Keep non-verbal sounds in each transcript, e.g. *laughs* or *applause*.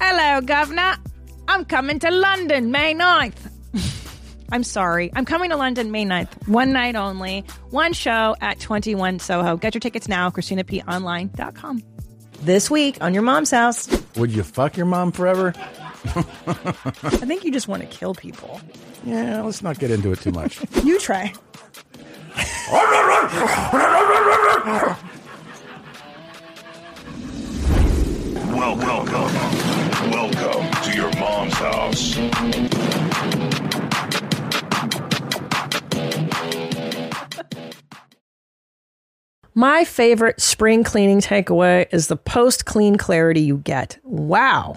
Hello, Governor. I'm coming to London May 9th. *laughs* I'm sorry. I'm coming to London May 9th. One night only. One show at 21 Soho. Get your tickets now, ChristinaPOnline.com. This week on Your Mom's House, Would you fuck your mom forever? I think you just want to kill people. Yeah, let's not get into it *laughs* too much. You try. Well, welcome. Welcome to your mom's house. My favorite spring cleaning takeaway is the post clean clarity you get. Wow.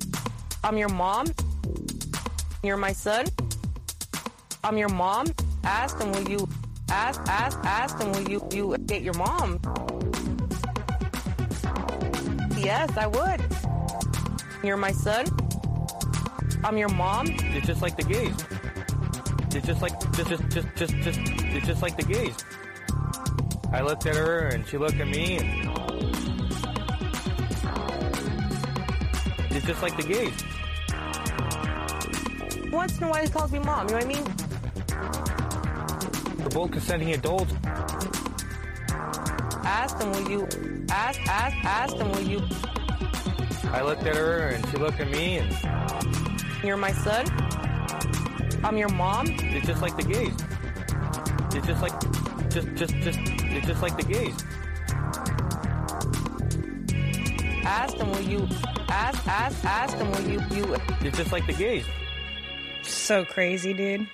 I'm your mom. You're my son. I'm your mom. Ask them will you ask ask ask them will you you get your mom? Yes, I would. You're my son. I'm your mom. It's just like the gays. It's just like just just just just just it's just like the gays. I looked at her and she looked at me and it's just like the gays. Once in a while he calls me mom, you know what I mean? We're both consenting adults. Ask them will you ask ask ask them will you I looked at her and she looked at me and you're my son. I'm your mom. it's just like the gays. It's just like just just just it's just like the gays. Ask them will you ask ask ask them will you you It's just like the gays. So crazy, dude.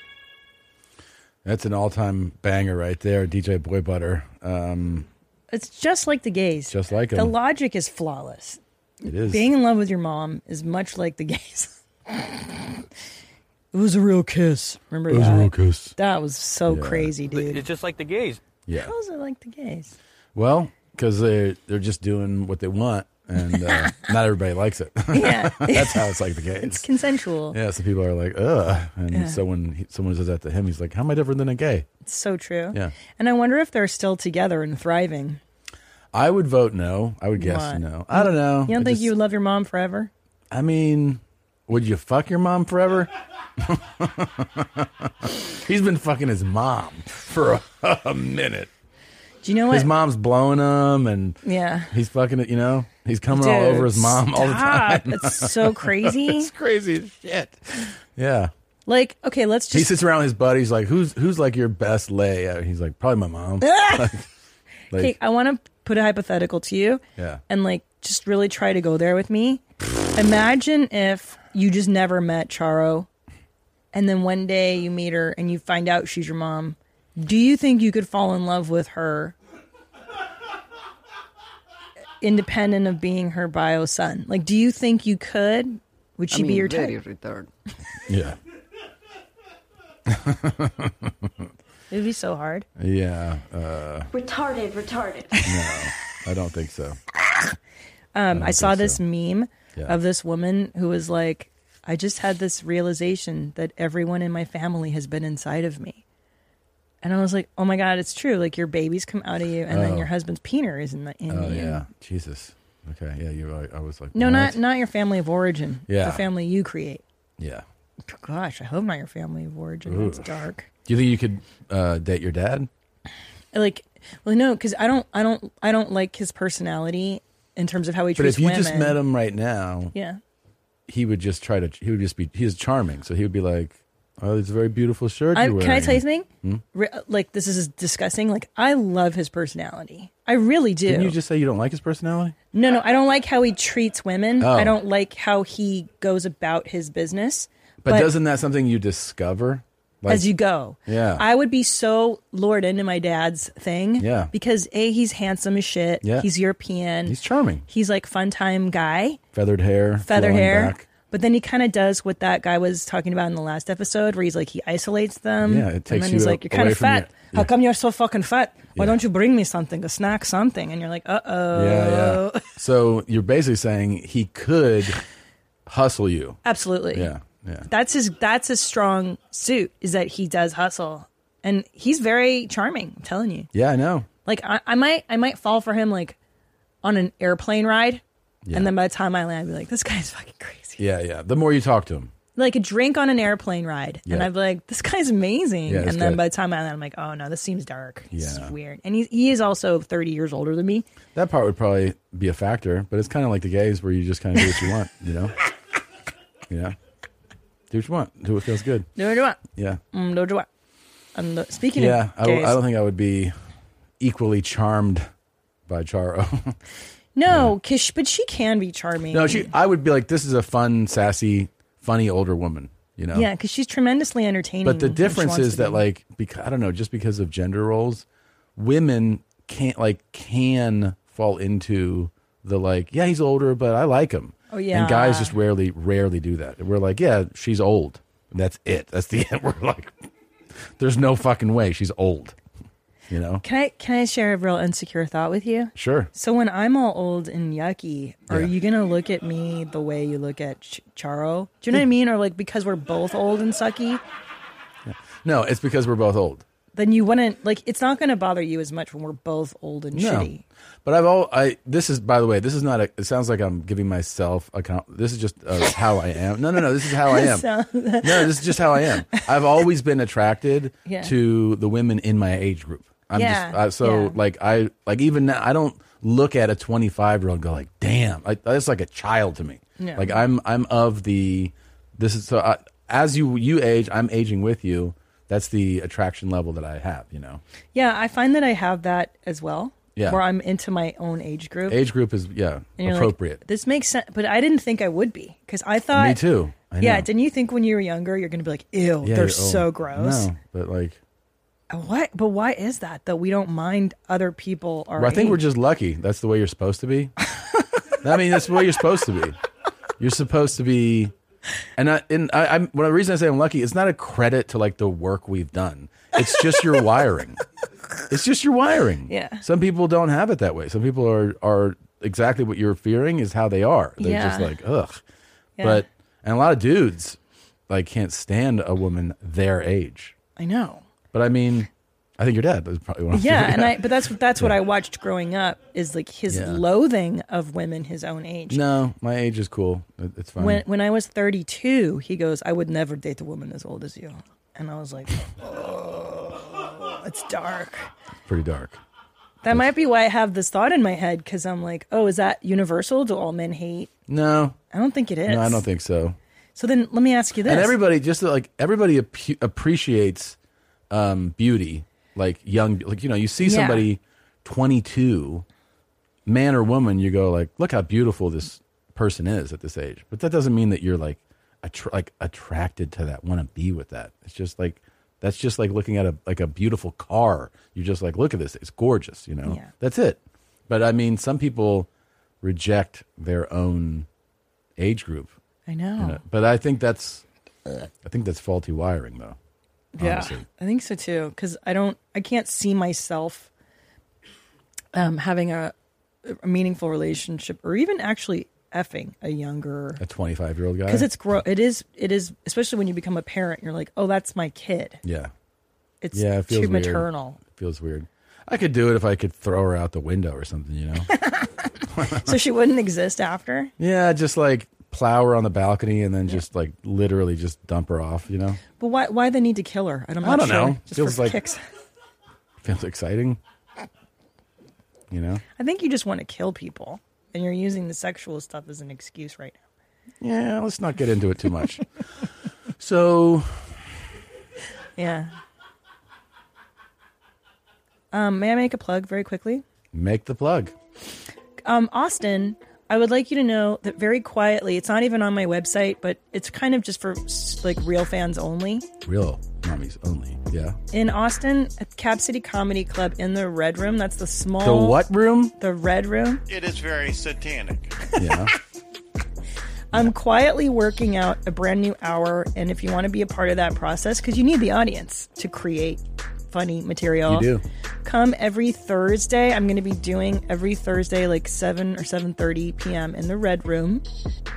That's an all-time banger right there, DJ Boy Butter. Um, It's just like the gays. Just like The them. logic is flawless. it is. Being in love with your mom is much like the *laughs* gays. it was a real kiss. Remember that? Lucas. That was so Yeah. crazy, dude. It's just like the gays. Yeah. How is it like the *laughs* gays? Well, because they they're just doing what they want, *laughs* and uh, not everybody likes it. *laughs* Yeah. That's how it's like the it's gays. consensual. Yeah, so people are like, ugh, and so when he, someone says that to him, he's like, "How am I different than a gay?" It's so true. Yeah. And I wonder if they're still together and thriving. I would vote no. I would guess Why? no. I don't know. You don't I think just- you would love your mom forever? I mean, would you fuck your mom forever? *laughs* He's been fucking his mom for a, minute. Do you know what? His mom's blowing him, and Yeah. he's fucking it. You know, he's coming all over his mom all the time. It's so crazy. *laughs* It's crazy as shit. Yeah, like, okay, let's he just sits around with his buddies like, who's who's like your best lay? Uh, He's like, probably *laughs* my mom. like, Okay, I want to put a hypothetical to you. Yeah. And like, just really try to go there with me. Imagine if you just never met Charo, and then one day you meet her and you find out she's your mom. Do you think you could fall in love with her, independent of being her bio son? Like, do you think you could? Would she be your type? retarded. yeah, It'd be so hard. yeah. Uh, Retarded, retarded. I don't think so. Um, I, saw this meme Yeah. of this woman who was like, I just had this realization that everyone in my family has been inside of me. And I was like, oh my God, it's true. Like your babies come out of you and then your husband's peener is in, the, in Oh you. yeah, Jesus. Okay, yeah, you. I, I was like, No, what? not not your family of origin. Yeah. The family you create. Yeah. Gosh, I hope not your family of origin. That's dark. Do you think you could uh, date your dad? Like, well, no, because I don't, I don't, I don't like his personality in terms of how he But treats if you women. just met him right now, yeah, he would just try to. He would just be. He's charming, so he would be like, "Oh, it's a very beautiful shirt I, you're can I wearing." Hmm? tell you something? Re- like, this is disgusting. Like, I love his personality. I really do. Didn't you just say you don't like his personality? No, no, I don't like how he treats women. Oh. I don't like how he goes about his business. But, doesn't that something you discover? Like, as you go. Yeah. I would be so lured into my dad's thing. Yeah. Because A, he's handsome as shit. Yeah. He's European. he's charming, He's like fun time guy, feathered hair, feather flowing hair. back. But then he kind of does what that guy was talking about in the last episode, where he's like he isolates them. Yeah, it and takes then you he's a- like, "You're kind away of from your- fat. How yeah. come you're so fucking fat? Why Yeah. don't you bring me something, a snack, something?" And you're like, "Uh oh, Yeah, yeah. So you're basically saying he could hustle you. *laughs* absolutely." Yeah, yeah. that's his that's his strong suit is that he does hustle and he's very charming i'm telling you Yeah, I know. like i, I might i might fall for him like on an airplane ride and then by the time i land i'd be like this guy's fucking crazy Yeah, yeah. The more you talk to him, like a drink on an airplane ride and Yeah. i'd be like this guy's amazing Yeah, this and then guy- by the time i land i'm like oh no this seems dark this Yeah. is weird and he, he is also 30 years older than me that part would probably be a factor. But it's kind of like the gays where you just kind of do what you want, *laughs* you know? Yeah. Do what you want. Do what feels good. no do what Yeah. Mm, no do what I'm the- speaking Yeah. I, of w- gays, I don't think I would be equally charmed by Charo. *laughs* no, 'cause she- but she can be charming. no, she. I would be like, this is a fun, sassy, funny older woman. You know. Yeah, because she's tremendously entertaining. But the when she difference wants is to that, be. like, because I don't know, just because of gender roles, women can't like can fall into the like, yeah, he's older, but I like him. Oh, yeah. and guys just rarely, rarely do that. We're like, yeah, she's old. And that's it. That's the *laughs* end. We're like, there's no fucking way she's old. You know? can I can I share a real insecure thought with you? Sure. So when I'm all old and yucky, are Yeah. you gonna look at me the way you look at Ch- Charo? Do you Mm. know what I mean? Or like because we're both old and sucky, No, it's because we're both old. then you wouldn't like. It's not gonna bother you as much when we're both old and No. shitty. But I've all I this is by the way this is not a it sounds like I'm giving myself a com- this is just uh, how I am no no no this is *laughs* how I am no this is just how I am I've always been attracted Yeah. to the women in my age group I'm Yeah, just uh, so yeah. like I like even now I don't look at a 25 year old and go like damn I, that's like a child to me No. like I'm I'm of the this is so I, as you you age I'm aging with you that's the attraction level that I have you know Yeah, I find that I have that as well. Yeah. where I'm into my own age group. age group is yeah And you're like, appropriate. this makes sense, but I didn't think I would be because I thought Me too. I yeah, know. didn't you think when you were younger you're gonna be like, ew, Yeah, they're you're so old. gross? Uh, No, but like, What? But why is that that we don't mind other people? Our well, I think we're age? just lucky. That's the way you're supposed to be. I mean, that's the way you're supposed to be. You're supposed to be, and I, and I, I'm. Well, the reason I say I'm lucky, it's not a credit to like the work we've done. It's just your wiring. It's just your wiring. Yeah. Some people don't have it that way. Some people are are exactly what you're fearing is how they are. They're just Yeah. like ugh. Yeah. But and a lot of dudes like can't stand a woman their age. I know. But I mean, I think your dad was probably one. Of Yeah, and I. But that's that's what I watched growing up is like his Yeah. loathing of women his own age. No, my age is cool. It- It's fine. When when I was thirty two, he goes, "I would never date a woman as old as you," and I was like, "Oh, it's dark." it's pretty dark. That might be why I have this thought in my head because I'm like, "Oh, is that universal? Do all men hate?" No, I don't think it is. no, I don't think so. So then, let me ask you this: And everybody, just like everybody, ap- appreciates um, beauty. Like young, like you know, you see Yeah. somebody twenty two, man or woman, you go like, look how beautiful this person is at this age. But that doesn't mean that you're like, attra- like attracted to that, want to be with that. It's just like. That's just like looking at a like a beautiful car. You're just like, look at this, it's gorgeous, you know. Yeah. That's it. But I mean, some people reject their own age group I know. Oh. you know, but I think that's I think that's faulty wiring though. honestly. I think so too. Because I don't, I can't see myself um, having a, a meaningful relationship or even actually effing a younger. A 25 year old guy. Because it's grow, it is, it is, especially when you become a parent, you're like, oh, that's my kid. yeah, It's yeah, it too feels weird. maternal. It feels weird. I could do it if I could throw her out the window or something, you know. so she wouldn't exist after. yeah, just like plow her on the balcony and then just like literally just dump her off, you know? But why why the need to kill her? I don't, I'm I not don't sure. know. Just Feels for like- kicks. Feels exciting. You know? I think you just want to kill people, and you're using the sexual stuff as an excuse right now. Yeah, let's not get into it too much. so Yeah. Um, may I make a plug very quickly? make the plug. um, Austin, I would like you to know that very quietly, it's not even on my website, but it's kind of just for s- like real fans only. Real mommies only. Yeah. In Austin, at Cab City Comedy Club in the Red Room, that's the small. The what room? The Red Room. It is very satanic. Yeah. I'm quietly working out a brand new hour. And if you want to be a part of that process, because you need the audience to create funny material. You do. Come every Thursday. I'm going to be doing every Thursday, like 7 or 7.30 p.m. in the Red Room.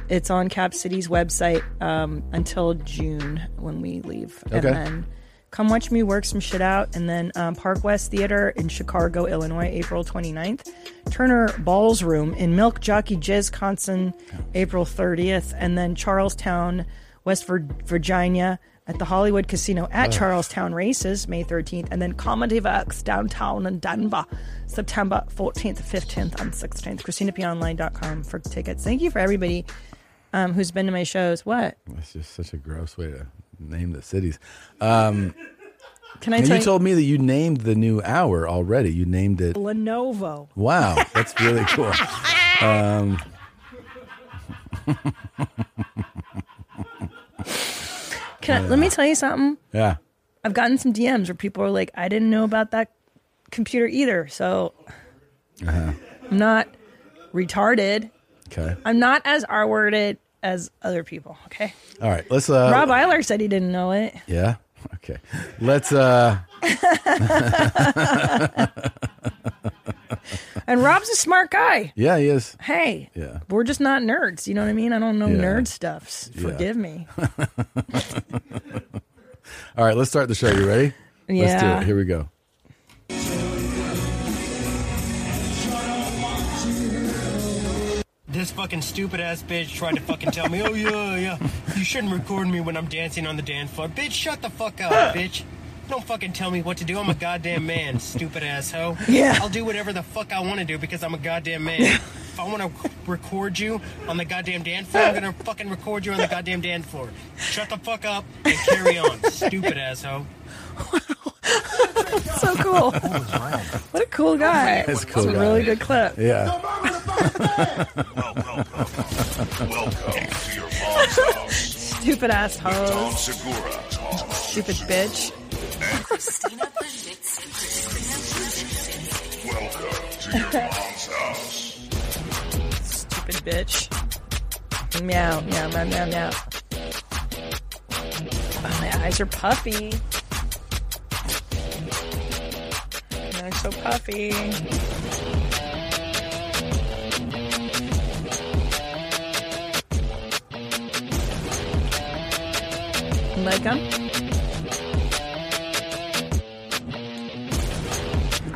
It's on Cap City's website um, until June when we leave. And Okay. then come watch me work some shit out. And then um, Park West Theater in Chicago, Illinois, April 29th. Turner Ball's Room in Milk Jockey Jizz, Conson, April 30th. And then Charlestown, West Vir- Virginia at the Hollywood Casino at Charlestown Races, May 13th. And then Comedy Works downtown in Denver, September 14th, 15th, and 16th. ChristinaPOnline.com for tickets. Thank you for everybody um, who's been to my shows. What? That's just such a gross way to name the cities. Can I And tell you told me that you named the new hour already. You named it. Lenovo. Wow, that's really *laughs* cool. Can I, let me tell you something. Yeah. I've gotten some DMs where people are like, I didn't know about that computer either. So Uh-huh. I'm not retarded. Okay. I'm not as R worded as other people. Okay. All right. Let's. Uh, Rob Eiler said he didn't know it. Yeah. *laughs* Okay. Let's. uh And Rob's a smart guy. Yeah, he is. Hey, Yeah. we're just not nerds. You know what I mean? I don't know Yeah. nerd stuff. S- Yeah. Forgive me. All right. Let's start the show. You ready? Let's do Yeah. it. Here we go. This fucking stupid ass bitch tried to fucking tell me, oh yeah, yeah, you shouldn't record me when I'm dancing on the dance floor. Bitch, shut the fuck *laughs* up, bitch. Don't fucking tell me what to do. I'm a goddamn man, stupid ass hoe. Yeah. I'll do whatever the fuck I want to do because I'm a goddamn man. if I want to record you on the goddamn dance floor, I'm gonna fucking record you on the goddamn dance floor. Shut the fuck up and carry on, stupid ass hoe. so *laughs* cool. what a cool guy. That's a cool It's a guy. really good clip. Yeah. Welcome. Welcome to your mom's house. Stupid ass hoe. Tom Segura. Stupid bitch. Welcome to your mom's house. Stupid bitch. Meow, meow, meow, meow, meow. Oh, my eyes are puffy. They're so puffy. You like them? The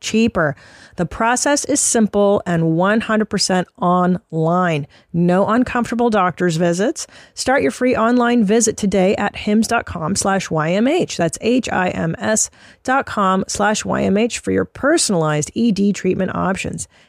cheaper. The process is simple and 100% online. No uncomfortable doctor's visits. Start your free online visit today at hims.com slash YMH. That's H-I-M-S dot com slash YMH for your personalized ED treatment options.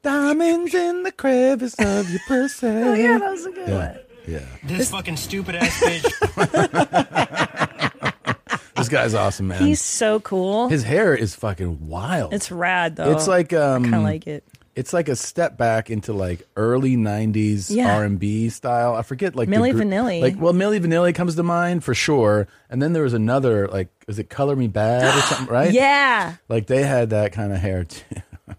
Diamonds in the crevice of your pussy. oh, yeah, that was a good yeah. yeah. This fucking stupid ass bitch. This guy's awesome, man. He's so cool. His hair is fucking wild. it's rad though. It's like um kind of like it. it's like a step back into like early '90s Yeah. R and B style. I forget like the Milli gr- Vanilli. Like, well, Millie Vanilli comes to mind for sure, and then there was another like, is it Color Me Bad or something? *gasps* Right? Yeah. Like they had that kind of hair *laughs* too.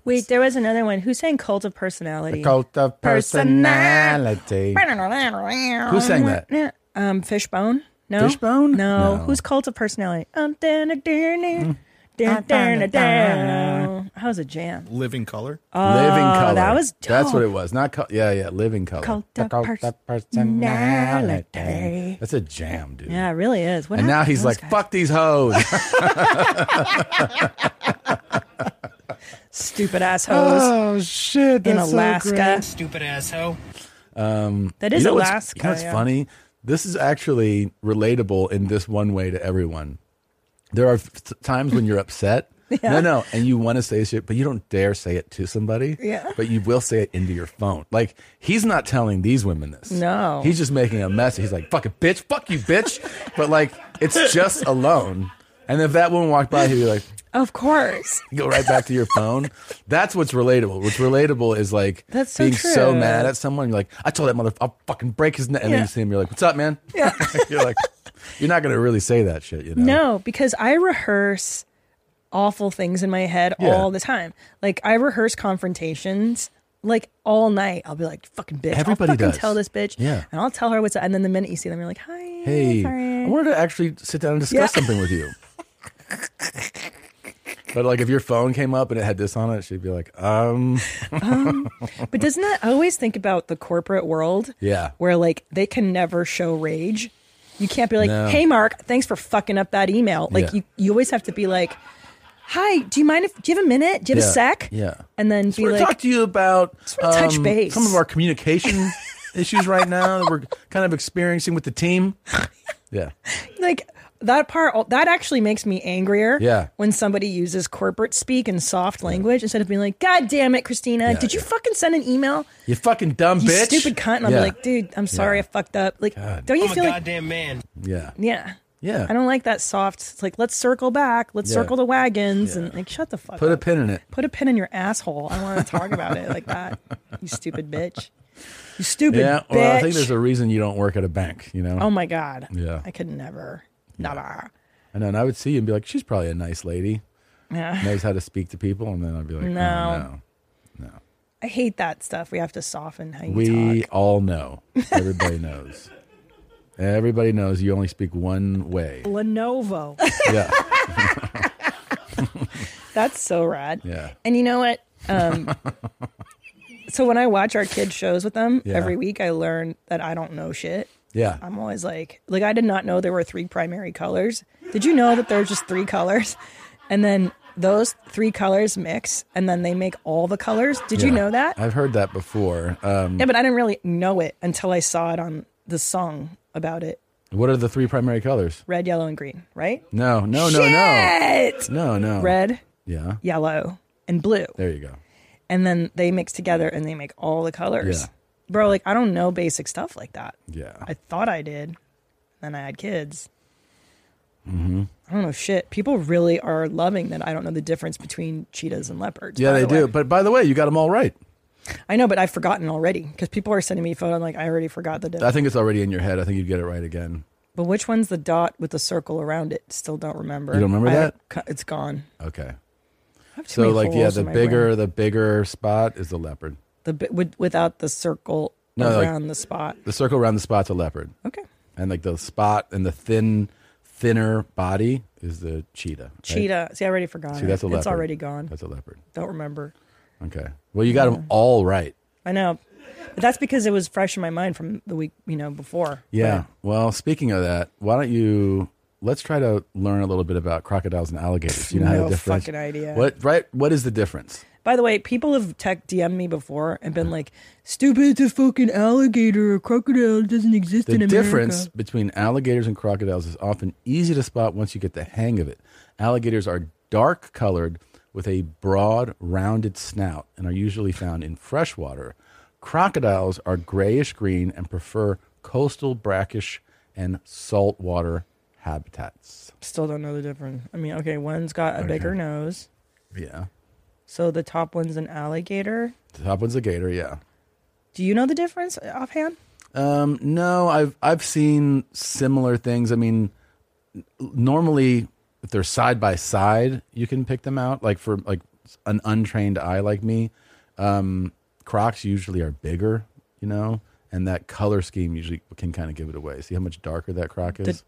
Wait, there was another one. Who sang Cult of Personality? Cult of personality. Who Who sang that? Um, Fishbone. No. Fishbone? No. No. Mm. Who's Cult of Personality? Um, dun, dun, dun, dun, dun, dun, dun. That was a jam. Living color. Living color. Oh, that was That's what dope. it was. Not col- yeah, yeah. Living color. Cult The of personality. That's a jam, dude. Yeah, it really is. What And now happened to he's those like, guys? "Fuck these hoes." *laughs* *laughs* stupid assholes. shit! In Alaska. Stupid asshole. that is you know what's- Alaska. You know what's yeah. funny? This is actually relatable in this one way to everyone. There are th- times when *laughs* you're upset. No, no, and you want to say shit, but you don't dare say it to somebody. Yeah. But you will say it into your phone. Like he's not telling these women this. No. He's just making a message. He's like, "Fucking bitch, fuck you, bitch." but like, it's just *laughs* alone. And if that woman walked by, he'd be like, Of course. go right back to your phone. That's what's relatable. What's relatable is like That's so being so true. mad at someone. You're like, I told that mother, I'll fucking break his neck. And then Yeah. you see him, you're like, what's up, man? Yeah. *laughs* you're like, you're not going to really say that shit, you know? No, because I rehearse awful things in my head Yeah. all the time. Like I rehearse confrontations like all night. I'll be like, "Fucking bitch!" Everybody I'll fucking does. tell this bitch. Yeah. and I'll tell her what's up. And then the minute you see them, you're like, "Hi, Hey, sorry." I wanted to actually sit down and discuss Yeah. something with you. But like, if your phone came up and it had this on it, she'd be like, um, But doesn't that I always think about the corporate world? Yeah. where like they can never show rage. You can't be like, No. "Hey, Mark, thanks for fucking up that email." Like Yeah. you, you always have to be like, "Hi, do you mind if do you have a minute? Do you have Yeah, a sec?" yeah. and then So be we're like, talk to you about um, wanna touch base. some of *laughs* our communication issues right now that we're kind of experiencing with *laughs* the team. Yeah. like that part oh, that actually makes me angrier Yeah. when somebody uses corporate speak and soft language instead of being like god damn it christina did you yeah. fucking send an email You fucking dumb you bitch. stupid cunt and i'll Yeah. be like dude i'm sorry i Yeah. fucked up like don't you I'm a feel like goddamn man. Yeah. yeah Yeah. i don't like that soft it's like let's circle back let's Yeah. circle the wagons and like shut the fuck Put a up. pin in it. put a pin in your asshole i want to talk about it like that you stupid bitch you stupid Yeah. bitch Well, I think there's a reason you don't work at a bank, you know? oh my god Yeah. i could never never I know. And I would see you and be like, she's probably a nice lady, yeah knows how to speak to people. And then I'd be like, oh, No. no. I hate that stuff. We have to soften how you We talk. all know. Everybody *laughs* knows. Everybody knows you only speak *laughs* one way. Lenovo. Yeah. That's so rad. Yeah. And you know what? *laughs* Um, so when I watch our kids shows with them Yeah. every week, I learn that I don't know shit. Yeah. I'm always like, like I did not know there were three primary colors. Did you know that there are just three colors? And then those three colors mix, and then they make all the colors. Did you Yeah. know that? I've heard that before. Um, yeah, but I didn't really know it until I saw it on the song about it: what are the three primary colors? red, yellow, and green. Right? No, no, no, Shit! no. No, no. Red, Yeah. yellow, and blue. There you go. and then they mix together and they make all the colors. Yeah. Bro, like I don't know basic stuff like that. Yeah. I thought I did. Then I had kids. Mm-hmm. I don't know shit. People really are loving that. I don't know the difference between cheetahs and leopards. Yeah, by they the do. way. But by the way, you got them all right. I know, but I've forgotten already because people are sending me photos. I'm like, I already forgot the I difference. think it's already in your head. I think you'd get it right again. But which one's the dot with the circle around it? Still don't remember. You don't remember I that? haven't cu- It's gone. Okay. I have too So many like yeah, holes the in my brain. bigger the bigger spot is the leopard. the bi- with, without the circle No, like- around the spot. The circle around the spot's a leopard, Okay, and like the spot and the thin thinner body is the cheetah. right? cheetah. See, I already forgot. See, that's a it. leopard. It's already gone. That's a leopard. don't remember. Okay. Well, you got them all right. I know, but that's because it was fresh in my mind from the week you know before. Yeah. Well, speaking of that, why don't you let's try to learn a little bit about crocodiles and alligators. You know how No the difference. fucking idea. What right? What is the difference? By the way, people have tech DM'd me before and been like, "Stupid, it's a fucking alligator or crocodile. It doesn't exist The in America." difference between alligators and crocodiles is often easy to spot once you get the hang of it. Alligators are dark colored with a broad, rounded snout and are usually found in freshwater. Crocodiles are grayish green and prefer coastal, brackish, and saltwater habitats. Still don't know the difference. I mean, okay, one's got a bigger nose, Yeah. so the top one's an alligator. The top one's a gator, yeah. Do you know the difference offhand? Um, no, I've I've seen similar things. I mean, n- normally if they're side by side, you can pick them out. Like for like an untrained eye like me, um, Crocs usually are bigger, you know, and that color scheme usually can kind of give it away. See how much darker that Croc is? The-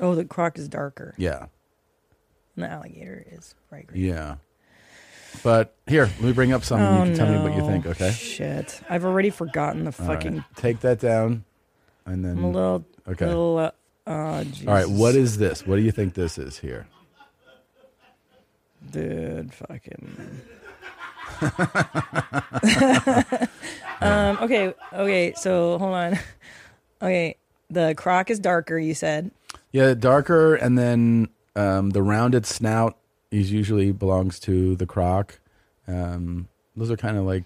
Oh, the croc is darker. yeah, And the alligator is bright green. yeah. But here, let me bring up something. Oh, you can tell me what you no. think. Okay, Shit. I've already forgotten the All right. fucking. take that down, and then I'm a little. Okay. Little, uh, oh, Jesus. all right. What is this? What do you think this is here? Dude, fucking. *laughs* um, okay. Okay. So hold on. Okay. The croc is darker, you said. Yeah, darker, and then um, the rounded snout is usually belongs to the croc. Um, those are kind of like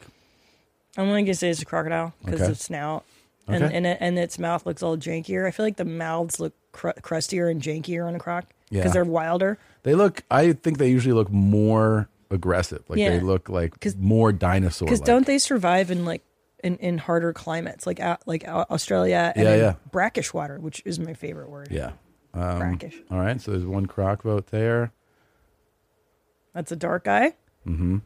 I'm going to say it's a crocodile because Okay. of snout. And, Okay. and it, and its mouth looks all jankier. I feel like the mouths look cr- crustier and jankier on a croc because Yeah. they're wilder. they look. I think they usually look more aggressive. Like they Yeah. look like 'Cause- more dinosaur. Because don't they survive in like in, in harder climates, like out, like Au- Australia and Yeah, in yeah. brackish water, which is my favorite word. Yeah. um, brackish. All right. So there's one croc vote there. That's a dark eye. Mm-hmm.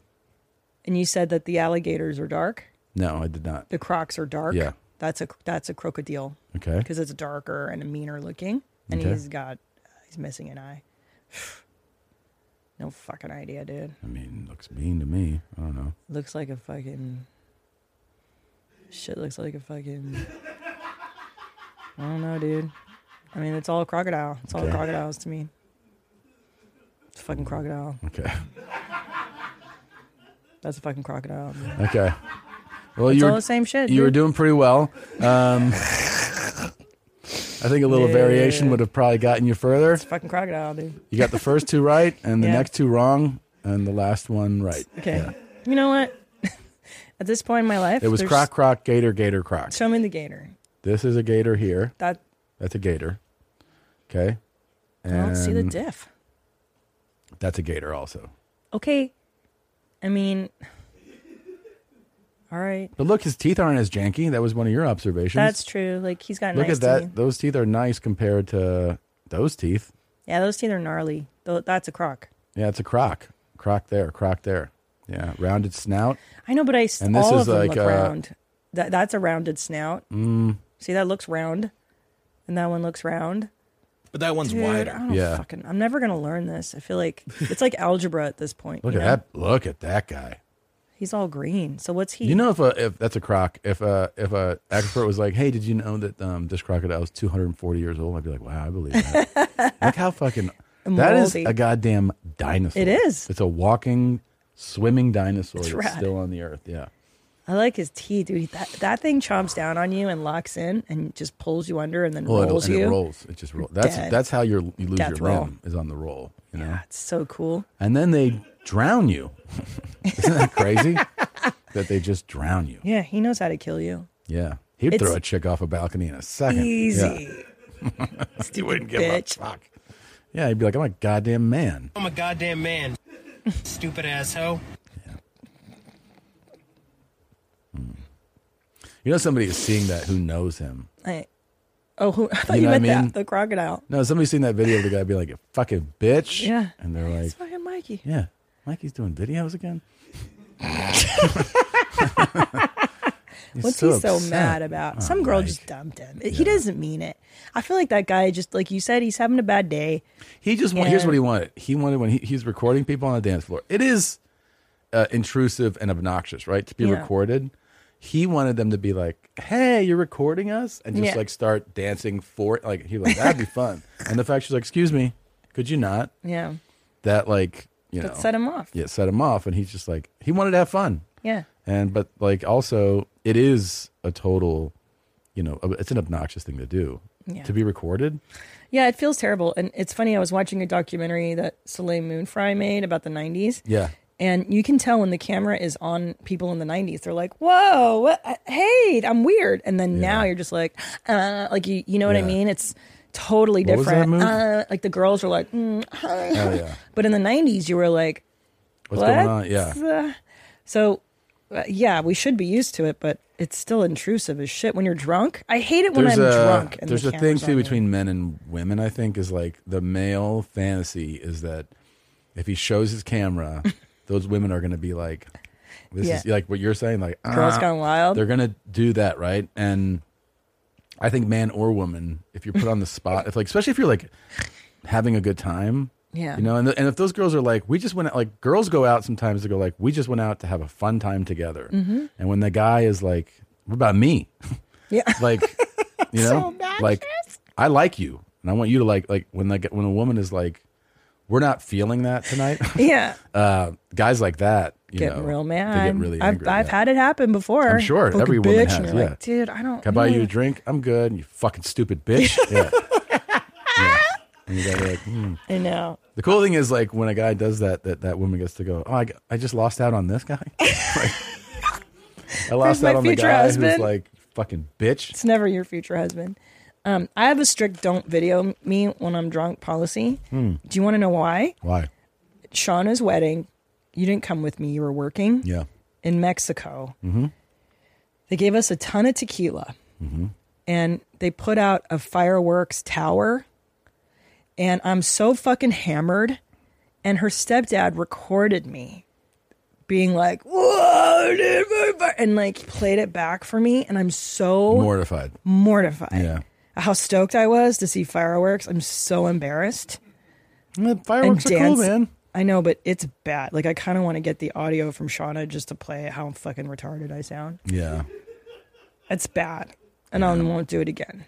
And you said that the alligators are dark, No, I did not. the crocs are dark. Yeah. that's a that's a crocodile Okay. because it's darker and meaner looking, and Okay. he's got he's missing an eye. *sighs* no fucking idea, dude. I mean, looks mean to me. I don't know. Looks like a fucking shit. Looks like a fucking. I don't know, dude. I mean, it's all crocodile. It's all Okay. crocodiles to me. It's a fucking crocodile. Okay. *laughs* That's a fucking crocodile. dude. Okay. Well, It's you all were- the same shit. You were dude. doing pretty well. Um, I think a little variation would have probably gotten you further. It's a fucking crocodile, dude. You got the first two right, and the Yeah. next two wrong, and the last one right. Okay. You know what? *laughs* At this point in my life, It was there's- croc, croc, gator, gator, croc. Show me the gator. This is a gator here. That That's a gator. Okay. I And don't see the diff. That's a gator also. Okay. I mean, all right. But look, his teeth aren't as janky. That was one of your observations. That's true. Like he's got look nice at that. teeth. Those teeth are nice compared to those teeth. Yeah, those teeth are gnarly. Tho- That's a croc. Yeah, it's a croc. Croc there, croc there. Yeah, rounded snout. I know, but I s- And this all is of them like, look uh, round. That that's a rounded snout. Mm. See, that looks round, and that one looks round. But that one's Dude, I wider. don't Yeah. fucking. I'm never gonna learn this. I feel *laughs* like it's like algebra at this point. Look you at know? that. Look at that guy. He's all green. So what's he? You know, if a if that's a croc, if a if a expert was like, "Hey, did you know that um, this crocodile is 240 years old?" I'd be like, "Wow, I believe that." *laughs* Look how fucking that is Moldy. a goddamn dinosaur. It is. It's a walking, swimming dinosaur It's that's rad. still on the earth. Yeah, I like his teeth, dude. That that thing chomps down on you and locks in and just pulls you under and then well, rolls it, Oh, and you. it rolls. It just rolls. That's dead. that's how you're, you lose Death your roll. limb is on the roll. You know, Yeah, it's so cool. and then they *laughs* drown you. Isn't that crazy? that they just drown you. Yeah, he knows how to kill you. Yeah, he'd It's throw a chick off a balcony in a second. Yeah. *laughs* Easy. he wouldn't give bitch. a fuck. Yeah, he'd be like, I'm a goddamn man. I'm a goddamn man. *laughs* Stupid ass hoe. You know, somebody is seeing that who knows him. I, oh, who, I thought You you, know what I meant mean? that the crocodile. No, somebody's seen that video of the guy be like, "You fucking bitch. Yeah. And they're like, It's fucking Mikey. yeah, Mikey's doing *laughs* videos again. *laughs* He's What's he so upset. mad about? Oh, Some girl Mike. just dumped him. He doesn't mean it. I feel like that guy just like you said, he's having a bad day. He just want, here's And- what he wanted. He wanted when he, he's recording people on the dance floor. It is uh, intrusive and obnoxious, right? To be Yeah. recorded. He wanted them to be like, "Hey, you're recording us," and just Yeah. like start dancing for like he like *laughs* that'd be fun. And the fact she's like, "Excuse me, could you not?" Yeah, That like you know that set him off. Yeah, Yeah, set him off, and he's just like he wanted to have fun, and but like also it is a total, you know, ob- it's an obnoxious thing to do Yeah. to be recorded. Yeah, It feels terrible, and it's funny. I was watching a documentary that Soleil Moon Frye made about the '90s. Yeah, And you can tell when the camera is on people in the 90s, they're like, whoa, what, uh, hey, I'm weird. And then now Yeah. you're just like, uh, like you, you know what I Yeah. mean? It's totally What was that different. movie? Uh, like the girls were like, mm, oh yeah, but in the 90s, you were like, what's What? going on? Yeah, so uh, yeah, we should be used to it, but it's still intrusive as shit when you're drunk. I hate it when I'm drunk. And there's the a thing camera's on too me. between men and women. I think is like the male fantasy is that if he shows his camera, *laughs* those women are going to be like, "This is Yeah. like what you're saying." Like, Girls "Ah." Gone Wild. They're going to do that, right? And I think man or woman, if you're put on the spot, if like especially if you're like having a good time. Yeah. You know, and, and if those girls are like, we just went out, like girls go out sometimes to go like, we just went out to have a fun time together. And when the guy is like, what about me? Mm-hmm. Yeah. *laughs* like *laughs* you know like i like you and i want you to like like when like when a woman is like we're not feeling that tonight *laughs* *laughs* yeah. uh guys like that you Getting know, real mad. they get really angry I've, I've yeah. had it happen before. I'm sure Fucking every woman bitch. has, And you're yeah. like, dude, I don't. can i buy you know." a drink i'm good and you fucking *laughs* stupid bitch yeah, Yeah. And you gotta, like, hmm. I know. The cool thing is, like, when a guy does that, that that woman gets to go, "Oh, I, g- I just lost out on this guy. *laughs* *laughs* Like, I lost my out on the future guy who's husband. like fucking bitch." It's never your future husband. Um, I have a strict don't video me when I'm drunk policy. Hmm. Do you want to know why? Why? Shauna's wedding, you didn't come with me. You were working Yeah, in Mexico. They gave us a ton of tequila and they put out a fireworks tower. And I'm so fucking hammered. And her stepdad recorded me being like, whoa, dude, my fi-" and like played it back for me. And I'm so mortified. mortified. Yeah. How stoked I was to see fireworks. I'm so embarrassed. Mm, And Fireworks are cool, dance. man. I know, but it's bad. Like I kind of want to get the audio from Shauna just to play how fucking retarded I sound. Yeah. It's bad, and I won't do it again.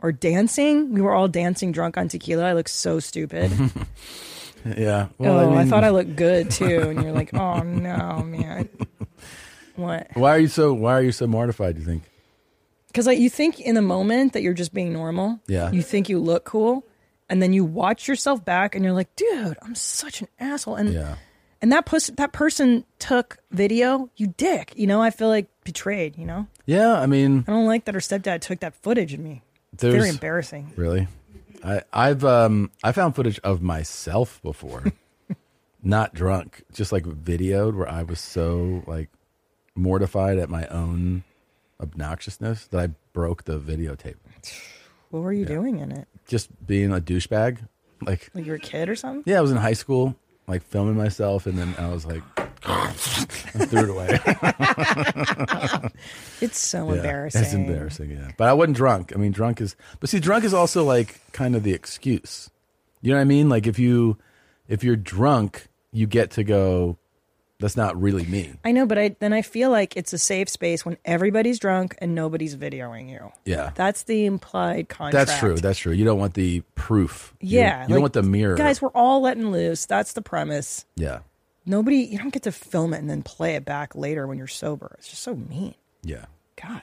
Or dancing. We were all dancing drunk on tequila. I look so stupid. Yeah. *laughs* Well, oh, I, mean, thought I looked good too, and you're like, oh no, *laughs* man. What? Why are you so? Why are you so mortified? Do you think? Because like you think in the moment that you're just being normal. Yeah. You think you look cool, and then you watch yourself back, and you're like, dude, I'm such an asshole. And Yeah. and that pus- that person took video. You dick. You know, I feel like betrayed. You know, Yeah. I mean, I don't like that her stepdad took that footage of me. It's There's- very embarrassing. really. I I've um I found footage of myself before, not drunk, just like videoed where I was so like mortified at my own obnoxiousness that I broke the videotape. What were you doing in it? Just being a douchebag, like Like you were a kid or something? yeah, I was in high school, like filming myself, and then I was like, *laughs* threw it away. It's so Yeah, embarrassing. That's embarrassing, yeah. But I wasn't drunk. I mean, drunk is, but see, drunk is also like kind of the excuse. You know what I mean? Like if you, if you're drunk, you get to go. That's not really me. I know, but I then I feel like it's a safe space when everybody's drunk and nobody's videoing you. Yeah, That's the implied contract. that's true. That's true. You don't want the proof. You- yeah, you, don't like, want the mirror. Guys, we're all letting loose. That's the premise. yeah, Nobody, you don't get to film it and then play it back later when you're sober. It's just so mean. yeah. God.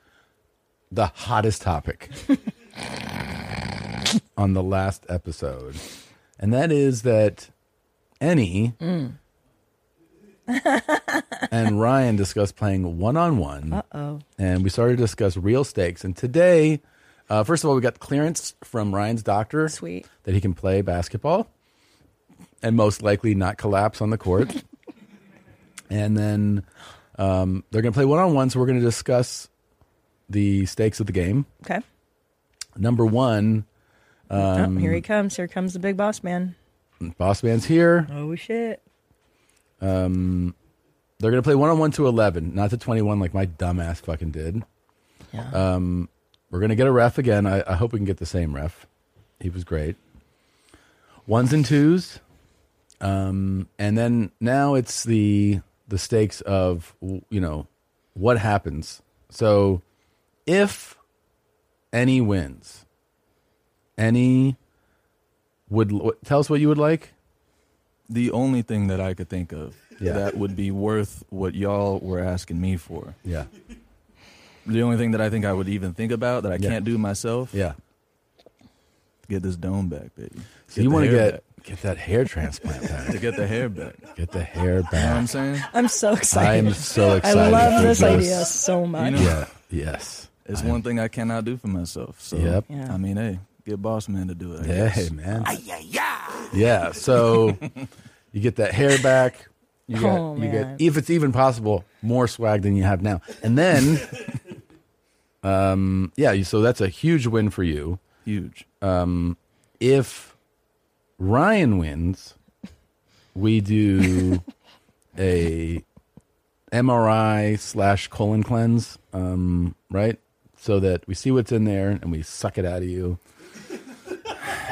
the hottest topic on the last episode, and that is that any and Ryan discussed playing one on one. And we started to discuss real stakes. And today, uh, first of all, we got clearance from Ryan's doctor Sweet. that he can play basketball and most likely not collapse on the court. and then um, they're going to play one on one. So we're going to discuss the stakes of the game. Okay. Number one, Um, oh, here he comes. Here comes the big boss man. Boss Man's here. Oh shit. They're going to play one on one to 11, not to 21 like my dumbass fucking did. Um, we're going to get a ref again. I, I hope we can get the same ref. He was great. Ones and twos. Um, and then now it's the the stakes of, w- you know, what happens. So if any wins, any would l- tell us what you would like. The only thing that I could think of Yeah. that would be worth what y'all were asking me for. Yeah. The only thing that I think I would even think about that I Yeah. can't do myself. Yeah. Get this dome back, baby. So you want to to get get that hair transplant back. to get the hair back. You know Get the hair what I'm back. saying? *laughs* I'm so *laughs* I excited. am so *laughs* I excited. love for this idea so much. You know, Yeah. Yes. it's one thing I cannot do for myself. So Yep. Yeah. I mean, hey, get boss man to do it. I Hey, guess. man. Yeah. So you get that hair back. You get, Oh, you man. get, if it's even possible, more swag than you have now. *laughs* And then, um, yeah. you- So that's a huge win for you. huge. If Ryan wins, we do a MRI slash colon cleanse, um, right? So that we see what's in there and we suck it out of you.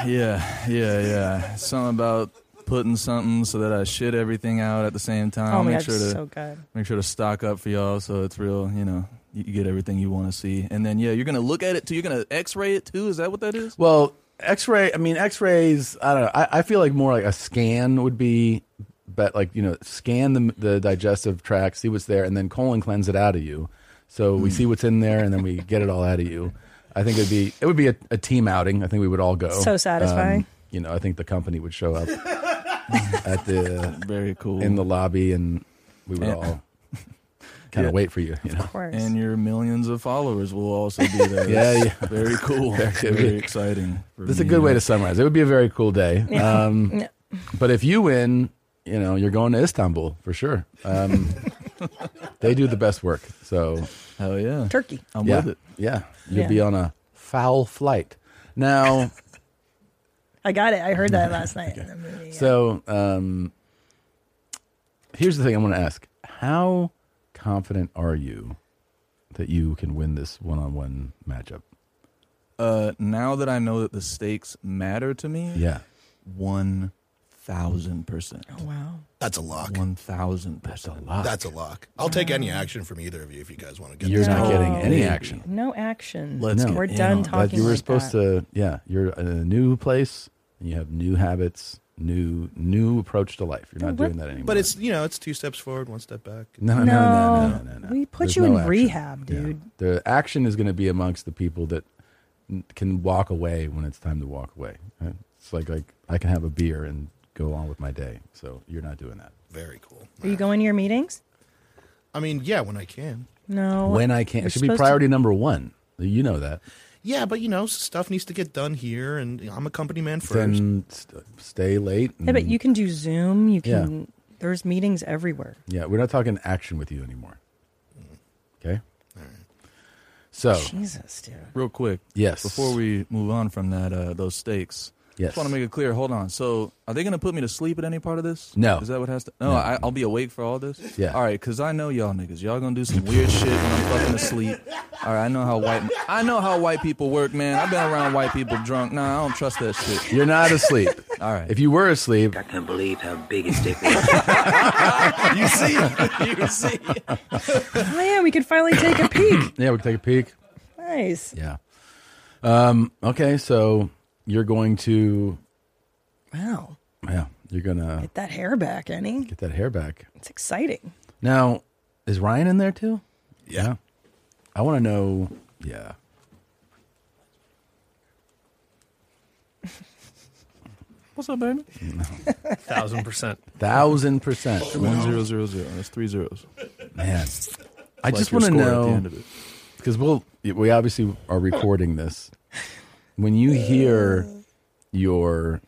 Yeah, yeah, yeah. Something about putting something so that I shit everything out at the same time. oh my make god, sure to it's so good. make sure to stock up for y'all so it's real, you know. You you get everything you want to see, and then yeah, you're gonna look at it too. You're gonna X-ray it too. Is that what that is? Well, X-ray. I mean, X-rays. I don't know. I, I feel like more like a scan would be, but like you know, scan the the digestive tract, see what's there, and then colon cleanse it out of you. So we see what's in there, and then we get it all out of you. I think it'd be it would be a, a team outing. I think we would all go. So satisfying. Um, you know, I think the company would show up at the Very cool. in the lobby, and we would Yeah. all kind Yeah. of wait for you. You know. Of course. and your millions of followers will also *laughs* be there. Yeah, That's yeah. Very cool. Very exciting. for That's a me, good you way know. to summarize. It would be a very cool day. Um, Yeah. But if you win, you know you're going to Istanbul for sure. Um, *laughs* they do the best work, so Hell yeah. Turkey. I'm yeah, with it. yeah, you'll Yeah. be on a foul flight. *laughs* Now, I got it. I heard that *laughs* last night in the movie. so um, here's the thing I want to ask: How confident are you that you can win this one-on-one matchup? Uh, now that I know that the stakes matter to me, Yeah, one thousand percent. Oh, wow. That's a lock. One thousand percent. lot. That's a lock. I'll take any action from either of you if you guys want to get You're this not done. getting any Maybe. action. No action. Let's No. We're get in done on that. But talking. you were like supposed that. to, yeah. You're in a new place, and you have new habits, new new approach to life. You're not What- doing that anymore. But it's you know it's two steps forward, one step back. no, no, No. no, no, no, no. We put There's you in action. rehab, Yeah. dude. The action is going to be amongst the people that n- can walk away when it's time to walk away. right? It's like like I can have a beer and go on with my day. So you're not doing that. Very cool. Are you going to your meetings? I mean, yeah, when I can. No. when I can, You're it should be supposed to- priority number one. You know that. yeah, but you know, stuff needs to get done here, and you know, I'm a company man first. Then st- stay late. Yeah, but and- you can do Zoom. You Yeah. can. There's meetings everywhere. Yeah, we're not talking action with you anymore. Okay. So Jesus, dude. Real quick, Yes. Before we move on from that, uh, those stakes. Yes. Just want to make it clear. Hold on. So, are they going to put me to sleep at any part of this? No. Is that what has to? No, No. I, I'll be awake for all this. Yeah. All right, because I know y'all niggas. Y'all gonna do some weird shit when I'm fucking asleep. All right, I know how white. I know how white people work, man. I've been around white people drunk. Nah, I don't trust that shit. *laughs* You're not asleep. *laughs* All right. If you were asleep, I can't believe how big his dick you see, you see. Oh yeah, we could finally take a *laughs* peek. Yeah, we can take a peek. Nice. Yeah. Um, okay, so you're going to Wow. yeah, you're gonna Get that hair back, Annie. get that hair back. It's exciting. Now, is Ryan in there too? Yeah. I want to know. Yeah. What's up, baby? Thousand percent. Thousand percent. One zero zero zero. That's three zeros. Man, I Like just your want to score at the know end of it. because we'll we obviously are recording this. When you hear your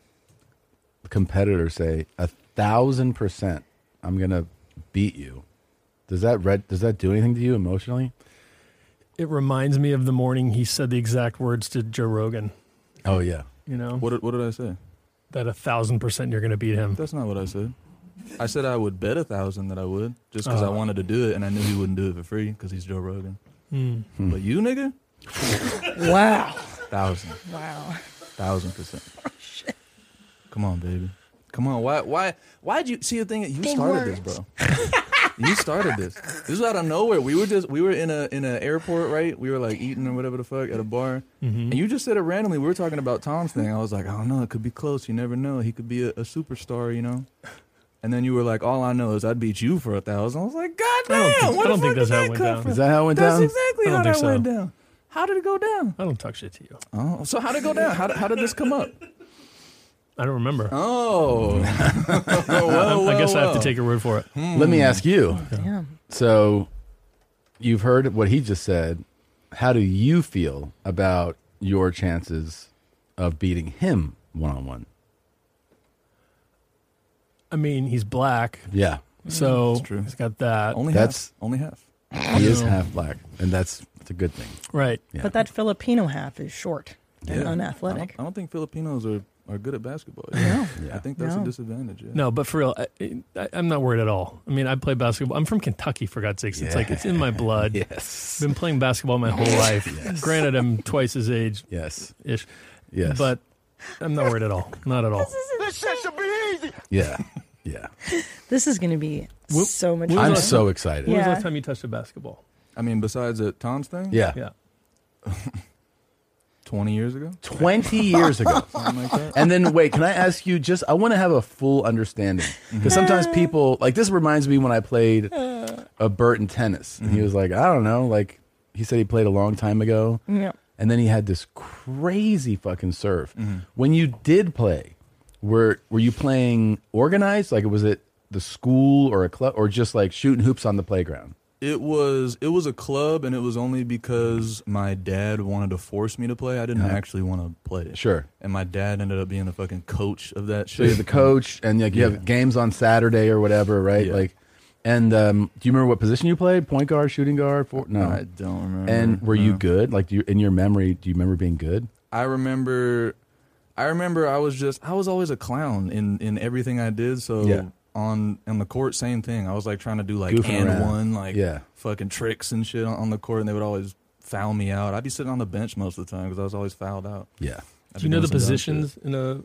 competitor say a thousand percent, I'm gonna beat you. Does that red? Does that do anything to you emotionally? It reminds me of the morning he said the exact words to Joe Rogan. Oh yeah. You know What did, what did I say? that a thousand percent you're going to beat him. That's not what I said. I said I would bet a thousand that I would, just because I Oh. wanted to do it, and I knew he wouldn't do it for free because he's Joe Rogan. Hmm. But you, nigga, Wow. thousand, Wow. thousand percent. Oh, Come on, baby. Come on. Why? Why? Why'd you see the thing? You Big started this, bro. you started this. This was out of nowhere. We were just we were in a in an airport, right? We were like eating or whatever the fuck at a bar, and you just said it randomly. We were talking about Tom's thing. I was like, I don't know. It could be close. You never know. He could be a, a superstar. You know. And then you were like, "All I know is I'd beat you for a thousand. I was like, "God damn! I don't think, I where the don't think fuck that's did how that it went come down. from? Is that how it went That's down? I exactly don't how that think so. went down. How did it go down? I don't talk shit to you. Oh, so how did it go down? How did, how did this come up? I don't remember. Oh, I guess I have whoa. to take your word for it. Let me ask you. Damn. So, you've heard what he just said. How do you feel about your chances of beating him one on one? I mean, he's black. Yeah. So he's got that. Mm, Only That's- half. Only half. He is No. half black, and that's, that's a good thing. Right. Yeah. But that Filipino half is short and Yeah. I unathletic. don't, I don't think Filipinos are, are good at basketball. I think that's No. a disadvantage. Yeah. No, but for real, I, I, I'm not worried at all. I mean, I play basketball. I'm from Kentucky, for God's sakes. It's like it's in my *laughs* blood. Yes, been playing basketball my whole life. Granted, I'm twice his age. Yes, ish. Yes. but I'm not worried at all. Not at all. This shit should be easy. *laughs* Yeah, yeah. This is going to be Wh- so much. fun. when was the last time- When was the Yeah. last time you touched a basketball? I mean, besides uh, Tom's thing? Yeah. Yeah. 20 years ago? 20 years ago. Something like that. And then wait, can I ask you just I want to have a full understanding Mm-hmm. because sometimes people like this reminds me when I played a Burton tennis and Mm-hmm. he was like, I don't know, like he said he played a long time ago. Yeah. And then he had this crazy fucking serve. Mm-hmm. When you did play, were were you playing organized? Like was it the school or a club or just like shooting hoops on the playground? It was it was a club, and it was only because my dad wanted to force me to play. I didn't Uh-huh. actually want to play. Sure. And my dad ended up being the fucking coach of that So shit. you're the coach, and like you Yeah. have games on Saturday or whatever, right? Like, and um, do you remember what position you played? Point guard, shooting guard? For, no, *laughs* I don't remember. And were you No. good? Like, do you in your memory? Do you remember being good? I remember, I remember I was just I was always a clown in in everything I did. So Yeah. on on the court, same thing. I was like trying to do like Goofing and around. one, like Yeah. fucking tricks and shit on, on the court, and they would always foul me out. I'd be sitting on the bench most of the time because I was always fouled out. Yeah. I'd Do you be know the doing some dumb shit. positions in a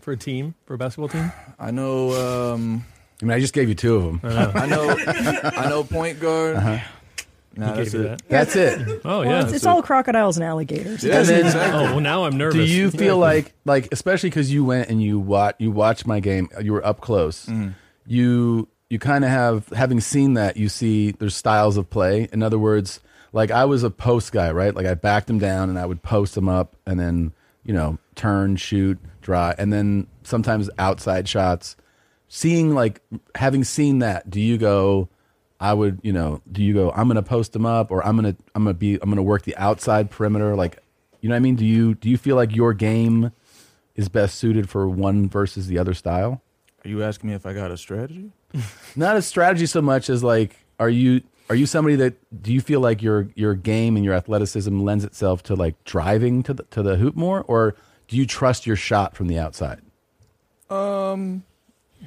for a team for a basketball team? I know. Um, I mean, I just gave you two of them. I know. I know point guard. Uh-huh. Nah, He gave that's you it. that. That's it. Oh Well, it's, it's all crocodiles and alligators. Yeah, And then- exactly. Oh, well, now I'm nervous. Do you feel like like especially because you went and you watch you watched my game? You were up close. You you kind of have having seen that. You see there's styles of play. In other words, like I was a post guy, right? Like I backed him down and I would post him up and then you know turn, shoot, draw, and then sometimes outside shots. Seeing like having seen that, do you go? I would, you know, do you go? I'm going to post him up, or I'm going to, I'm going to be, I'm going to work the outside perimeter. Like, You know what I mean? Do you do you feel like your game is best suited for one versus the other style? Are you asking me if I got a strategy? Not a strategy so much as like are you are you somebody that do you feel like your your game and your athleticism lends itself to like driving to the to the hoop more or do you trust your shot from the outside? Um,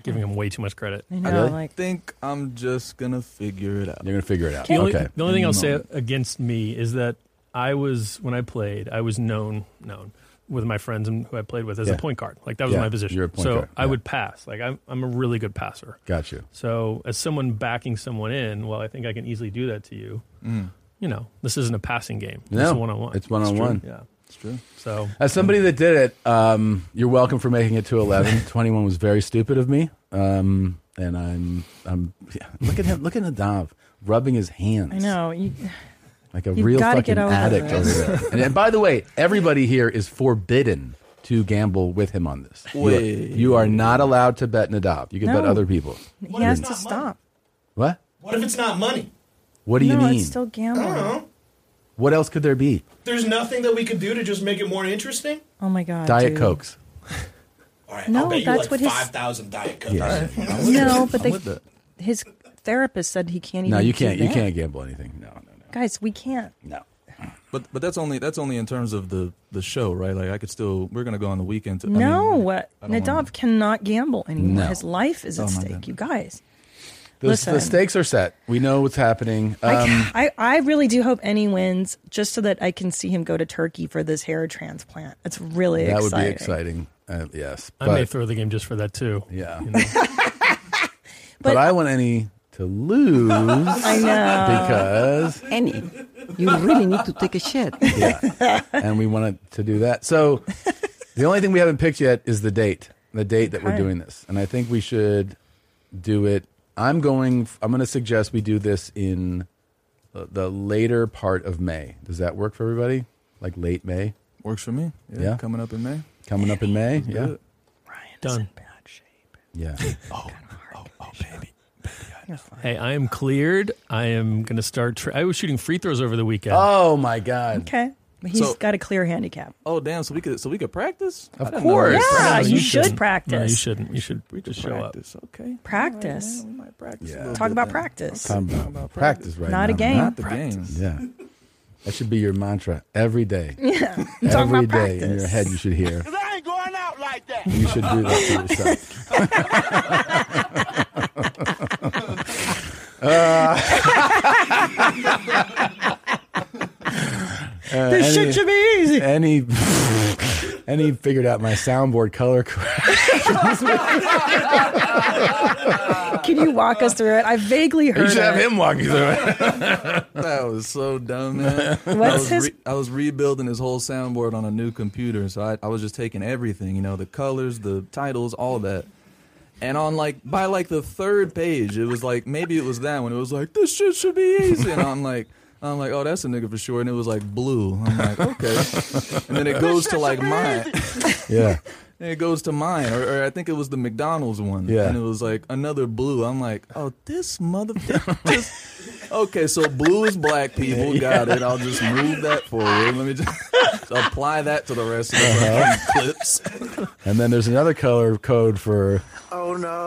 giving him way too much credit. I know, Really? think I'm just gonna figure it out. You're gonna figure it out. The only, the only thing I'll say against me is that I was when I played, I was known known with my friends and who I played with as Yeah. a point guard. Like that was Yeah, my position. you're a point so guard, I would pass. Like I'm I'm a really good passer. Got you. So as someone backing someone in, well, I think I can easily do that to you. Mm. You know, this isn't a passing game. No, it's one on one. it's one-on-one. Yeah, it's true. So As somebody that did it, um, you're welcome for making it to 11. 21 was very stupid of me. Um, and I'm, I'm yeah, look at him, look at Nadav rubbing his hands I know. You, like a You've real gotta fucking get over addict this. over there. *laughs* and, and by the way, everybody here is forbidden to gamble with him on this. You are, Wait. you are not allowed to bet Nadav. You can bet No. other people. he has to stop. What? What if it's not money? What do you no, mean? It's still gambling. what else could there be? There's nothing that we could do to just make it more interesting. Oh my god. Diet dude. Cokes. No, that's what his five thousand diet cokes. Yeah. No, but I'm they, with that. his therapist said he can't. No, even you do can't. You that. can't gamble anything. No. Guys, we can't. No. But but that's only that's only in terms of the the show, right? Like I could still we're gonna go on the weekend. To, I mean, no, uh, I don't Nadav cannot gamble anymore. No. His life is at Oh, my stake. You guys, The, listen. the stakes are set. We know what's happening. Um, I, I really do hope any wins, just so that I can see him go to Turkey for this hair transplant. It's really that would exciting. be exciting. Uh, yes, I but, may throw the game just for that too. Yeah. *laughs* but I want any to lose. I know. because Any. You really need to take a shit. yeah, and we wanted to do that. So the only thing we haven't picked yet is the date. The date that we're Okay. doing this, and I think we should do it. I'm going. I'm going to suggest we do this in the, the later part of May. Does that work for everybody? Like late May. Works for me. Yeah, Yeah. coming up in May. Coming up in May. do Yeah. it. Done. Yeah. oh, Hey, I am cleared. I am going to start. Tra- I was shooting free throws over the weekend. Oh my god. Okay, But he's So- got a clear handicap. Oh damn! So we could so we could practice. Of I didn't course. know. Yeah, No, you, should shouldn't. practice. No, you shouldn't. You should We could just show up. practice. Okay. Oh, Practice. we might practice. a little Talk bit about then. practice. Talk about, Talk about practice, practice. right Not a now. game. Not the Yeah. That should be your mantra every day. *laughs* Yeah. Talk Every about day in practice. your head, you should *laughs* hear. Because I ain't going out like that. You should do that to *laughs* yourself. *laughs* Uh, uh, This shit should be easy. Any, *laughs* any figured out my soundboard color. *laughs* Can you walk us through it? I vaguely heard. You should have it. him walk you through it. that was so dumb, *laughs* man. I, What's was his- re- I was rebuilding his whole soundboard on a new computer, so I, I was just taking everything, you know, the colors, the titles, all that. And on like by like the third page, it was like maybe it was that one. It was like this shit should be easy, and I'm like. I'm like, oh, that's a nigga for sure, and it was like blue. I'm *laughs* like, okay, and then it goes to like mine. Yeah. And it goes to mine, or, or I think it was the McDonald's one. Yeah. And it was like another blue. I'm like, oh, this *laughs* motherfucker. this- okay, so blue is black people. Got it. I'll just move that forward. Let me just *laughs* apply that to the rest of the Uh-huh. clips. And then there's another color code for Oh, no.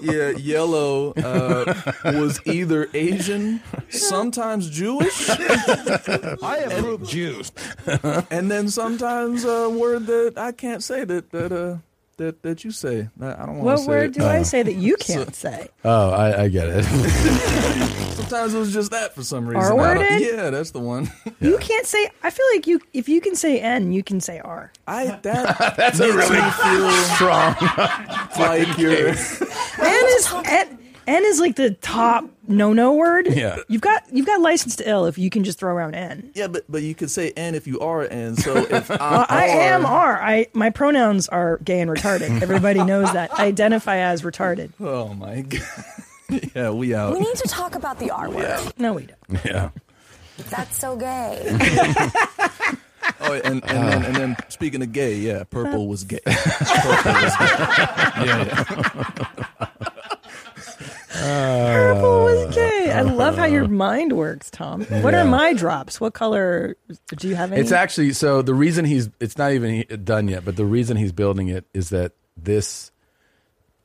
*laughs* yeah, yellow uh, was either Asian, sometimes Jewish. I approve Jews. and then sometimes a word that I can't say that that uh, that that you say. I I don't want What to say. uh, word it. do I say that you can't say? Oh, I, I get it. *laughs* Sometimes it was just that for some reason. R-worded? Yeah, that's the one. You can't say. I feel like you. If you can say N, you can say R. I that That's a really strong *laughs* like your N is N, N is like the top no no word. Yeah. You've got you've got license to ill if you can just throw around N. Yeah, but but you could say N if you are N. So *laughs* if Uh, I'm Well, I am R- R. I my pronouns are gay and *laughs* retarded. Everybody knows that. I identify as retarded. Oh my god. *laughs* yeah, we out. *laughs* We need to talk about the R word. No, we don't. Yeah. That's so gay. *laughs* Oh, and and, then, and then speaking of gay, yeah, purple was gay. *laughs* Purple was gay. *laughs* Yeah, yeah. *laughs* Purple was Oh, Uh, gay. really, I love how your mind works, Tom. What Uh, Yeah. are my drops? What color do you have? Any? It's actually so the reason he's it's not even he- done yet, but the reason he's building it is that this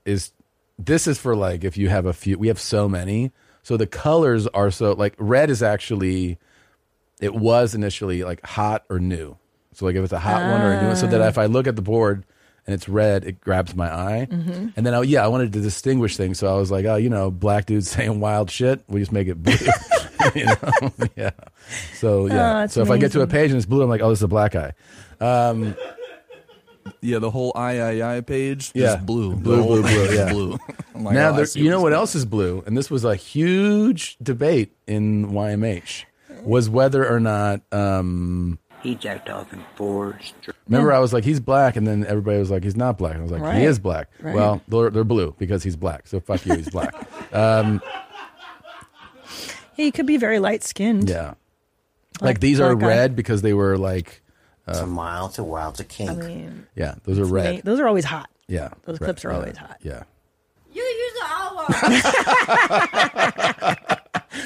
is this is for like if you have a few we have so many. So the colors are so like red is actually it was initially like hot or new. So like if it's a hot one or a new one so that Ah. if I look at the board and it's red, it grabs my eye. Mhm. And then I, yeah, I wanted to distinguish things, so I was like, oh, you know, black dudes *laughs* saying wild shit, we just make it blue. *laughs* you know? *laughs* Yeah. So Oh, yeah. that's so if I get to a amazing. page and it's blue, I'm like, oh, this is a black eye. Um, *laughs* Yeah, the whole I I I page. yeah, just blue, blue, The whole blue, thing blue. is Yeah, blue. *laughs* I'm like, now, oh, I there, see you what's know what else is blue, and this was a huge debate in YMH was whether or not. Um, He jacked off in four straight. remember, I was like, he's black, and then everybody was like, he's not black. And I was like, Right. he is black. Right. Well, they're, they're blue because he's black. So fuck you, he's *laughs* black. um, Yeah, you could be very light skinned. yeah, like, Like these are black eye. red because they were like. It's a mile to wild to king. I mean, yeah, those are it's red. neat. Those are always hot. Yeah, Those red, clips are yeah, always hot. Yeah. You use the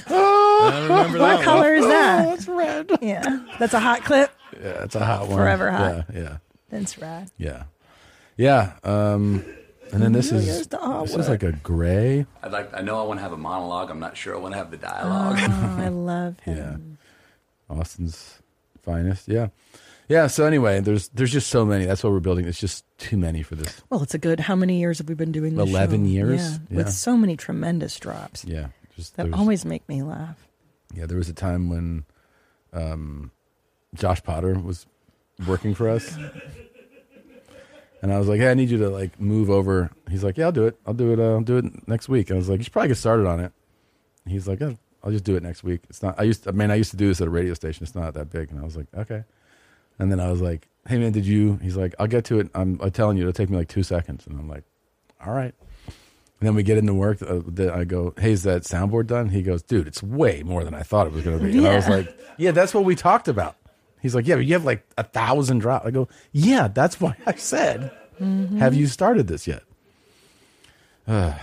what color is that? Oh, that's red. Yeah, that's a hot clip. Yeah, it's a hot one. Forever hot. Yeah, yeah. That's rad. Yeah. Yeah. Um, and then this Yeah, is here's the hot this one. is like a gray. I'd like. I know I want to have a monologue. I'm not sure I want to have the dialogue. *laughs* Oh, I love him. Yeah. Austin's finest. Yeah. Yeah. So anyway, there's there's just so many. That's what we're building. It's just too many for this. Well, it's a good. How many years have we been doing this? 11 show? years? Yeah, Yeah. with so many tremendous drops. Yeah. Just that there's- always make me laugh. Yeah. There was a time when um, Josh Potter was working for us. And I was like, "Hey, I need you to like move over." He's like, "Yeah, I'll do it. I'll do it. Uh, I'll do it next week." And I was like, "You should probably get started on it." And he's like, oh, "I'll just do it next week." It's not. I used. To, man, I used to do this at a radio station. It's not that big. And I was like, "Okay." And then I was like, "Hey, man, did you?" He's like, "I'll get to it. I'm, I'm telling you, it'll take me like two seconds." And I'm like, "All right." And then we get into work. Uh, the, I go, "Hey, is that soundboard done?" He goes, "Dude, it's way more than I thought it was going to be." And I was Yeah. like, "Yeah, that's what we talked about." He's like, "Yeah, but you have like a thousand drops." I go, "Yeah, that's why I said." Mm-hmm. Have you started this yet? Uh,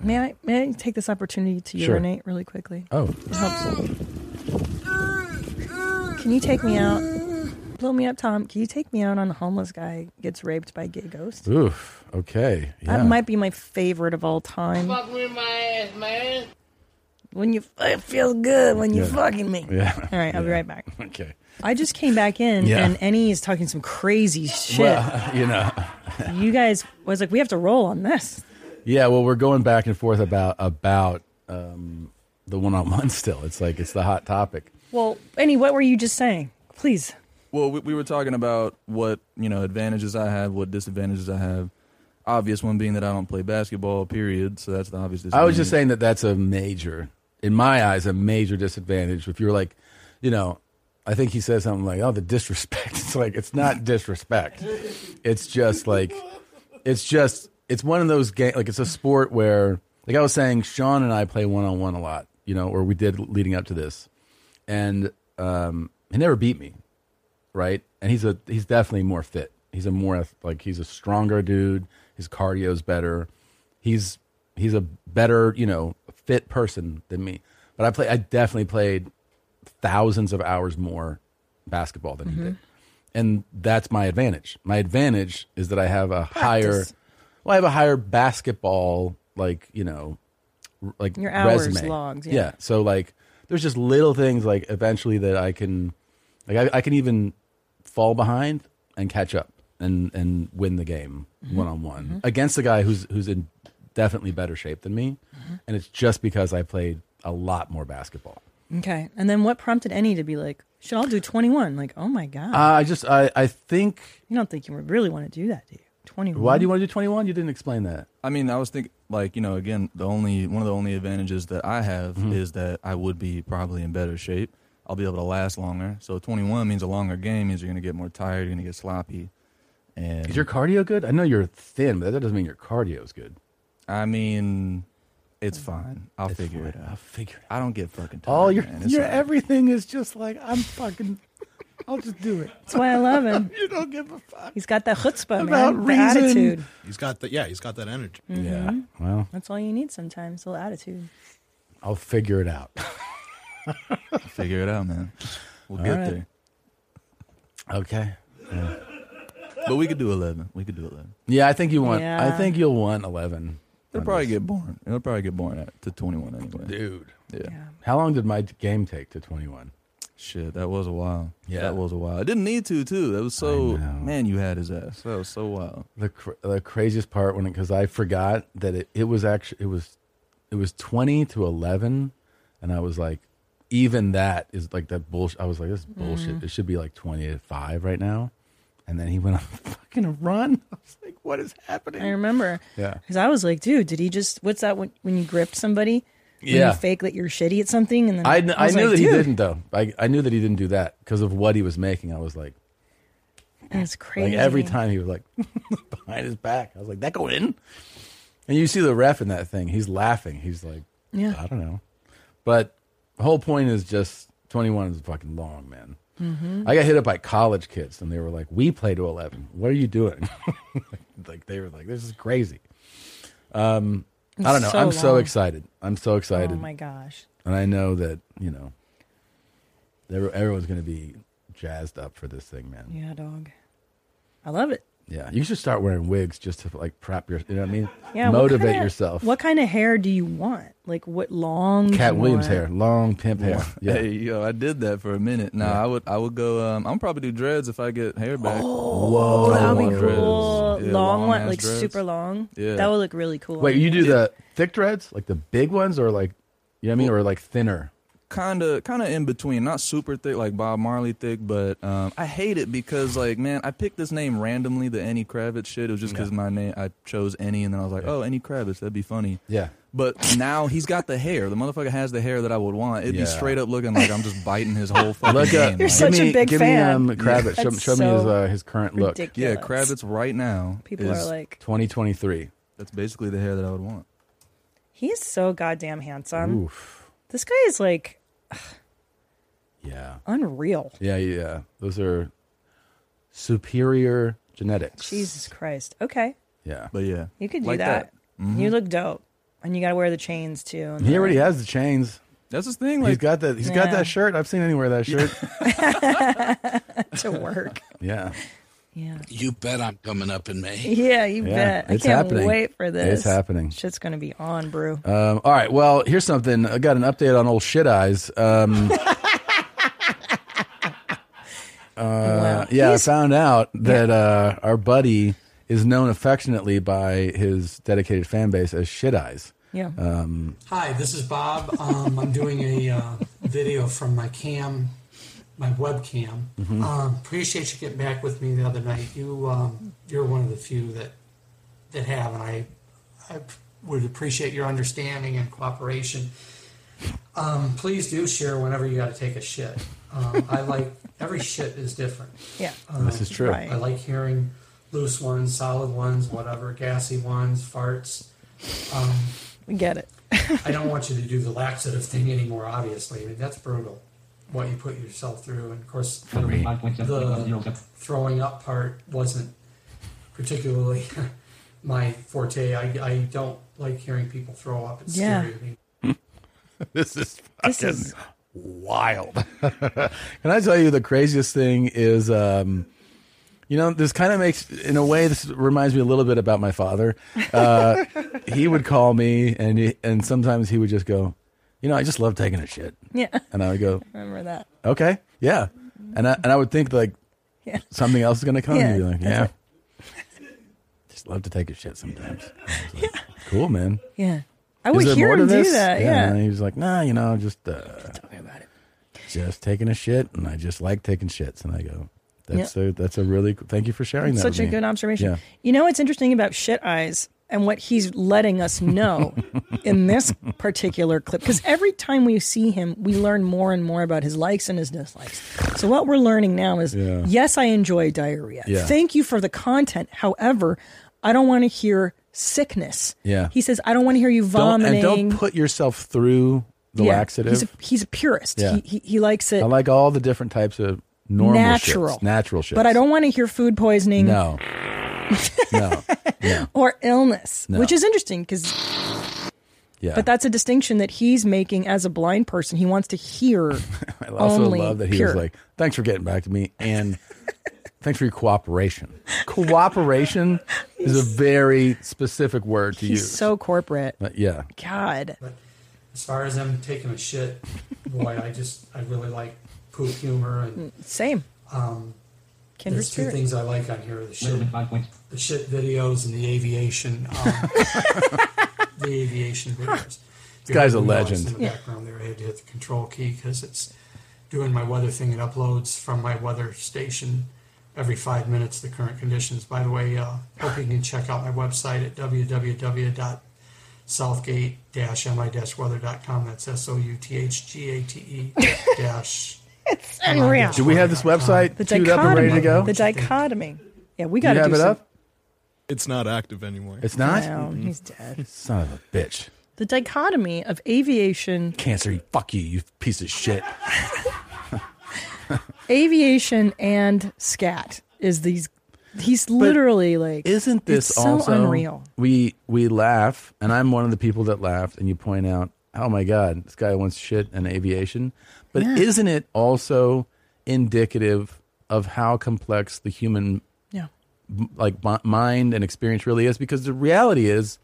May I may I take this opportunity to Sure. urinate really quickly? oh, It helps. Can you take me out? Blow me up, Tom. Can you take me out on a homeless guy gets raped by gay ghosts? oof. Okay. Yeah. That might be my favorite of all time. Fuck with my ass, man. When you, it feels good when you Yeah. fucking me. Yeah. All right, I'll be Yeah. right back. Okay. I just came back in, Yeah. and Annie is talking some crazy shit. Well, *laughs* you know. you guys I was like, we have to roll on this. Yeah. Well, we're going back and forth about about um, the one-on-one. *laughs* Still, it's like it's the hot topic. Well, Annie, what were you just saying? Please. Well, we, we were talking about what you know advantages I have, what disadvantages I have. Obvious one being that I don't play basketball. Period. So that's the obvious. I was disadvantage. just saying that that's a major, in my eyes, a major disadvantage. If you're like, you know, I think he says something like, "Oh, the disrespect." *laughs* It's like it's not disrespect. It's just like, it's just it's one of those game like it's a sport where like I was saying, Sean and I play one on one a lot, you know, or we did leading up to this, and um, he never beat me, right? And he's a he's definitely more fit. He's a more ath- like he's a stronger dude. His cardio's better. He's he's a better you know fit person than me. But I play I definitely played thousands of hours more basketball than Mm-hmm. he did, and that's my advantage. My advantage is that I have a higher Practice. well, I have a higher basketball like you know r- like Your hours resume. logged, yeah. yeah. So like, there's just little things like eventually that I can, like I, I can even fall behind and catch up and and win the game Mm-hmm. Mhm. one on one Mhm. against a guy who's who's in definitely better shape than me, Mm-hmm. and it's just because I played a lot more basketball. Okay. And then what prompted Annie to be like, should I do 21? Like, oh my God. Uh, I just I I think. you don't think you would really want to do that, do you? 21. Why Mm-hmm. do you want to do 21? You didn't explain that. I mean, I was thinking, like, you know, again, the only one of the only advantages that I have is that I would be probably in better shape. I'll be able to last longer. So 21 means a longer game means you're going to get more tired, you're going to get sloppy. And Is your cardio good? I know you're thin, but that doesn't mean your cardio is good. I mean, it's fine. I'll figure it out. I'll figure it out. I don't get fucking tired. All your man. It's your all right. everything is just like I'm fucking. I'll just do it. That's why I love him. you don't give a fuck. He's got that chutzpah, About man. reason. The attitude. He's got that. Yeah, he's got that energy. Mhm. Well, That's all you need sometimes, a little attitude. I'll figure it out. Figure it out, man. We'll All get right. there. Okay. But we could do eleven. We could do eleven. Yeah, I think you want. I Yeah. think you'll want eleven. It'll probably get boring. It'll probably get boring at to twenty one anyway. Dude. Yeah. How long did my game take to twenty one? Shit, that was a while. Yeah. That was a while. I didn't need to too. That was so man, you had his ass. That was so wild. The cr- the craziest part when because I forgot that it, it was actually it was it was twenty to eleven, and I was like, even that is like that bullshit. I was like, this is bullshit. Mm. It should be like twenty to five right now. And then he went on *laughs* a fucking run. *laughs* I was like, what is happening? I remember. Yeah. Because I was like, dude, did he just, what's that when, when you gripped somebody? When Yeah. You fake that you're shitty at something? And then I, kn- I, was knew like, that he dude, didn't though. I, I knew that he didn't do that because of what he was making. I was like, That's crazy. Like every time he was like *laughs* behind his back. I was like, that go in? And you see the ref in that thing. He's laughing. He's like, Yeah. I don't know. But the whole point is just 21 is fucking long, Mm-hmm. man. Mhm. I got hit up by college kids and they were like, we play to 11. What are you doing? *laughs* like they were like, this is crazy. Um, I It's don't know. so I'm so long. excited. I'm so excited. Oh my gosh. And I know that, you know, there- everyone's going to be jazzed up for this thing, man. Yeah, dog. I love it. Yeah, you should start wearing wigs just to like prep your. You know what I mean? Yeah. what motivate kinda- yourself. What kind of hair do you want? Like what long? do Cat you Williams want? hair, long pimp hair. *laughs* Yeah, Hey, yo, I did that for a minute. Nah, I would I would go um I'm probably do dreads if I get hair back. Whoa. That would Oh, be Long dreads. cool. Yeah, long one, long-ass like dreads. super long. Yeah. That would look really cool. Wait, you do the thick dreads, like the big ones, or like you know what I mean, or like thinner? kinda kinda in between. Not super thick like Bob Marley thick, but um I hate it because like man, I picked this name randomly, the Annie Kravitz shit. It was just because my name I chose Annie and then I was like, Oh, Annie Kravitz, that'd be funny. Yeah. But now he's got the hair. The motherfucker has the hair that I would want. It'd Yeah. be straight up looking like I'm just biting his *laughs* whole fucking Look hand. up. like- give me, give Me, um, Kravitz. Show, That's show me his so uh, his current look. Yeah, Kravitz right now. People are like- 2023. That's basically the hair that I would want. He's so goddamn handsome. Oof. This guy is like Yeah. unreal. Yeah, yeah. Those are superior genetics. Jesus Christ. Okay. Yeah, but yeah, You could do that. Mm-hmm. You look dope. And you got to wear the chains too. and He the- *laughs* already has the chains. That's his thing. he's like- got that. He's got Yeah. that shirt. I've seen anywhere that shirt. to work. *laughs* yeah. Yeah. You bet I'm coming up in May. Yeah, you Yeah, bet. I it's can't happening. wait for this. It's happening. Shit's going to be on, brew. Um, all right. Well, here's something. I got an update on old shit eyes. Um, uh, yeah, I found out that uh, our buddy is known affectionately by his dedicated fan base as shit eyes. Yeah. Um, Hi, this is Bob. Um, I'm doing a uh, video from my cam, my webcam. Mhm. Um, appreciate you getting back with me the other night. You, um, you're one of the few that that have, and I, I would appreciate your understanding and cooperation. Um, please do share whenever you got to take a shit. Um, I like every shit is different. Yeah. Um, This is true. Right. I like hearing loose ones, solid ones, whatever, gassy ones, farts. Um, We get it. I don't want you to do the laxative thing anymore, obviously. I mean, that's brutal, what you put yourself through. And of course, the throwing up part wasn't particularly *laughs* my forte. I, I don't like hearing people throw up. It's Yeah. scary to me. *laughs* this is This fucking is- wild. *laughs* Can I tell you the craziest thing is, um, you know, this kind of makes, in a way, this reminds me a little bit about my father. Uh, *laughs* he would call me, and he, and sometimes he would just go, you know, I just love taking a shit. Yeah. *laughs* And I would go, Remember that. okay, yeah, and I, and I would think like Yeah. something else is going to come. Yeah, and be like, that's yeah, just love to take a *laughs* shit sometimes. I was like, Cool, man. Yeah. I Is would there hear more to him do this? that, yeah. and he was like, nah, you know, just uh, talking about it. Just taking a shit, and I just like taking shits, and I go, that's a that's a really thank you for sharing that. Such with a me." good observation. Yeah. You know what's interesting about shit eyes and what he's letting us *laughs* know in this particular clip? Because every time we see him, we learn more and more about his likes and his dislikes. So what we're learning now is Yeah. yes, I enjoy diarrhea. Yeah. Thank you for the content. However, I don't want to hear sickness. Yeah. He says, I don't want to hear you Don't, vomiting. and don't put yourself through the Yeah. laxative. He's a, he's a purist. Yeah. He, he, he likes it I like all the different types of normal natural. shits, natural shits. But I don't want to hear food poisoning. No, no. *laughs* or illness, No. *laughs* which is interesting because Yeah. But that's a distinction that he's making as a blind person. He wants to hear. I also only love that he pure. was like, "Thanks for getting back to me, *laughs* and thanks for your cooperation." Cooperation *laughs* is a very specific word to he's use. so corporate. But yeah, God. As far as I'm taking a shit, boy, I just I really like poop humor and *laughs* same. Um, Kindred there's two spirit. things I like on here: the shit, the shit videos, and the aviation. *laughs* Um, the aviation videos. This guy's a You realize legend. In the Yeah. background there, I had to hit the control key because it's doing my weather thing. It uploads from my weather station every five minutes the current conditions. By the way, uh, hope you can check out my website at www.southgate-mi-weather.com. That's S-O-U-T-H-G-A-T-E E dash. It's unreal. Do we have this website The queued up and ready to dichotomy. go? The dichotomy. Yeah, we Do got you to have do it some- up? It's not active anymore. It's not. No, he's dead. Son of a bitch, The dichotomy of aviation, cancer. you- Fuck you, you piece of shit. aviation and scat is these. He's literally like. Isn't this it's so also unreal? We we laugh, and I'm one of the people that laughed, and you point out, oh my god, this guy wants shit and aviation. But Yeah. isn't it also indicative of how complex the human Yeah. m- like mi- mind and experience really is? Because the reality is,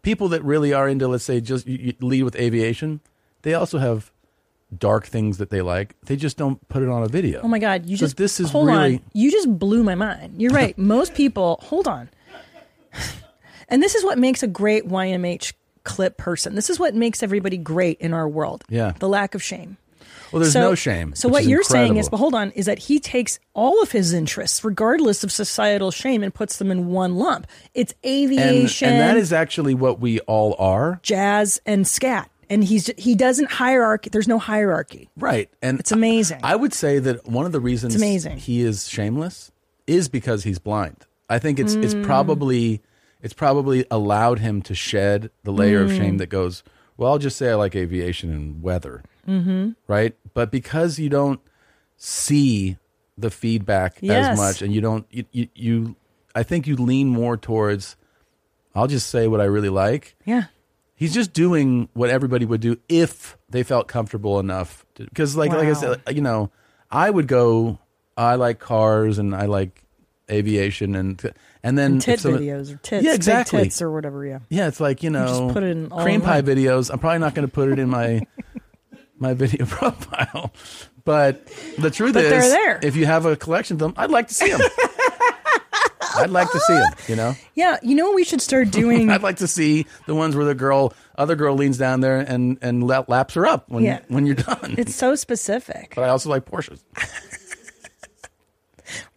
people that really are into, let's say, just you, you lead with aviation, they also have dark things that they like. They just don't put it on a video. Oh my God! You So just this is hold really on. You just blew my mind. You're *laughs* right. Most people hold on, and this is what makes a great YMH clip person. This is what makes everybody great in our world. Yeah. the lack of shame. well. There's So- no shame. So which what is you're saying is, incredible. but hold on, is that he takes all of his interests, regardless of societal shame, and puts them in one lump. It's and, aviation, and that is actually what we all are jazz, and scat, and he's he doesn't hierarchy. There's no hierarchy. right and It's amazing. i would say that one of the reasons It's amazing. he is shameless is because he's blind i think it's it's Mm. probably it's probably allowed him to shed the layer of Mm. shame that goes well i'll just say i like aviation and weather Mm-hmm. right but because you don't see the feedback Yes. as much and you don't you, you you i think you lean more towards i'll just say what i really like Yeah. he's just doing what everybody would do if they felt comfortable enough because like like i said you know i would go i like cars and i like aviation and and then And tit if someone- videos or tits, yeah big exactly tits or whatever. Yeah. yeah it's like you You know just put it in all cream in pie one. videos i'm probably not going to put it in my *laughs* my video *laughs* profile but the truth But is they're there. if you have a collection of them i'd like to *laughs* see them i'd like to see them you know Yeah, you know what we should *laughs* start doing. I'd like to see the ones where the girl, other girl, leans down there and and la- laps her up when Yeah. when you're done. it's so specific. but I also like Porsches.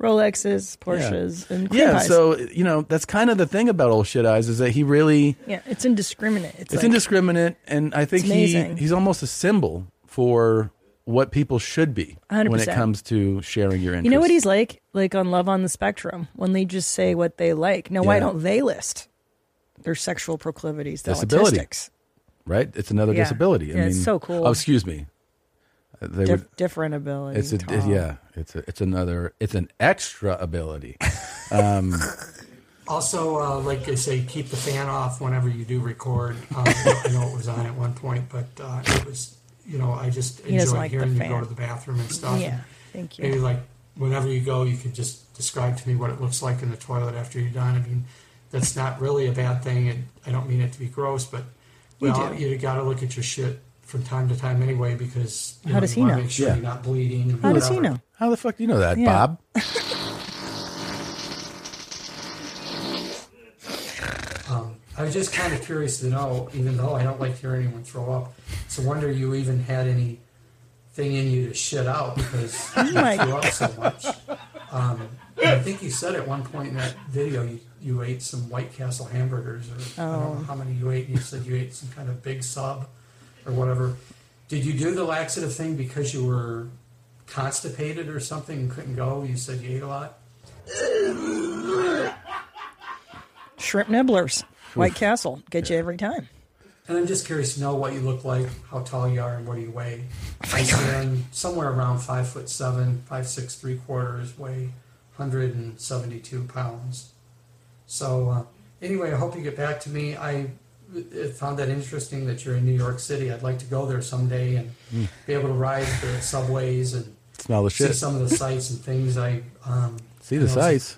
Rolexes, Porsches, yeah. and cream yeah. pies. So you know that's kind of the thing about old shit eyes is that he really yeah, it's indiscriminate. It's, it's, like, indiscriminate, and I think It's he amazing. he's almost a symbol for what people should be when it 100%. comes to sharing your interests. You know what he's like? Like on Love on the Spectrum, when they just say what they like. Now, why Yeah. don't they list their sexual proclivities? They're disability, autistics. right? It's another Yeah. disability. I Yeah, mean, it's so cool. Oh, excuse me. Uh, They Dif- different ability. It's a Tom. yeah. It's a, it's another. It's an extra *laughs* ability. Um, Also, uh, like I say, keep the fan off whenever you do record. Um, I know it was on at one point, but uh, it was, you know, I just He doesn't enjoy like the hearing you go fan. to the bathroom and stuff. Yeah, And thank you. Maybe like whenever you go, you could just describe to me what it looks like in the toilet after you're done. I mean, that's not really a bad thing, and I don't mean it to be gross, but You well, do. you got to look at your shit from time to time anyway because you How know, does you he wanna know? Make sure Yeah. you're not bleeding. and How does he whatever. know? How the fuck do you know that, Yeah. Bob? Um, I was just kind of curious to know, even though I don't like to hear anyone throw up, it's a wonder you even had any thing in you to shit out *laughs* because you Oh my threw up so much. Um, and I think you said at one point in that video you, you ate some White Castle hamburgers, or I don't Oh. know how many you ate. and You said you ate some kind of big sub or whatever. Did you do the laxative thing because you were constipated or something and couldn't go? You said you ate a lot. Shrimp nibblers, White Castle, get you every time. And I'm just curious to know what you look like, how tall you are, and what do you *laughs* weigh. Oh I stand somewhere around five foot seven, five six three quarters, weigh 172 pounds. So uh, anyway, I hope you get back to me. I it found that interesting that you're in New York City. I'd like to go there someday and Mm. be able to ride the subways and Smell the see *laughs* shit. some of the sights and things. I um, See you the know, it's sights.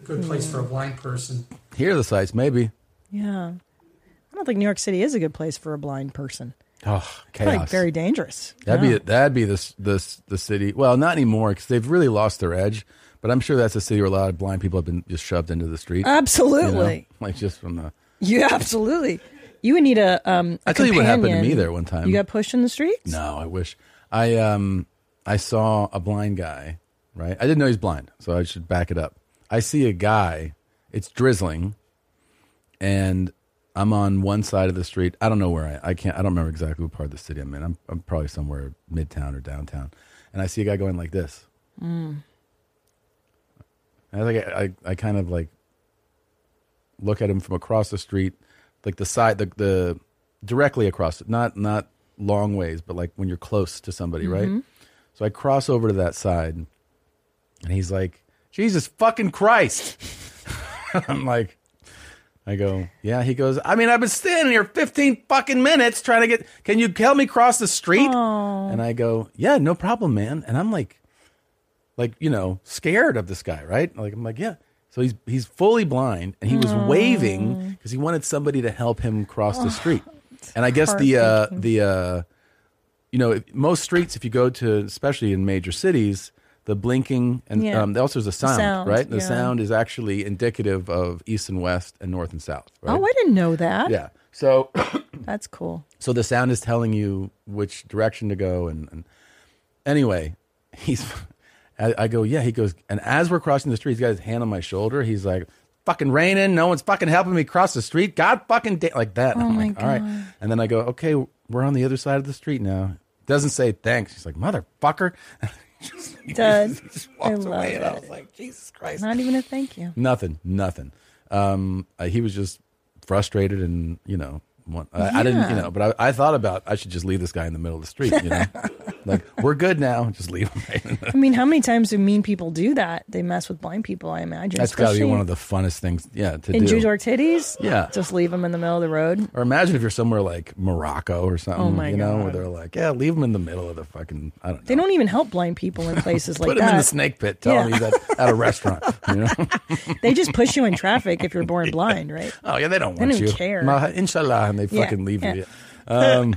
a Good place for a blind person. Hear the sights, maybe. Yeah. I don't think New York City is a good place for a blind person. Oh, Probably chaos. very dangerous. That'd be Yeah. it. That'd be this this the city. Well, not anymore because they've really lost their edge. But I'm sure that's a city where a lot of blind people have been just shoved into the street. you know? Absolutely. *laughs* like just from the. You absolutely. You would need a. Um, a I'll tell you what happened to companion. me there one time. You got pushed in the street. No, I wish. I um I saw a blind guy, right? I didn't know he's blind, so I should back it up. I see a guy, it's drizzling, and I'm on one side of the street. I don't know where I I can't I don't remember exactly what part of the city I'm in. I'm I'm probably somewhere midtown or downtown. And I see a guy going like this. Mm. And I like I, I I kind of like look at him from across the street, like the side the the directly across, not not long ways, but like when you're close to somebody, right? Mhm. So I cross over to that side and he's like, Jesus fucking Christ. *laughs* I'm like I go, yeah. He goes, I mean, I've been standing here 15 fucking minutes trying to get, can you help me cross the street? And I go, yeah, no problem, man. And I'm like, like you know scared of this guy right like i'm like yeah so he's he's fully blind and he was waving because he wanted somebody to help him cross the street and i guess the uh the uh you know if- most streets if you go to especially in major cities the blinking and Yeah. um, also there's a sound, sound, right the yeah. sound is actually indicative of east and west and north and south right Oh, I didn't know that. yeah so *coughs* That's cool. so the sound is telling you which direction to go. And, and anyway, he's, I, I go, yeah. He goes, and as we're crossing the street, he's got his hand on my shoulder. He's like, fucking raining. No one's fucking helping me cross the street. God fucking da-, like that. And Oh I'm my like, all right. And then I go, okay, we're on the other side of the street now. Doesn't say thanks. He's like, motherfucker. *laughs* Does I love away and I it. was like, Jesus Christ! Not even a thank you. Nothing, nothing. Um, uh, he was just frustrated and, you know, want, I, I didn't, you Yeah. know, but I, I thought about I should just leave this guy in the middle of the street, *laughs* you know, like we're good now. Just leave him. Right in I the- mean, how many times do mean people do that? They mess with blind people. I imagine. That's got to be Especially one of the funnest things. Yeah. To in do. Jew Dark titties. Yeah. just leave them in the middle of the road. Or imagine if you're somewhere like Morocco or something, Oh my you know, where God. they're like, yeah, leave him in the middle of the fucking, I don't know. They don't even help blind people in *laughs* places like Put him that. in the snake pit. Tell him Yeah. he's at, at *laughs* a restaurant. You know? They just push you in traffic if you're *laughs* born blind, right? Oh yeah, they don't They want don't you. care. Ma- inshallah, and they Yeah, fucking leave yeah. you. Um,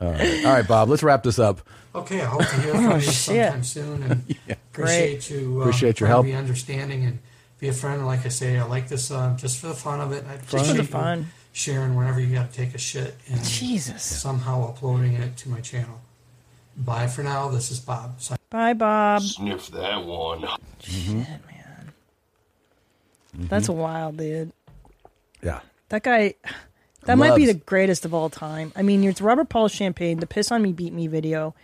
all, right. all right, Bob. Let's wrap this up. Okay, I hope to *laughs* Oh, hear from you sometime soon, and appreciate you. uh, Appreciate trying to your help. be understanding, and be a friend. Like I say, I like this um, just for the fun of it. I for the appreciate you fun. sharing whenever you got to take a shit, and Jesus, somehow uploading it to my channel. Bye for now. This is Bob. Sign- Bye, Bob. Sniff that one. Mm-hmm. That's wild, dude. Yeah. That guy, that might be Loves- the greatest of all time. I mean, it's Robert Paul Champagne, the Piss on Me Beat Me video,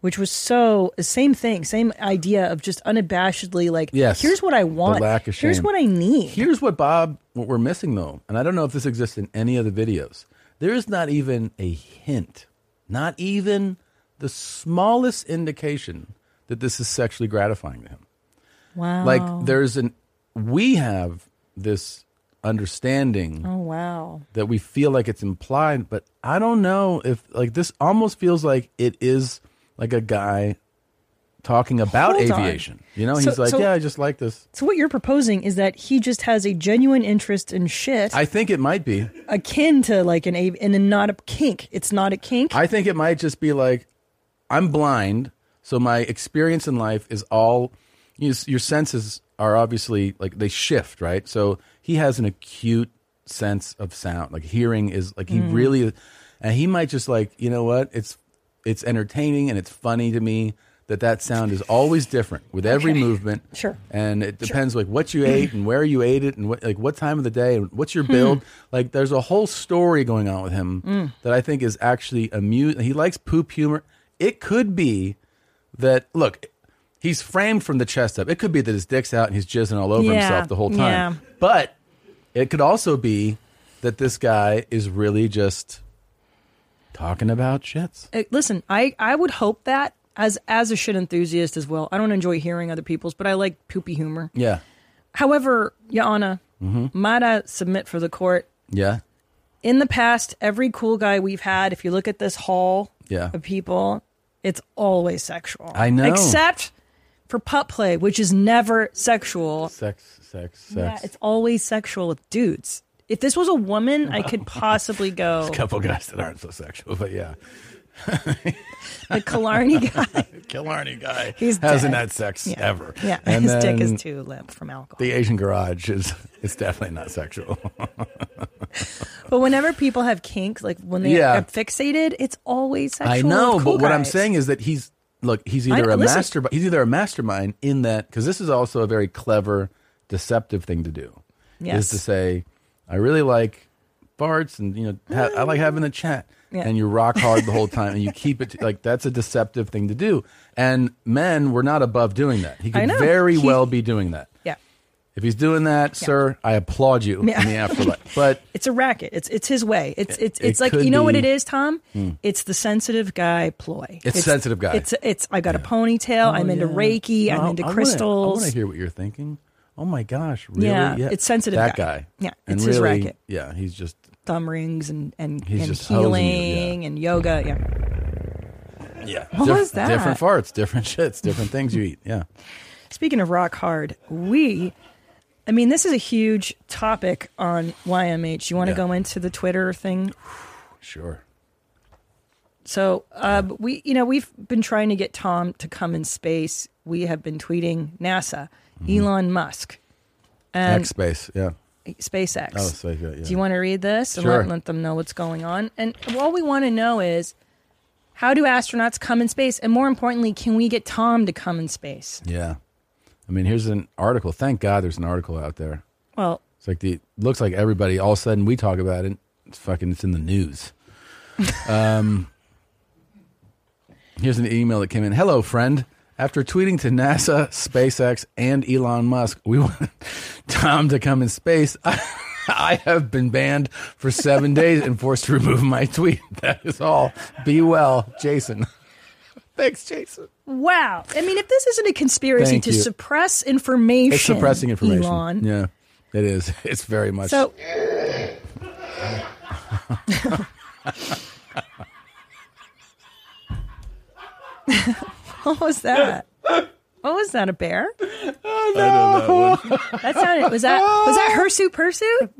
which was so, same thing, same idea of just unabashedly like, Yes. here's what I want. The lack of shame. Here's what I need. Here's what Bob. What we're missing though, and I don't know if this exists in any of the videos. There is not even a hint, not even the smallest indication that this is sexually gratifying to him. Wow. Like there's an we have this understanding Oh, wow. that we feel like it's implied, but I don't know if like this almost feels like it is like a guy talking about Hold on. aviation. You know, So- he's like, so- yeah, I just like this. So, what you're proposing is that he just has a genuine interest in shit I think it might be. akin to like an, a- and then not a kink. It's not a kink. I think it might just be like, I'm blind, so my experience in life is all you your senses are obviously like they shift, right? So he has an acute sense of sound, like hearing is like he Mm. really, and he might just like you know what it's it's entertaining and it's funny to me that that sound is always different with every Okay. movement. Sure. and it depends like what you ate and where you ate it and what like what time of the day and what's your Hmm. build. Like there's a whole story going on with him Mm. that I think is actually amusing. He likes poop humor. It could be that look, he's framed from the chest up. It could be that his dick's out and he's jizzing all over Yeah, himself the whole time. yeah. But it could also be that this guy is really just talking about shits. Uh, listen, I, I would hope that as as a shit enthusiast as well. I don't enjoy hearing other people's, but I like poopy humor. Yeah. However, Yana, Mhm. might I submit for the court? Yeah. in the past, every cool guy we've had, if you look at this hall Yeah. of people, it's always sexual. I know. Except for putt play, which is never sexual. Sex, sex, sex. Yeah, it's always sexual with dudes. If this was a woman, I *laughs* could possibly go a couple guys that aren't so sexual, but yeah. the *laughs* Killarney guy. Killarney guy *laughs* He's hasn't dead. had sex Yeah. ever. Yeah, *laughs* And his dick then is too limp from alcohol. The Asian garage is *laughs* it's definitely not sexual. But whenever people have kinks, like when they Yeah. are fixated, it's always sexual. I know, with cool but what I'm guys. saying is that he's look, he's I- either a listen. master, he's either a mastermind in that because this is also a very clever, deceptive thing to do. Yes. is to say, I really like farts, and you know, ha- I like having a chat, Mm. Yeah. and you rock hard the whole time, and you keep it to, like that's a deceptive thing to do. And men were not above doing that. He I could know. very He- well be doing that. Yeah. If he's doing that, sir, I applaud you Yeah. in the afterlife. But It's a racket. It's it's his way. It's it's It- it's it like could you know what be- it is, Tom. Hmm. It's the sensitive guy ploy. It's sensitive guy. It's it's I got a ponytail. I'm into Reiki. No, I'm into Oh, I wanna- I crystals. want to hear what you're thinking. Oh my gosh, really? Yeah, it's sensitive That guy. guy. Yeah, and it's really, his racket. Yeah, he's just Thumb rings and and, He's and just hosing you, healing and yoga. Yeah. yeah. What was that? Different farts, different *laughs* shits, different things you eat. Yeah. Speaking of rock hard, we. I mean, this is a huge topic on YMH. You want to Yeah. go into the Twitter thing? Sure. So uh, we, you know, we've been trying to get Tom to come in space. We have been tweeting NASA, Mm-hmm. Elon Musk, and X space. Yeah. SpaceX. Oh, so, yeah, yeah. Do you want to read this and Sure. let, let them know what's going on? And all we want to know is how do astronauts come in space, and more importantly, can we get Tom to come in space? Yeah. I mean, here's an article. Thank God there's an article out there. Well, It's like the looks like everybody all of a sudden we talk about it. It's fucking it's in *laughs* the news. um, here's an email that came in. Hello, friend. After tweeting to NASA, SpaceX, and Elon Musk, we want *laughs* Tom to come in space. *laughs* I, I have been banned for seven days and forced to remove my tweet. *laughs* That is all. Be well, Jason. *laughs* Thanks, Jason. Wow. I mean, if this isn't a conspiracy Thank to you. suppress information, It's suppressing information. Elon. Yeah, it is. *laughs* It's very much. So- *laughs* What was that? What was that? A bear? Oh no! I don't know. *laughs* That sounded. Was that was that hirsute pursuit?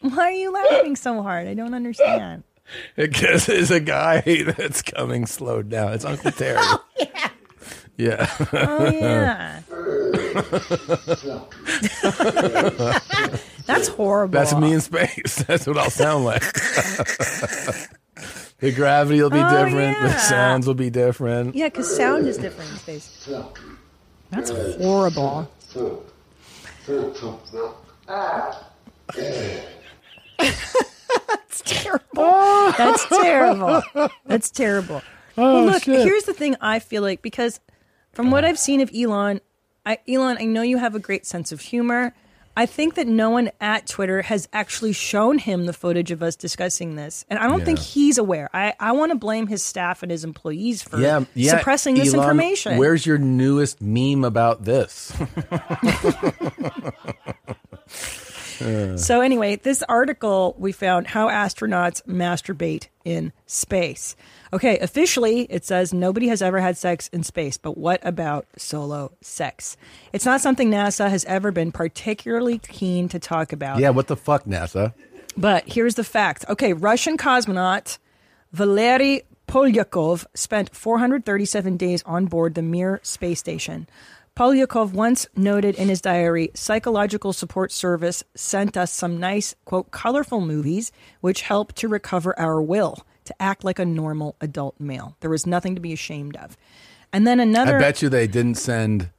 Why are you laughing so hard? I don't understand. Because there's a guy that's coming slowed down. *laughs* It's Uncle Terry. yeah. *laughs* Oh *laughs* yeah, *laughs* that's horrible. That's me in space. *laughs* That's what I'll sound like. the gravity will be Oh, different. yeah. The sounds will be different. Yeah, because sound is different in space. That's horrible. *laughs* That's terrible. That's terrible. That's terrible. Oh, well, look, shit. here's the thing I feel like because from Uh-huh. what I've seen of Elon, I, Elon, I know you have a great sense of humor. I think that no one at Twitter has actually shown him the footage of us discussing this. And I don't think Yeah. he's aware. I, I want to blame his staff and his employees for Yeah, yeah. suppressing this Elon, information. Where's your newest meme *laughs* about this? So anyway, this article we found how astronauts masturbate in space. Okay, officially it says nobody has ever had sex in space, but what about solo sex? It's not something NASA has ever been particularly keen to talk about. yeah, what the fuck, NASA? But here's the fact. Okay, Russian cosmonaut Valery Polyakov spent 437 days on board the Mir space station. Polyakov once noted in his diary, psychological support service sent us some nice, quote, colorful movies, which helped to recover our will to act like a normal adult male. There was nothing to be ashamed of. And then another. I bet you they didn't send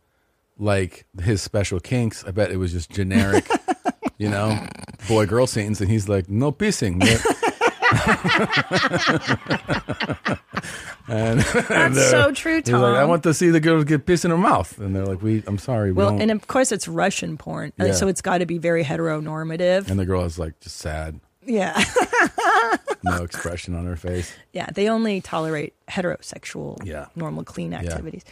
like his special kinks. I bet it was just generic, *laughs* you know, boy girl scenes. And he's like, no pissing. and, and they're- so true, He's like, I Tom. want to see the girls get piss in her mouth. And they're like, we, I'm sorry. We well, don't. and of course it's Russian porn, uh, Yeah. so it's got to be very heteronormative. and the girl is like, just sad, Yeah. *laughs* no expression on her face. Yeah, they only tolerate heterosexual, Yeah. normal, clean Yeah. activities.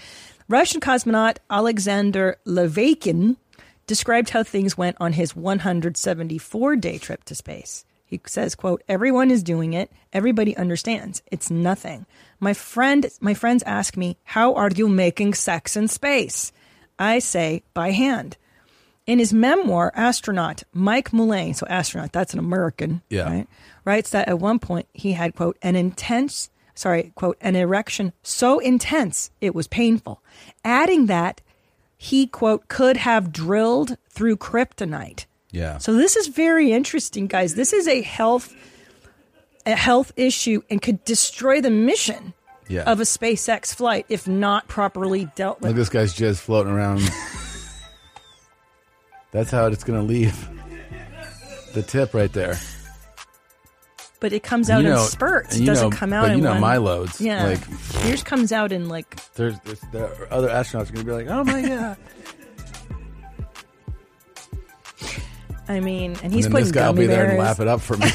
Russian cosmonaut Alexander Levakin described how things went on his 174 day trip to space. He says, quote, everyone is doing it. Everybody understands. It's nothing. My friend, my friends ask me, how are you making sex in space? I say, by hand. In his memoir, astronaut Mike Mullane, so astronaut, that's an American, Yeah. right, writes that at one point he had, quote, an intense, sorry, quote, an erection so intense it was painful. Adding that he, quote, could have drilled through kryptonite. Yeah. So this is very interesting, guys. This is a health a health issue and could destroy the mission Yeah. of a SpaceX flight if not properly dealt with. Look, this guy's just floating *laughs* around. That's how it's going to leave. The tip right there. But it comes out You know- in spurts. and It you doesn't know- come out but in you know one- my loads, Yeah. like- Yours comes out in like There's, there's the other astronauts are going to be like, oh my *laughs* god. I mean, and he's and then putting this guy will gummy be there and bears. lap it up for me.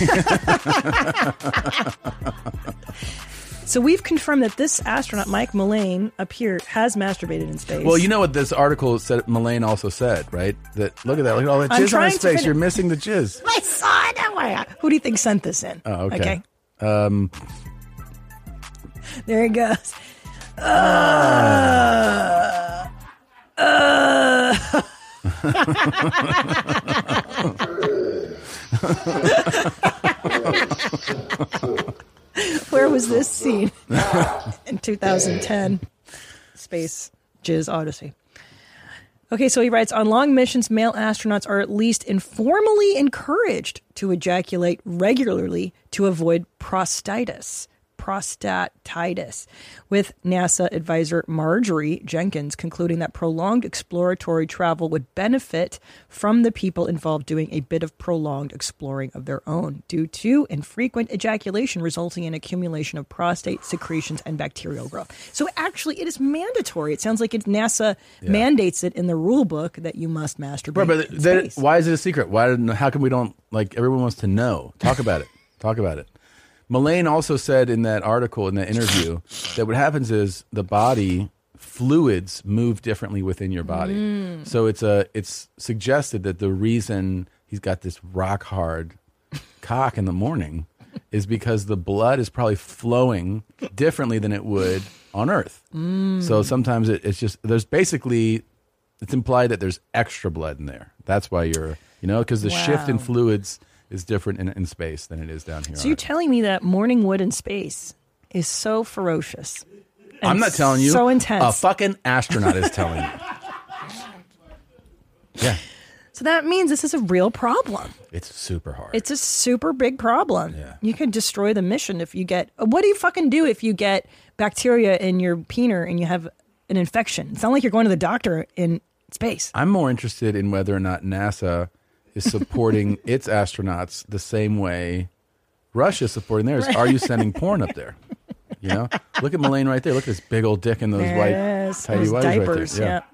So we've confirmed that this astronaut, Mike Mullane, up here has masturbated in space. *laughs* *laughs* well, you know what this article said. Mullane also said, right? That look at that. Look at all that I'm jizz on trying his to face. finish- You're missing the jizz. I saw it. Oh, my God. Who do you think sent this in? Oh, okay. Um, There he goes. Ah. Uh, uh. *laughs* Where was this scene *laughs* in 2010? Space Jizz Odyssey. Okay, so he writes on long missions, male astronauts are at least informally encouraged to ejaculate regularly to avoid prostatitis. Prostatitis, with NASA advisor Marjorie Jenkins concluding that prolonged exploratory travel would benefit from the people involved doing a bit of prolonged exploring of their own due to infrequent ejaculation resulting in accumulation of prostate secretions and bacterial growth. So, actually, it is mandatory. It sounds like it's NASA mandates it in the rule book that you must masturbate. Right, but in that, space. why is it a secret? Why? didn't- How come we don't like? Everyone wants to know. Talk about it. Talk about it. Mullane also said in that article in that interview that what happens is the body fluids move differently within your body. Mm. So it's a it's suggested that the reason he's got this rock hard cock in the morning is because the blood is probably flowing differently than it would on Earth. Mm. So sometimes it, it's just there's basically it's implied that there's extra blood in there. That's why you're you know because the shift in Wow. fluids is different in, in space than it is down here. So on you're telling me that morning wood in space is so ferocious. and I'm not telling you. So intense. A fucking astronaut *laughs* is telling you. Yeah, so that means this is a real problem. it's super hard. It's a super big problem. You can destroy the mission if you get. What do you fucking do if you get bacteria in your peener and you have an infection? It's not like you're going to the doctor in space. I'm more interested in whether or not NASA is *laughs* supporting its astronauts the same way Russia is supporting theirs. Are you sending porn up there? You know, look at Mullane right there. Look at this big old dick and those There white it is. tidy Those whities diapers, right there.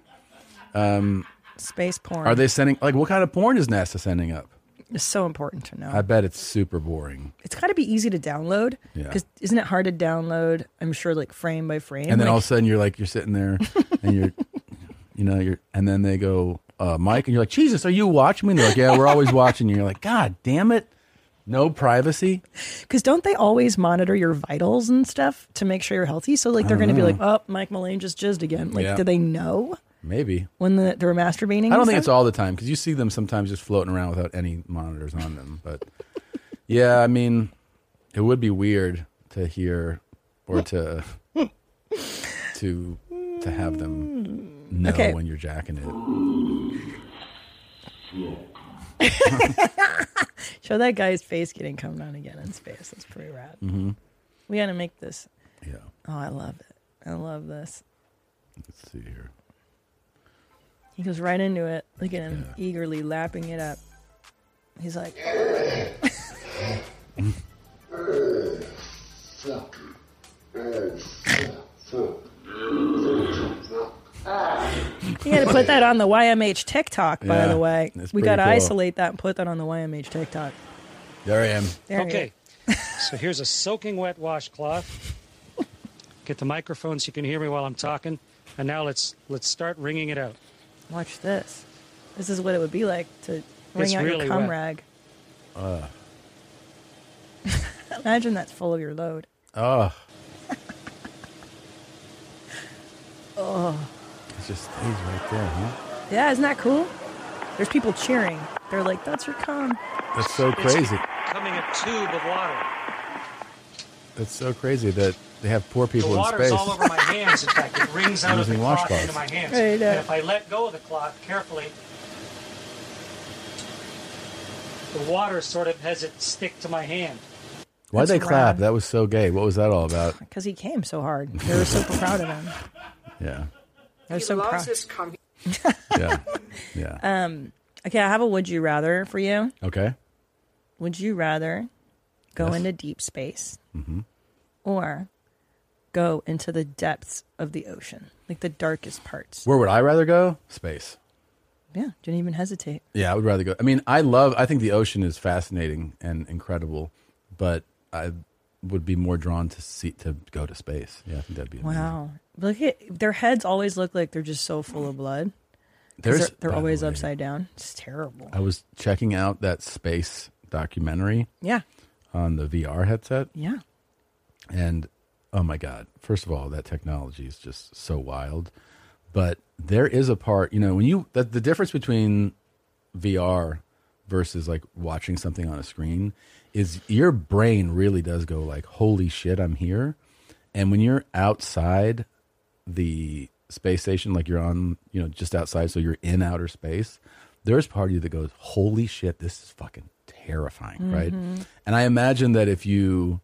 Yeah. Um, Space porn. Are they sending like what kind of porn is NASA sending up? It's so important to know. I bet it's super boring. it's got to be easy to download Yeah. because isn't it hard to download? I'm sure, like frame by frame. And, then like, all of a sudden you're like you're *laughs* sitting there and you're you know, you're and then they go, uh, Mike, and you're like, Jesus, are you watching me? And they're like, Yeah, we're always watching you. You're like, God damn it. No privacy. Because don't they always monitor your vitals and stuff to make sure you're healthy? So like they're I don't going to be like, know. oh, Mike Mullane just jizzed again. Like, Uh-huh. Yeah. do they know Maybe. when the, they're masturbating? I don't and think it's stuff? all the time because you see them sometimes just floating around without any monitors on them. But yeah, I mean, it would be weird to hear or to to to have them know Okay. when you're jacking it. Show that guy's face getting come down again in space. That's pretty rad. hmm We got to make this. Yeah. Oh, I love it. I love this. Let's see here. He goes right into it. Look at him eagerly lapping it up. He's like, you got to put that on the YMH TikTok, by Yeah, the way. that's We got to pretty cool. isolate that and put that on the YMH TikTok. There I am. There you okay. *laughs* so here's a soaking wet washcloth. Get the microphone so you can hear me while I'm talking. And now let's let's start wringing it out. Watch this. This is what it would be like to wring It's out really your cum wet. rag. Uh, Imagine that's full of your load. oh, Oh, it just stays right there, huh? yeah, isn't that cool? There's people cheering. They're like, "That's your cum." That's so crazy. Coming a tube of water. That's so crazy that they have poor people the in water's space. all over my hands. In fact, it rings out of the Using cloth washcloths. into my hands. Right, and uh, if I let go of the cloth carefully, the water sort of has it stick to my hand. Why'd they That's clap? rad. That was so gay. What was that all about? Because he came so hard. They were super proud of him. Yeah. They're so proud. Yeah. *laughs* Yeah. Um, okay, I have a would you rather for you. Okay. Would you rather go Yes. into deep space Mhm. or go into the depths of the ocean, like the darkest parts? Where would I rather go? Space. Yeah, didn't even hesitate. Yeah, I would rather go. I mean, I love. I think the ocean is fascinating and incredible, but I would be more drawn to see to go to space. Yeah, I think that'd be amazing. Wow. Look at their heads always look like they're just so full of blood. 'Cause There's- they're, they're by the always way- Uh, upside down. It's terrible. I was checking out that space documentary. Yeah. On the VR headset. Yeah. And oh my God. First of all, that technology is just so wild. But there is a part, you know, when you, that, the difference between VR versus like watching something on a screen is your brain really does go like, holy shit, I'm here. And when you're outside the space station, like you're on, you know, just outside, so you're in outer space, there's part of you that goes, holy shit, this is fucking terrifying, Mhm. right? And I imagine that if you,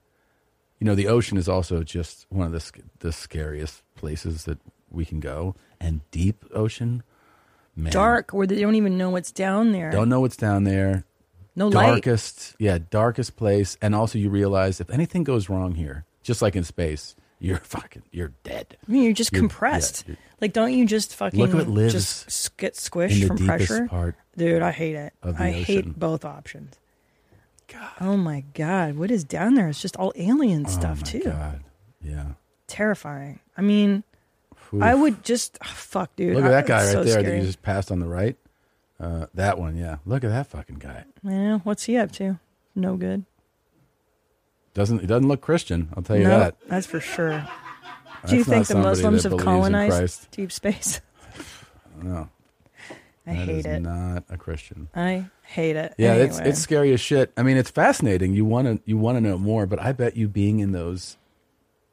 you know, the ocean is also just one of the sc- the scariest places that we can go, and deep ocean, man, Dark, where they don't even know what's down there. Don't know what's down there. No light. darkest, yeah, darkest place. And also, you realize if anything goes wrong here, just like in space, you're *laughs* fucking, you're dead. I mean, you're just You're- yeah, compressed. you're- like, don't you just fucking Look what lives just s- get in squished the from deepest pressure? part Dude, I hate it. of the I ocean. hate both options. God. Oh my god, what is down there? It's just all Oh alien stuff too. Yeah. Terrifying. I mean, Oof. I would just oh, fuck, dude. Look at I- that guy right it's so there that scary. you just passed on the right. Uh, that one, yeah. Look at that fucking guy. Yeah, what's he up to? No good. Doesn't he doesn't look Christian? I'll tell you no, that. that's for sure. That's Do you not think the somebody Muslims that have believes in colonized Christ. deep space? *laughs* No, I That hate is it. Not a Christian. I hate it. Yeah, anyway. it's it's scary as shit. I mean, it's fascinating. You want to you want to know more, but I bet you being in those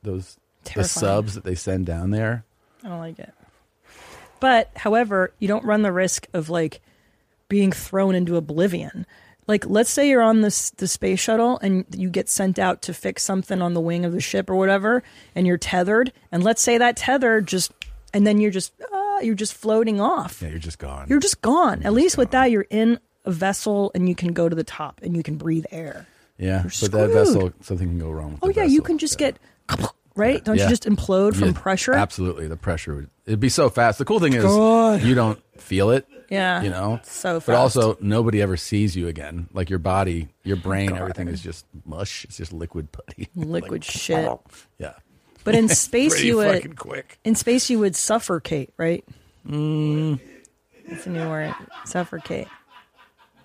those the Terrifying. subs that they send down there. I don't like it. But however, you don't run the risk of like being thrown into oblivion. Like let's say you're on this the space shuttle and you get sent out to fix something on the wing of the ship or whatever and you're tethered and let's say that tether just and then you're just uh, you're just floating off. Yeah, you're just gone. You're just gone. At least with that you're in a vessel and you can go to the top and you can breathe air. Yeah, You're but that screwed. vessel something can go wrong. With Oh yeah, you can just get *laughs* right? Don't Yeah. you just implode from Yeah, pressure? Absolutely, the pressure would it'd be so fast. The cool thing is God. you don't feel it. Yeah, you know, so But fast. also, nobody ever sees you again. Like your body, your brain, everything is just mush. It's just liquid putty, *laughs* Liquid shit. Yeah, But in *laughs* It's space, pretty you fucking would quick. in space you would suffocate, right? Mm. That's a new word. Suffocate.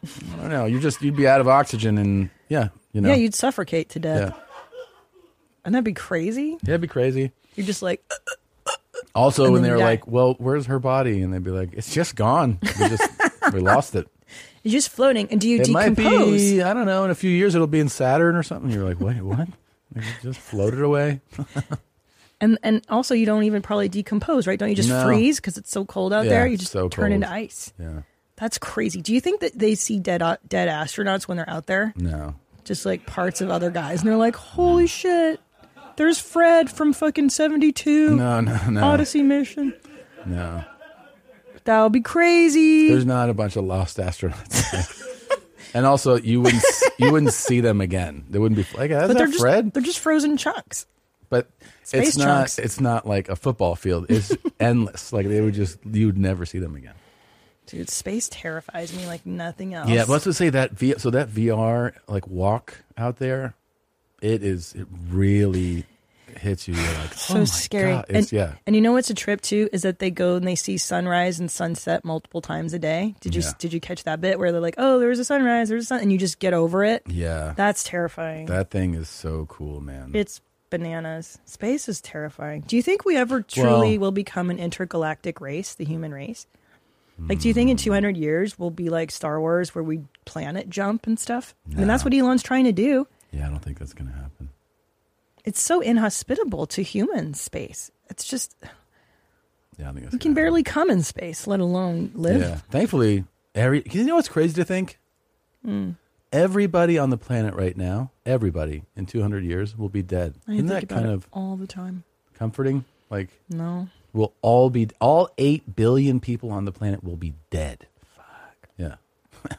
I don't know. You just you'd be out of oxygen, and yeah, you know, Yeah, you'd suffocate to death. yeah, And that'd be crazy. yeah, it'd be crazy. You're just like Also, And when then they you were die. like, "Well, where's her body?" and they'd be like, "It's just gone. We just we lost it." you're just floating. And do you it might decompose? be. I don't know. In a few years, it'll be in Saturn or something. You're like, "Wait, what?" Like, it just floated away. And and also you don't even probably decompose, right? Don't you just No. freeze because it's so cold out Yeah, there? You it's just so turn cold. into ice. Yeah. That's crazy. Do you think that they see dead o- dead astronauts when they're out there? No. Just like parts of other guys, and they're like, "Holy shit, there's Fred from fucking '72 No, no, no. Odyssey mission." No. That would be crazy. There's not a bunch of lost astronauts. *laughs* and also, you wouldn't s- you wouldn't see them again. They wouldn't be like, "Is but they're that just Fred?" they're just frozen chunks. But Space it's not chunks. it's not like a football field. It's *laughs* endless. Like they would just you would never see them again. Dude, space terrifies me like nothing else. Yeah, but let's just say that v- so that VR like walk out there, it is it really hits you, you're like, so oh my scary. God. And, It's, yeah. and you know what's a trip too is that they go and they see sunrise and sunset multiple times a day. Did you Yeah. did you catch that bit where they're like, oh, there was a sunrise, there was a sun, and you just get over it? Yeah. that's terrifying. That thing is so cool, man. it's bananas. Space is terrifying. Do you think we ever truly will become an intergalactic race, the human race? Like, do you Hmm. think in 200 years we'll be like Star Wars where we planet jump and stuff? I mean, that's what Elon's trying to do. Yeah, I don't think that's going to happen. It's so inhospitable to human space. It's just, Yeah, I think that's we can barely come in space, let alone live. Yeah. Thankfully, every you know what's crazy to think? Mm. Everybody on the planet right now, everybody in 200 years will be dead. I think Isn't that about kind it of all the time. comforting? Like No. We'll all be all 8 billion people on the planet will be dead. Fuck. Yeah. *laughs*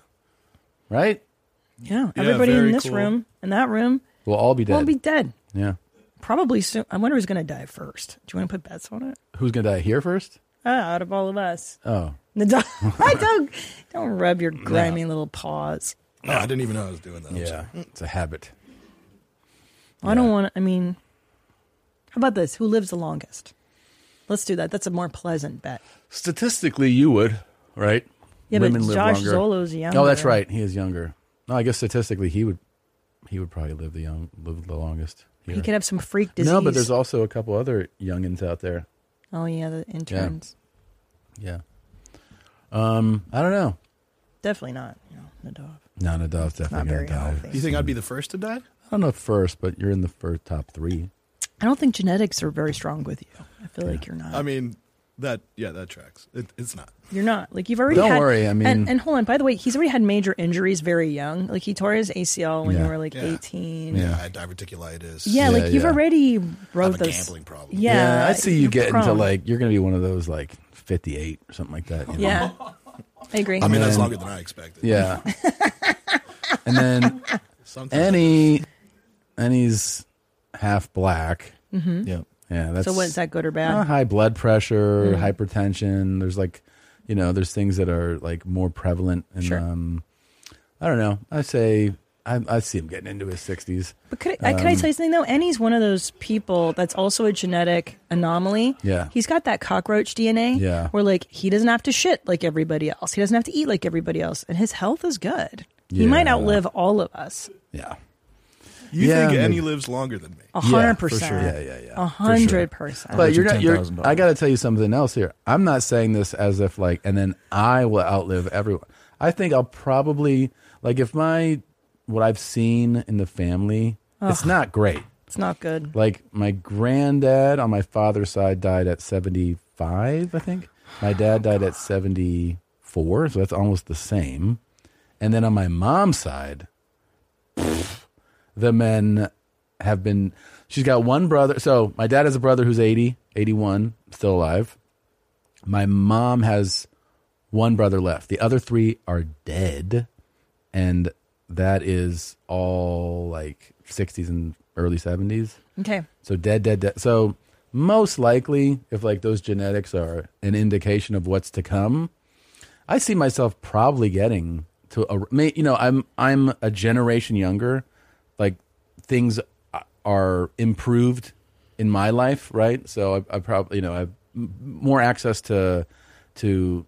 right? Yeah. Yeah, Everybody in very this cool. room and that room We'll all be dead. won't be dead. yeah. Probably soon. I wonder who's going to die first. Do you want to put bets on it? Who's going to die here first? Ah, out of all of us. *laughs* Oh. The *laughs* dog- I don't don't rub your grimy little paws. No, I didn't even know I was doing that. I'm Yeah. It's a habit. I don't want. to I mean, how about this? Who lives the longest? Let's do that. That's a more pleasant bet. Statistically, you would, right? Yeah, but Josh Zolo's Oh, that's younger. right. He is younger. No, I guess statistically, he would, he would probably live the young, live the longest. He here. could have some freak No, but disease. there's also a couple other youngins out there. Oh yeah, the interns. Yeah. Um, I don't know. Definitely not. You know, the dog. No, Nadav's definitely gonna very die. You think I'd be the first to die? I don't know first, but you're in the first top three. I don't think genetics are very strong with you. I feel like you're not. I mean, that yeah, that tracks. It, it's not. You're not. Like you've already. Don't had- worry, I mean- and, and hold on. By the way, he's already had major injuries very young. Like he tore his ACL when you were like 18. Yeah, I had diverticulitis. Yeah, like you've already rode those. gambling problem. Yeah, I see you you're getting to prone. like you're gonna be one of those like 58 or something like that. you know? Yeah, I agree. I mean, that's then- longer than I *laughs* expected. Yeah. and then Sometimes Annie, Annie's half black. Mhm. Yeah. Yeah. That's So what is that, good or bad? Uh-huh. Uh, high blood pressure, Mm. hypertension. There's like, you know, there's things that are like more prevalent. And Sure. um, I don't know. I say I, I see him getting into his 60s. But could I, Um, could I tell you something though? Annie's one of those people that's also a genetic anomaly. Yeah. he's got that cockroach DNA. Yeah. where like he doesn't have to shit like everybody else. He doesn't have to eat like everybody else, and his health is good. He might Yeah. outlive all of us. Yeah. You Yeah, think but- Annie lives longer than me? A hundred for sure. percent. Yeah, yeah, yeah. A hundred percent. But you're not. You're, $10,000. I got to tell you something else here. I'm not saying this as if like, and then I will outlive everyone. I think I'll probably like if my what I've seen in the family, it's Ugh. not great. It's not good. Like my granddad on my father's side died at 75, I think. My dad died at 74, so that's almost the same. And then on my mom's side, pff, the men have been she's got one brother. So my dad has a brother who's 80, 81, still alive. My mom has one brother left. The other three are dead. And that is all like 60s and early 70s. Okay. So dead, dead, dead. So most likely, if like those genetics are an indication of what's to come, I see myself probably getting to a may- you know I'm I'm a generation younger, like things are improved in my life, right? So I, I probably you know I have m- more access to to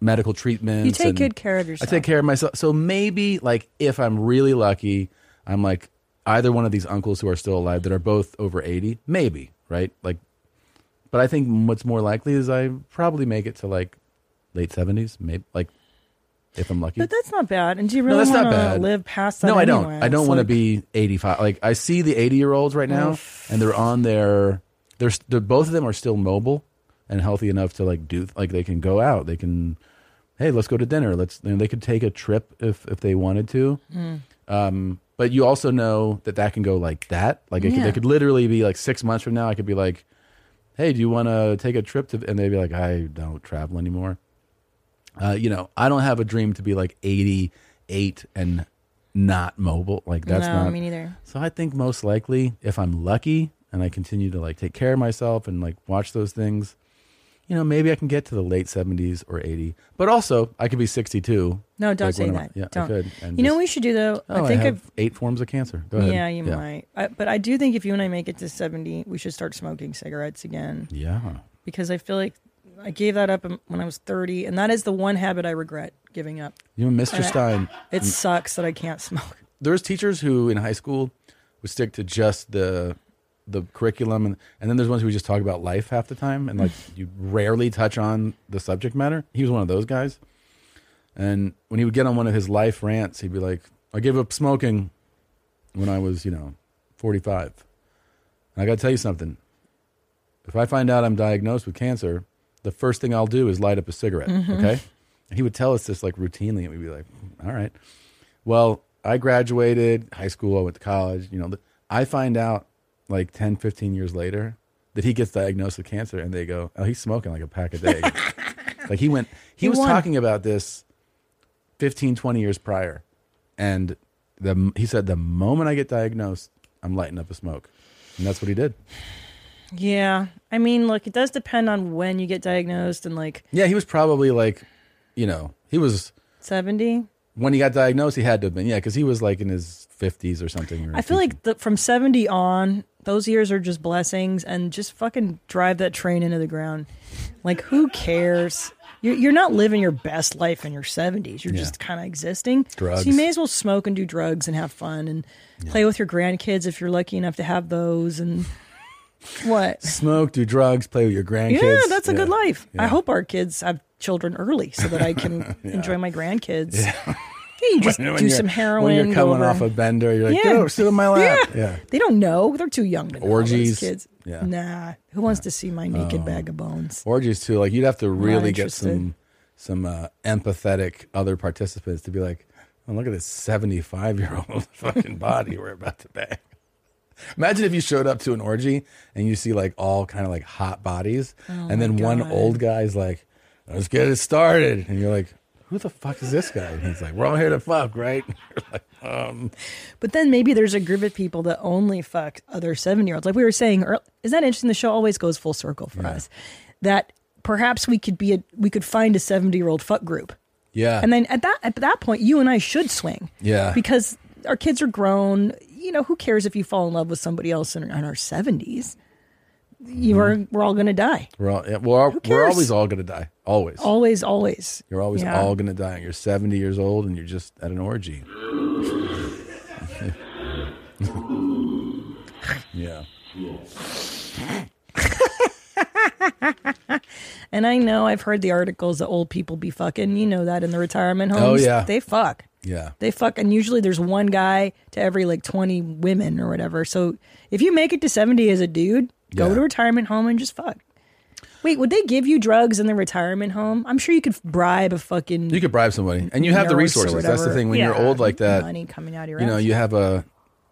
medical treatments. You take and good care of I yourself. take care of myself. So maybe like if I'm really lucky, I'm like either one of these uncles who are still alive that are both over 80, maybe, right? Like but I think what's more likely is I probably make it to like late 70s, maybe like if I'm lucky. But that's not bad. And do you no, really that's not want to bad. live past that? No, I don't. anyway? I don't It's want like- to be 85. Like I see the 80 year olds right now, and they're on their. They're, s- they're both of them are still mobile and healthy enough to like do like they can go out. They can, hey, let's go to dinner. Let's. And they could take a trip if if they wanted to. Mm. Um, but you also know that that can go like that. Like it could, Yeah. they could literally be like six months from now. I could be like, hey, do you want to take a trip to? And they'd be like, I don't travel anymore. Uh, you know, I don't have a dream to be like 88 and not mobile. Like that's No, not me neither. So I think most likely, if I'm lucky and I continue to like take care of myself and like watch those things, you know, maybe I can get to the late 70s or 80, but also I could be 62. No, don't like, say when that. I'm- Yeah, don't. I could. and you know just- what we should do though? Oh, I think have I've- eight forms of cancer. Go ahead. Yeah, you might. I, but I do think if you and I make it to 70, we should start smoking cigarettes again. Yeah. Because I feel like I gave that up when I was 30, and that is the one habit I regret giving up. You know, Mr. And I- Stein- It sucks that I can't smoke. there's teachers who in high school would stick to just the the curriculum and, and then there's ones who would just talk about life half the time and like you rarely touch on the subject matter he was one of those guys and when he would get on one of his life rants he'd be like i gave up smoking when i was you know 45 and i gotta tell you something if i find out i'm diagnosed with cancer the first thing i'll do is light up a cigarette Mm-hmm. Mhm. okay he would tell us this like routinely, and we'd be like, "All right, well, I graduated high school, I went to college." You know, th- I find out like 10, 15 years later that he gets diagnosed with cancer, and they go, "Oh, he's smoking like a pack a day." *laughs* like he went, he, He was won. talking about this 15, 20 years prior, and the m- he said, "The moment I get diagnosed, I'm lighting up a smoke," and that's what he did. Yeah. I mean, look, it does depend on when you get diagnosed and like Yeah, he was probably like, you know, he was 70. when he got diagnosed, he had to have been, yeah, because he was like in his 50s or something. or- I feel like the, from 70 on, those years are just blessings and just fucking drive that train into the ground. Like, who cares? You're, you're not living your best life in your 70s. You're Yeah. just kind of existing. Drugs. So you may as well smoke and do drugs and have fun and play with your grandkids if you're lucky enough to have those. And what? *laughs* Smoke, do drugs, play with your grandkids. yeah, that's a good Yeah. life. I Yeah. hope our kids have children early so that I can *laughs* Yeah. enjoy my grandkids. Yeah. Yeah, you just *laughs* *laughs* When- when do you're- some heroin. When you're go coming over- off a bender, you're like, get over, sit on *laughs* my lap. Yeah. They don't know. They're too young to know. Orgies. Those kids. Yeah. Nah. Who wants to see my naked Oh. bag of bones? Orgies, too. Like, you'd have to really get interested. some some uh, empathetic other participants to be like, oh, look at this 75 year old *laughs* fucking body we're about to bang. Imagine if you showed up to an orgy and you see like all kind of like hot bodies, Oh and then my one God. old guy's like, "Let's get it started," and you're like, "Who the fuck is this guy?" And he's like, "We're all here to fuck, right?" You're like, um, But then maybe there's a group of people that only fuck other seven year olds. Like we were saying, earl- is that interesting? The show always goes full circle for us. That perhaps we could be a, we could find a seventy year old fuck group, yeah, and then at that at that point, you and I should swing. Yeah. because our kids are grown. You know, who cares if you fall in love with somebody else in, in our seventies? Mm-hmm. You are we're all gonna die. we're all yeah, we're, all, we're cares? always all gonna die, always. Always, always. You're always Yeah. all gonna die. You're 70 years old and you're just at an orgy. *laughs* yeah. And I know I've heard the articles that old people be fucking. You know that in the retirement Oh, homes. yeah. They fuck. Yeah. They fuck. And usually there's one guy to every like 20 women or whatever. So if you make it to 70 as a dude, go Yeah. to retirement home and just fuck. Wait, would they give you drugs in the retirement home? I'm sure you could bribe a fucking. You could bribe somebody, and you have the nurse or resources. That's the whatever. thing. When you're Yeah, old like that, money coming out of your you know, ass. you have a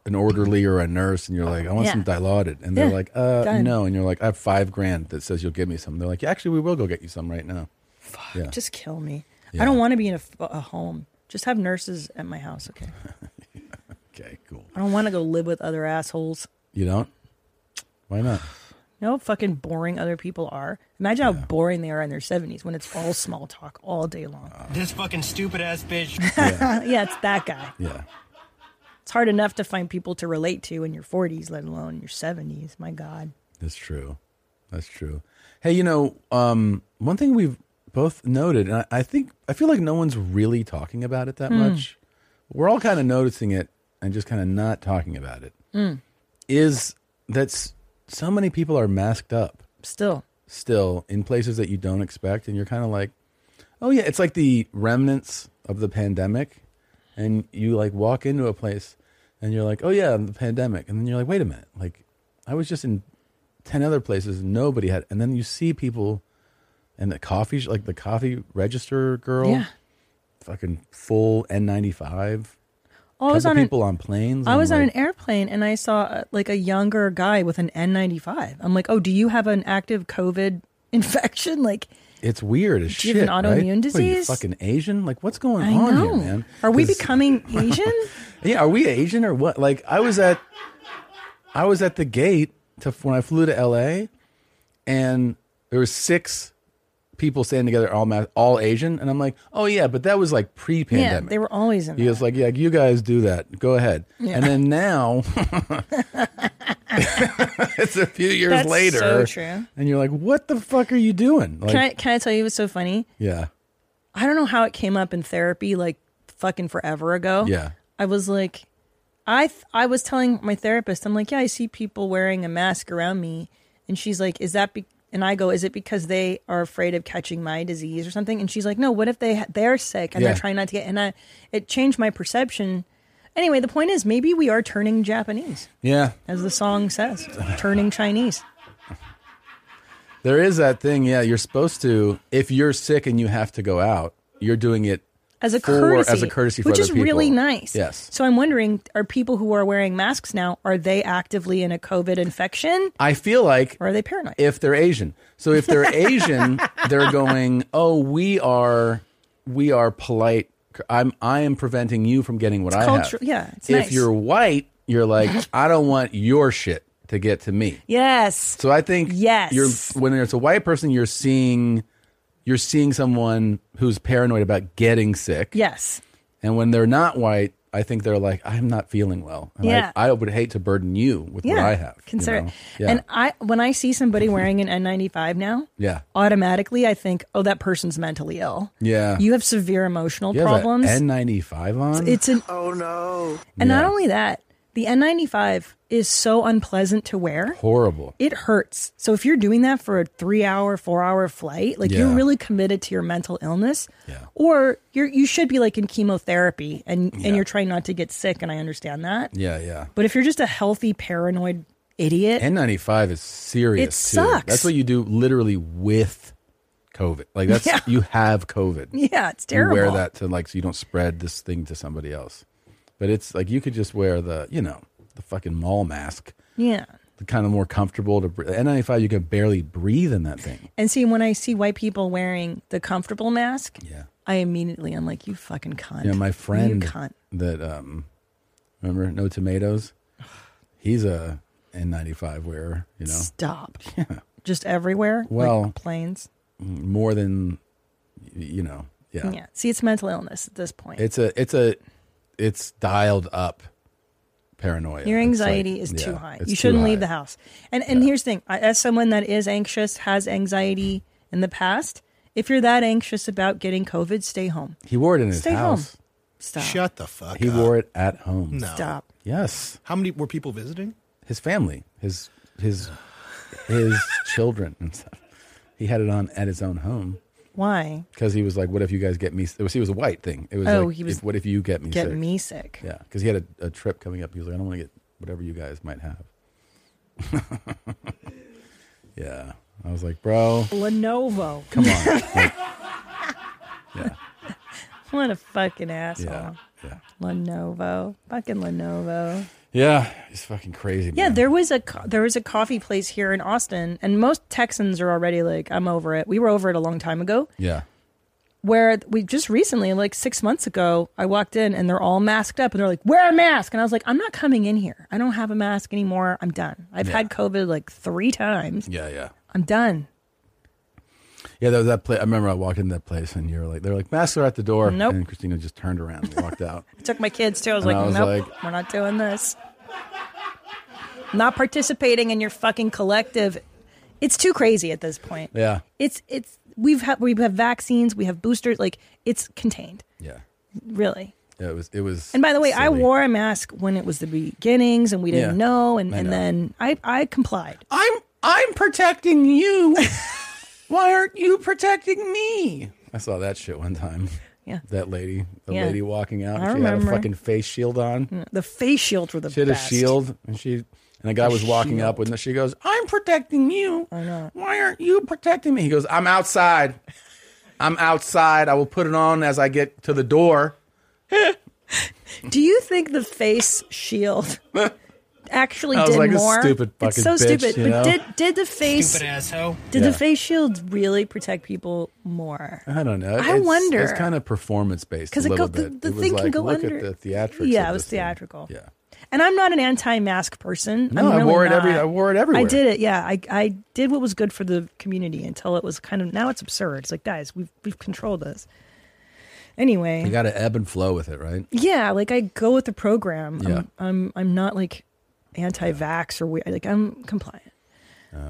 an orderly or a nurse, and you're like, I want Yeah. some dilaudid, and they're Yeah, like, uh, done. no, and you're like, I have five grand that says you'll give me some. They're like, yeah, actually, we will go get you some right now. Fuck. Yeah. Just kill me. Yeah. I don't want to be in a, f- a home. Just have nurses at my house, okay? okay. Cool. I don't want to go live with other assholes. You don't. Why not? You know how fucking boring other people are? Imagine how boring they are in their 70s when it's all small talk all day long. *laughs* This fucking stupid ass bitch. Yeah, it's that guy. Yeah. It's hard enough to find people to relate to in your 40s, let alone your 70s. My God. That's true. That's true. Hey, you know, um, one thing we've both noted, and I, I think I feel like no one's really talking about it that Hmm. much. We're all kind of noticing it and just kind of not talking about it. Mm. Is that s- so many people are masked up still, still in places that you don't expect, and you're kind of like, oh yeah, it's like the remnants of the pandemic, and you like walk into a place and you're like, oh yeah, the pandemic, and then you're like, wait a minute, like I was just in ten other places, and nobody had, and then you see people, and the coffee sh- like the coffee register girl, Yeah. fucking full N95. Oh, I was couple on an- people on planes. I and was I'm on an like, airplane and I saw uh, like a younger guy with an N95. I'm like, oh, do you have an active COVID *laughs* infection? Like, It's weird as Do shit. you have an right? autoimmune What are you, disease? fucking Asian? Like, what's going I on know. here, man? Are we 'Cause- *laughs* becoming Asian? Yeah, are we Asian or what? Like I was at I was at the gate to when I flew to LA and there was six people standing together, all ma- all Asian, and I'm like, oh yeah, but that was like Yeah, pre-pandemic. they were always in. he was like, yeah, you guys do that. Go ahead. Yeah. And *laughs* then now, *laughs* it's a few years That's later, so true. and you're like, what the fuck are you doing? Like, can I can I tell you what's so funny? yeah, I don't know how it came up in therapy like fucking forever ago. Yeah. I was like I th- I was telling my therapist I'm like, "Yeah, I see people wearing a mask around me." And she's like, "Is that be-? and I go, "Is it because they are afraid of catching my disease or something?" And she's like, "No, what if they ha- they're sick and Yeah. they're trying not to get." And I it changed my perception. Anyway, the point is maybe we are turning Japanese yeah. as the song says, turning Chinese. There is that thing, yeah. You're supposed to, if you're sick and you have to go out, you're doing it as a for- courtesy, as a courtesy for which other is people. really nice. Yes, So I'm wondering, are people who are wearing masks now are they actively in a COVID infection? I feel like, or are they paranoid? If they're Asian, so *laughs* if they're Asian, they're going, oh, we are, we are polite. I'm, I am preventing you from getting what It's I culture- have. yeah, it's if nice. you're white, you're like, *laughs* I don't want your shit to get to me. Yes. So I think Yes. you're when it's a white person, you're seeing you're seeing someone who's paranoid about getting sick. Yes. And when they're not white, I think they're like, I'm not feeling well. And Yeah. I, I would hate to burden you with what yeah, I have. you Consider know? it. Yeah. And I, when I see somebody wearing an N95 now, yeah. automatically I think, oh, that person's mentally ill. Yeah. You have severe emotional You have a problems. N95 on? It's an oh no. and not only that, the N95 is so unpleasant to wear. horrible. it hurts. So if you're doing that for a three hour, four hour flight, like Yeah. you're really committed to your mental illness, or you're you should be like in chemotherapy and and you're trying not to get sick. And I understand that, Yeah, yeah. but if you're just a healthy paranoid idiot, N95 is serious. It too. sucks. That's what you do literally with COVID. Like that's Yeah. you have COVID. *laughs* *laughs* yeah, it's you terrible. wear that to like so you don't spread this thing to somebody else. But it's like you could just wear the you know the fucking mall mask, yeah. the kind of more comfortable to br- N95. You can barely breathe in that thing. And see, when I see white people wearing the comfortable mask, yeah, I immediately I'm like, you fucking cunt. Yeah, my friend you cunt. that um, remember no tomatoes. He's a N95 wearer. You know, *laughs* Stop. Yeah. Just everywhere. Well- like planes. more than y- you know. Yeah, yeah. See, it's mental illness at this point. it's a it's a it's dialed up paranoia. Your It's anxiety like- is yeah, too high. it's You too shouldn't leave high. the house. And and here's the thing: I, as someone that is anxious, has anxiety in the past, if you're that anxious about getting COVID, stay home. He wore it in his Stay house. home. Stop. Shut the fuck He up. wore it at home. No. Stop. Yes. How many were people visiting? his family, his his *laughs* his children and stuff. He had it on at his own home Why? because he was like, "What if you guys get me?" s-" It was he was a white thing. It was Oh, like, he was- if- "What if you get me Get sick?" me sick. Yeah, because he had a, a trip coming up. He was like, "I don't want to get whatever you guys might have." *laughs* yeah, I was like, "Bro, Lenovo. come on." Like, *laughs* What a fucking asshole. yeah. Lenovo. Fucking Lenovo. yeah, he's fucking crazy. Yeah, man. there was a co- there was a coffee place here in Austin, and most Texans are already like, "I'm over it." We were over it a long time ago. yeah. where we just recently, like six months ago, I walked in and they're all masked up and they're like, wear a mask. And I was like, I'm not coming in here. I don't have a mask anymore. I'm done. I've Yeah. had COVID like three times. Yeah, yeah. I'm done. Yeah, there was that place. I remember I walked into that place and you were like, they're like, masks are at the door. Nope. And Christina just turned around and walked *laughs* out. I took my kids too. I was And like, I was nope, like- we're not doing this. Not participating in your fucking collective. It's too crazy at this point. Yeah. It's, it's, we've had, we have vaccines, we have boosters. Like, it's contained, Yeah. really. Yeah, it was. It was. And by the way, I silly. wore a mask when it was the beginnings and we didn't Yeah, know and, I and know. then I, I complied. I'm I'm *laughs* protecting you. Why aren't you protecting me? I saw that shit one time. Yeah. That lady, the Yeah. lady walking out, I and she remember. had a fucking face shield on. The face shields were the she had best. a shield, and she and the guy was walking up, and she goes, "I'm protecting you. I know. Why aren't you protecting me?" He goes, "I'm outside. I'm outside. I will put it on as I get to the door." Do you think the face *laughs* shield actually I was did like, this more? stupid it's fucking so bitch, stupid. you but know? did did the face Stupid asshole. Did Yeah. the face shields really protect people more? I don't know. I It's- wonder. It's kind of performance based 'Cause a it go- little the- bit. the It was thing can like, go look under- at the theatrics. Yeah, of it was this thing. theatrical. Yeah. And I'm not an anti-mask person. No, I'm I really wore it not. every- I wore it everywhere. I did it. Yeah, I I did what was good for the community until it was kind of now it's absurd. It's like guys, we've we've controlled this. Anyway, You got to ebb and flow with it, right? yeah, like I go with the program. Yeah. I'm, I'm I'm not like anti-vax or we- like I'm compliant.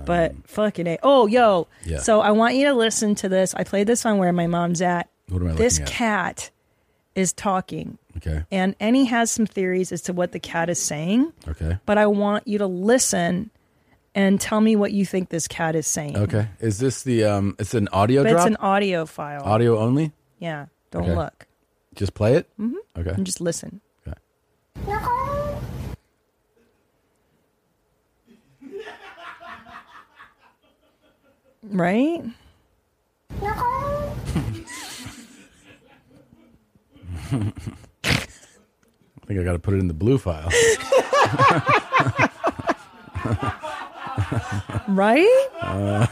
but fucking a oh yo. Um, Yeah. So I want you to listen to this. I played this on where my mom's at. What am I this looking at? cat is talking, Okay. and Annie has some theories as to what the cat is saying. Okay. But I want you to listen and tell me what you think this cat is saying. Okay. Is this the um? It's an audio But drop. it's an audio file. audio only. Yeah. Don't Okay. look. Just play it. Mhm. Okay. And just listen. Right? I think I got to put it in the blue file. *laughs* Right? Uh,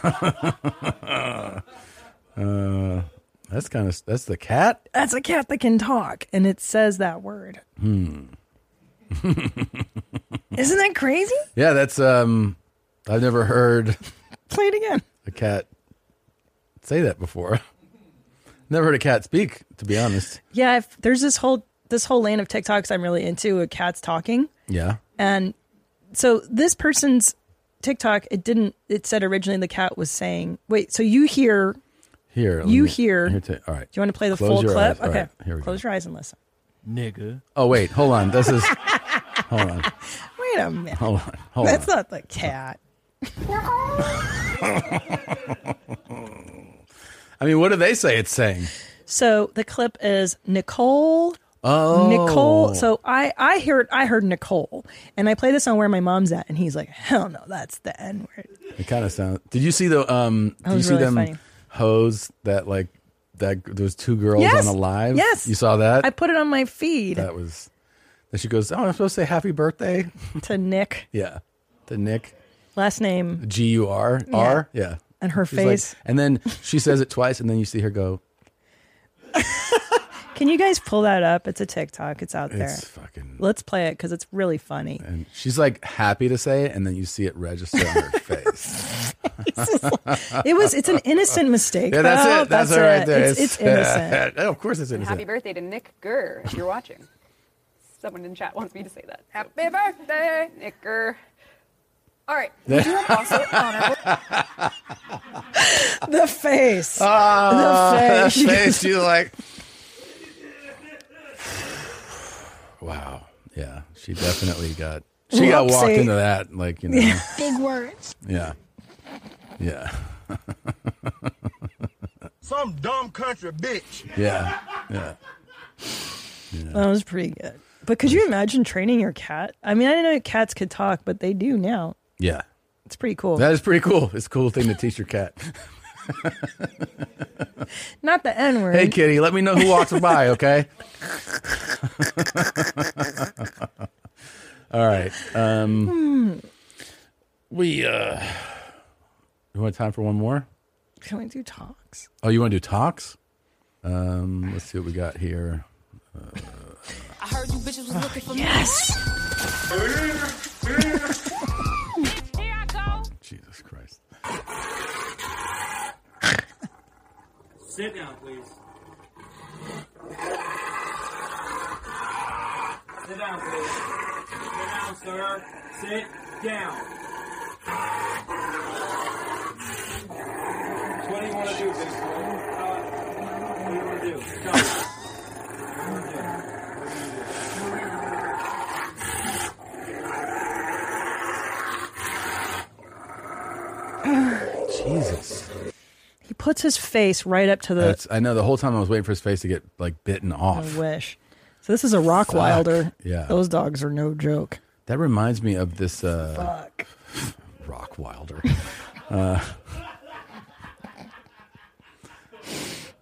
uh, that's kind of that's the cat. That's a cat that can talk and it says that word. Hmm. *laughs* Isn't that crazy? yeah, that's um. I've never heard Play it again. a cat say that before. *laughs* never heard a cat speak. To be honest. Yeah, if there's this whole this whole lane of TikToks I'm really into with cats talking. Yeah. And so this person's TikTok, it didn't it said originally the cat was saying, wait, so you hear Here. let You me- hear- Here ta- all right. do you want to play the Close full your clip? eyes. All okay. right, here we go. Close your eyes and listen. Nigga. Oh wait, hold on. *laughs* This is. hold on. Wait a minute. *laughs* Hold on. Hold That's on. not the cat. I mean, what do they say it's saying? So the clip is Nicole. Oh. Nicole. So I I heard I heard Nicole, and I play this on where my mom's at, and he's like, hell no, that's the N word. It kind of sounds. Did you see the um? That Did you was see really them funny. hoes that like that? Those two girls Yes. on a live. Yes. you saw that. I put it on my feed that was. That she goes. Oh, I'm supposed to say happy birthday. to Nick, yeah, to Nick last name, G U R R. Yeah, and her She's like- face. and then she says it twice, and then you see her go. Can you guys pull that up? It's a TikTok. It's out there. It's fucking- Let's play it because it's really *laughs* funny. And she's like happy to say it, and then you see it register on her face. It was. It's an innocent mistake. Yeah, that's though. it. That's, it right there. It's, it's *laughs* innocent. Oh, of course, it's innocent. Happy birthday to Nick Gurr, if you're watching. Someone in chat wants me to say that. Happy birthday, Nick Gurr. All right. We do have also honorable. the face. Ah, the that *laughs* face. face. She's like, wow, yeah. She definitely got she got Whoopsie. walked into that, like you know, yeah, Big words. yeah. yeah. Some dumb country bitch. Yeah. That was pretty good. But could you imagine training your cat? I mean, I didn't know cats could talk, but they do now. Yeah. It's pretty cool. *laughs* That is pretty cool. It's a cool thing to teach your cat. Not the N word. hey, kitty, let me know who walks by, okay? *laughs* All right. Um, we uh, you want time for one more? Can we do talks? Oh, you want to do talks? Um, let's see what we got here. Uh, I heard you bitches was looking for yes. Here I go. *laughs* Jesus Christ. Sit down, please. Sit down, please. Sit down, sir. Sit down. What do you want to do, big boy? Uh, what do you want to do? Come. Jesus. He puts his face right up to the. That's, I know the whole time I was waiting for his face to get like bitten off. I wish. So this is a Rockwilder. Yeah. Those dogs are no joke. That reminds me of this uh, Fuck. *laughs* Rock Wilder. uh,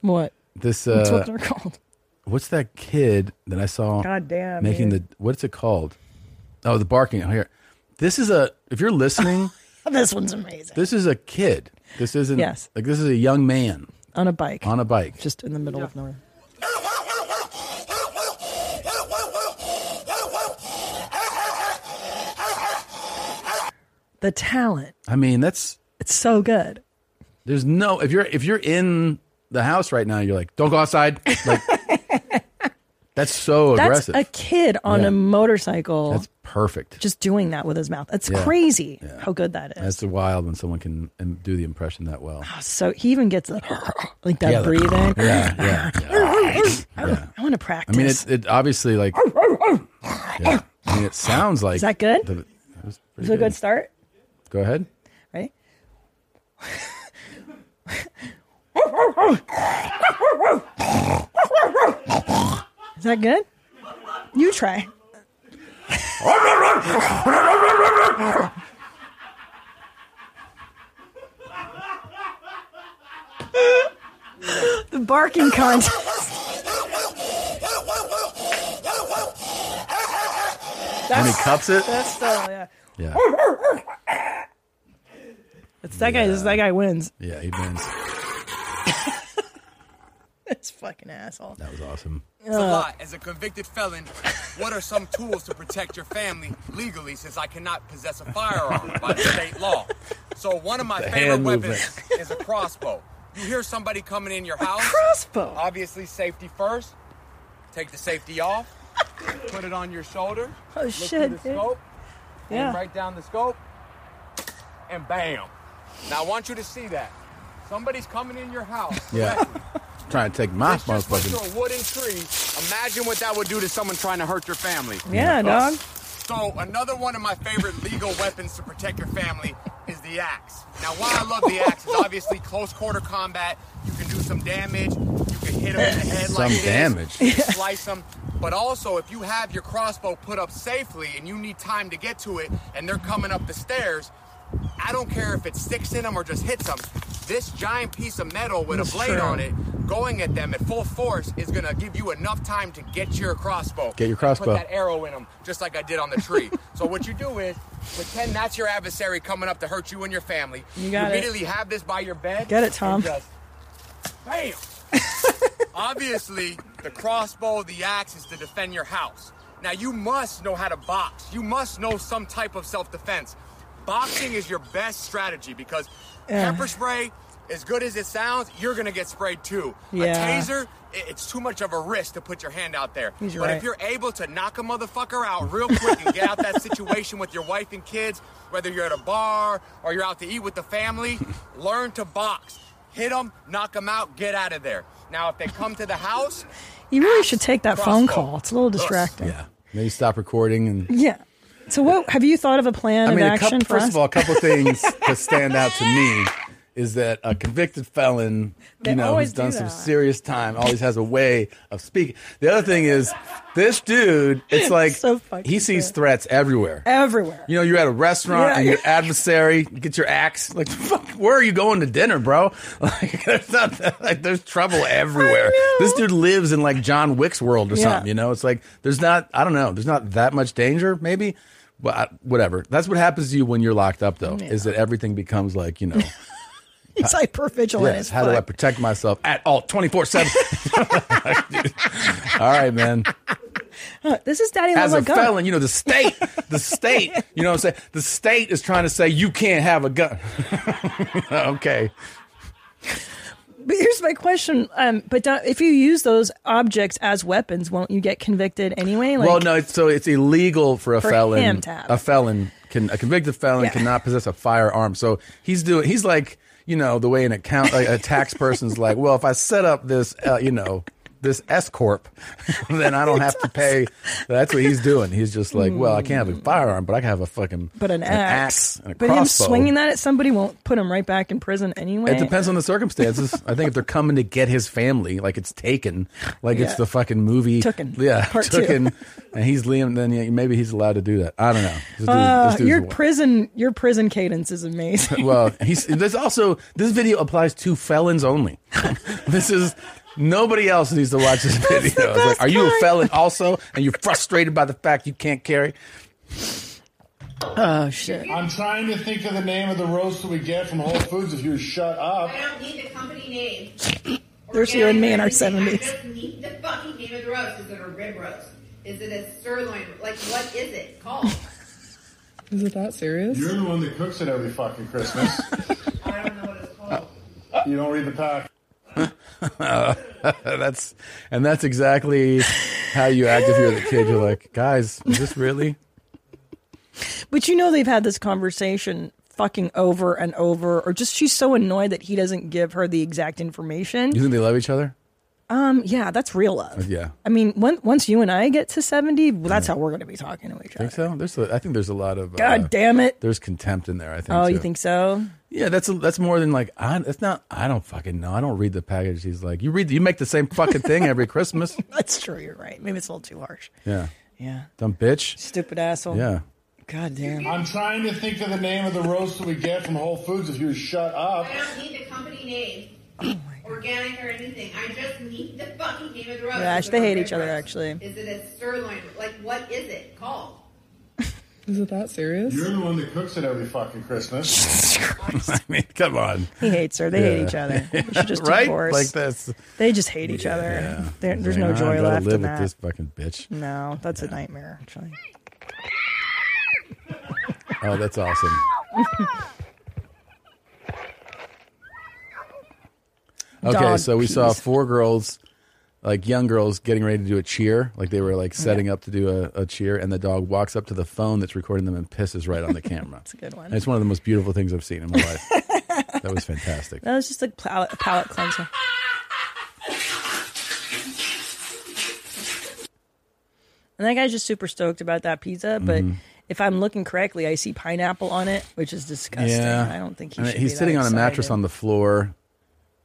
What? this uh, That's what they're called. *laughs* What's that kid that I saw? God damn, Making dude. the what's it called? Oh, the barking. Oh, Here, this is a. If *laughs* you're listening, This one's amazing. this is a kid. This isn't. Yes. Like this is a young man On a bike. on a bike. Just in the middle of nowhere. the talent. I mean, that's it's so good. There's no if you're if you're in the house right now, you're like, don't go outside. *laughs* Like, that's so That's aggressive. a kid on Yeah. a motorcycle That's perfect. just doing that with his mouth. That's Yeah. crazy how good that is. That's wild when someone can um, do the impression that well. Oh, So he even gets the, like that Yeah, the- breathing. Yeah, yeah. *laughs* I want to practice. I mean, it, it obviously like. Yeah. I mean, it sounds like. Is that good? the- that was pretty Is it a good. good start? Go ahead. Right? Is that good? You try. the barking contest. When he cups it? That's still, yeah. Yeah. It's that guy. It's that guy wins. Yeah, he wins. *laughs* It's fucking asshole. That was awesome. It's a lot. As a convicted felon, what are some tools to protect your family legally since I cannot possess a firearm by the state law? So one of my The favorite hand weapons is a crossbow. You hear somebody coming in your house. crossbow. Obviously, safety first. Take the *laughs* safety off. Put it on your shoulder. Oh, look shit, Through the dude. scope. Yeah. And right down the scope. And bam. Now I want you to see that. Somebody's coming in your house. Yeah. Trying to take my Put you motherfucking. a wooden tree. Imagine what that would do to someone trying to hurt your family. Yeah, dog. So another one of my favorite legal weapons to protect your family is the axe. Now, why I love the axe is obviously close quarter combat. You can do some damage. You can hit them in the head like Some this, damage. you can slice them. But also, if you have your crossbow put up safely and you need time to get to it, and they're coming up the stairs, I don't care if it sticks in them or just hits them. This giant piece of metal with That's a blade true. on it going at them at full force is going to give you enough time to get your crossbow. Get your And crossbow. Put that arrow in them, just like I did on the tree. so what you do is pretend that's your adversary coming up to hurt you and your family. You got it. immediately have this by your bed. Get it, and Tom. just Bam! Obviously, the crossbow, the axe is to defend your house. Now, you must know how to box. You must know some type of self defense. Boxing is your best strategy because Yeah. pepper spray, as good as it sounds, you're going to get sprayed too. A Yeah. taser, i- it's too much of a risk to put your hand out there. He's but right. if you're able to knock a motherfucker out real quick and get out that situation with your wife and kids, whether you're at a bar or you're out to eat with *laughs* the family, learn to box. Hit them, knock them out, get out of there. Now, if they come to the house, You really should take that phone Crossbow. call. It's a little distracting. Yeah. Maybe stop recording and. Yeah. So what have you thought of a plan I mean, of a action couple, for first us? of all, *laughs* a couple things that stand out to me is that a convicted felon, They you know, always who's do done some that. serious time, always has a way of speaking. The other thing is, this dude, it's like *laughs* So fucking he sees good. threats everywhere. Everywhere. You know, you're at a restaurant Yeah, and yeah. your adversary you get your axe. Like, *laughs* fuck, where are you going to dinner, bro? *laughs* Like, there's not, like, *laughs* there's trouble everywhere. This dude lives in like John Wick's world or Yeah. something. You know, it's like there's not. I don't know. There's not that much danger, maybe. But I, whatever. That's what happens to you when you're locked up, though, is that everything becomes like you *laughs* know. He's hypervigilant. yes. How do I protect myself at all? Twenty *laughs* four seven. *laughs* All right, man. This is Daddy As Loves a a Gun. felon, you know the state. *laughs* The state. You know what I'm saying? The state is trying to say you can't have a gun. *laughs* okay. But here's my question. Um, but don't, if you use those objects as weapons, won't you get convicted anyway? Like, well, no. It's, so it's illegal for a For felon. him to have. A felon can a convicted felon Yeah. cannot possess a firearm. So he's doing. He's like you know the way an account like, a tax person's like. Well, if I set up this, uh, you know. This S corp, *laughs* then I don't have to pay. That's what he's doing. He's just like, well, I can't have a firearm, but I can have a fucking but an, axe. and a but him crossbow. swinging that at somebody won't put him right back in prison anyway. It depends on the circumstances. I think if they're coming to get his family, like it's taken, like Yeah. it's the fucking movie Taken. Yeah, Part two. Taken, and he's Liam. Then yeah, maybe he's allowed to do that. I don't know. This dude- Uh, this dude's *laughs* your wild. prison, your prison cadence is amazing. well, he's. This also this video applies to felons only. *laughs* this is nobody else needs *laughs* to watch this video. It's like, are you a felon also, and you're frustrated by the fact you can't carry? Oh shit! I'm trying to think of the name of the roast that we get from Whole Foods. If you would shut up. I don't need the company name. There's you and me in our I seventies. just need the fucking name of the roast. Is it a rib roast? Is it a sirloin? Like, what is it called? Is it that serious? You're the one that cooks it every fucking Christmas. You don't read the pack. Uh, that's and that's exactly how you act if you're the kid. You're like, guys, is this really? But you know they've had this conversation fucking over and over, or just she's so annoyed that he doesn't give her the exact information. You think they love each other? Um, yeah, that's real love. Yeah, I mean, when, once you and I get to seventy, well, that's how we're going to be talking to each other. think so. There's, a, I think there's a lot of. uh, God damn it. There's contempt in there. I think. Oh, you too. think so? Yeah, that's that's more than like I. That's not. I don't fucking know. I don't read the package. He's like, you read. You make the same fucking thing *laughs* every Christmas. That's true. You're right. Maybe it's a little too harsh. Yeah. Yeah. Dumb bitch. Stupid asshole. Yeah. *laughs* God damn. I'm trying to think of the name of the roast that we get from Whole Foods if you shut up. I don't need the company name. Organic or anything. I just need the fucking name of the roast. Gosh, Is it they a hate red each other, roast? actually. Is it a sirloin? Like, what is it called? Is it that serious? You're the one that cooks it every fucking Christmas. I mean, come on. He hates her. They hate each other. We should just *laughs* right? divorce. Like that's. They just hate each other. There- He's there's like, no "Nah, I joy gotta left live in with that. this fucking bitch. No, that's a nightmare. Actually, Oh, that's awesome. Okay, Dog so we saw peas. four girls, like young girls, getting ready to do a cheer. Like they were like setting up to do a, a cheer, and the dog walks up to the phone that's recording them and pisses right on the camera. *laughs* That's a good one. And it's one of the most beautiful things I've seen in *laughs* my life. that was fantastic. that was just a palate, palate cleanser. And that guy's just super stoked about that pizza. But Mhm. if I'm looking correctly, I see pineapple on it, which is disgusting. I don't think he And should. be he's that sitting on a excited. mattress on the floor.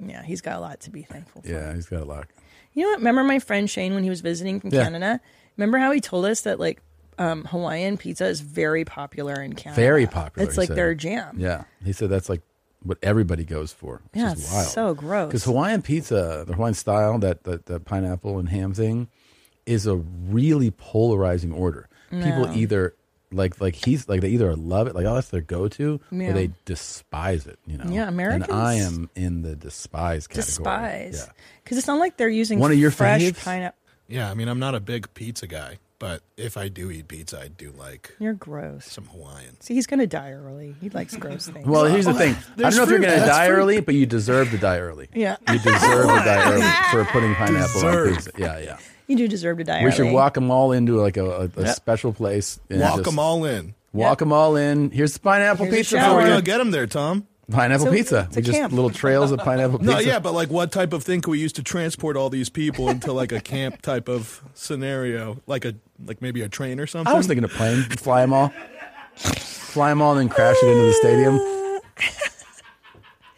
Yeah, he's got a lot to be thankful. for. Yeah, he's got a lot. You know what? Remember my friend Shane when he was visiting from Yeah. Canada? Remember how he told us that like um, Hawaiian pizza is very popular in Canada. Very popular. It's he like said. their jam. Yeah, he said that's like what everybody goes for. Which Yeah, is it's wild. so gross. Because Hawaiian pizza, the Hawaiian style, that, that that pineapple and ham thing, is a really polarizing order. People No. either like like he's like they either love it, like oh that's their go to, Yeah. or they despise it. You know. Yeah, Americans And I am in the despise category. Despise. Yeah. Because it's not like they're using One of your fresh faves? pineapple. Yeah, I mean, I'm not a big pizza guy, but if I do eat pizza, I do like You're gross. some Hawaiian. See, he's gonna die early. He likes gross things. Well, here's *laughs* the thing. I There's don't know if you're fruit. going to That's die fruit. early, but you deserve to die early. Yeah. You deserve to die early *laughs* for putting pineapple on Deserve. pizza. Yeah, yeah. You do deserve to die we early. should walk them all into like a, a, a Yeah. special place. Walk 'em all in. Walk them all in. Here's the pineapple Here's a pizza shower. for How you. we gonna get 'em there, Tom? Pineapple It's a- pizza. it's We a just camp. little trails of pineapple pizza. *laughs* No, yeah, but like what type of thing could we use to transport all these people into like a camp type of scenario, like a like maybe a train or something? I was thinking a plane. Fly them all. Fly them all and then crash it into the stadium.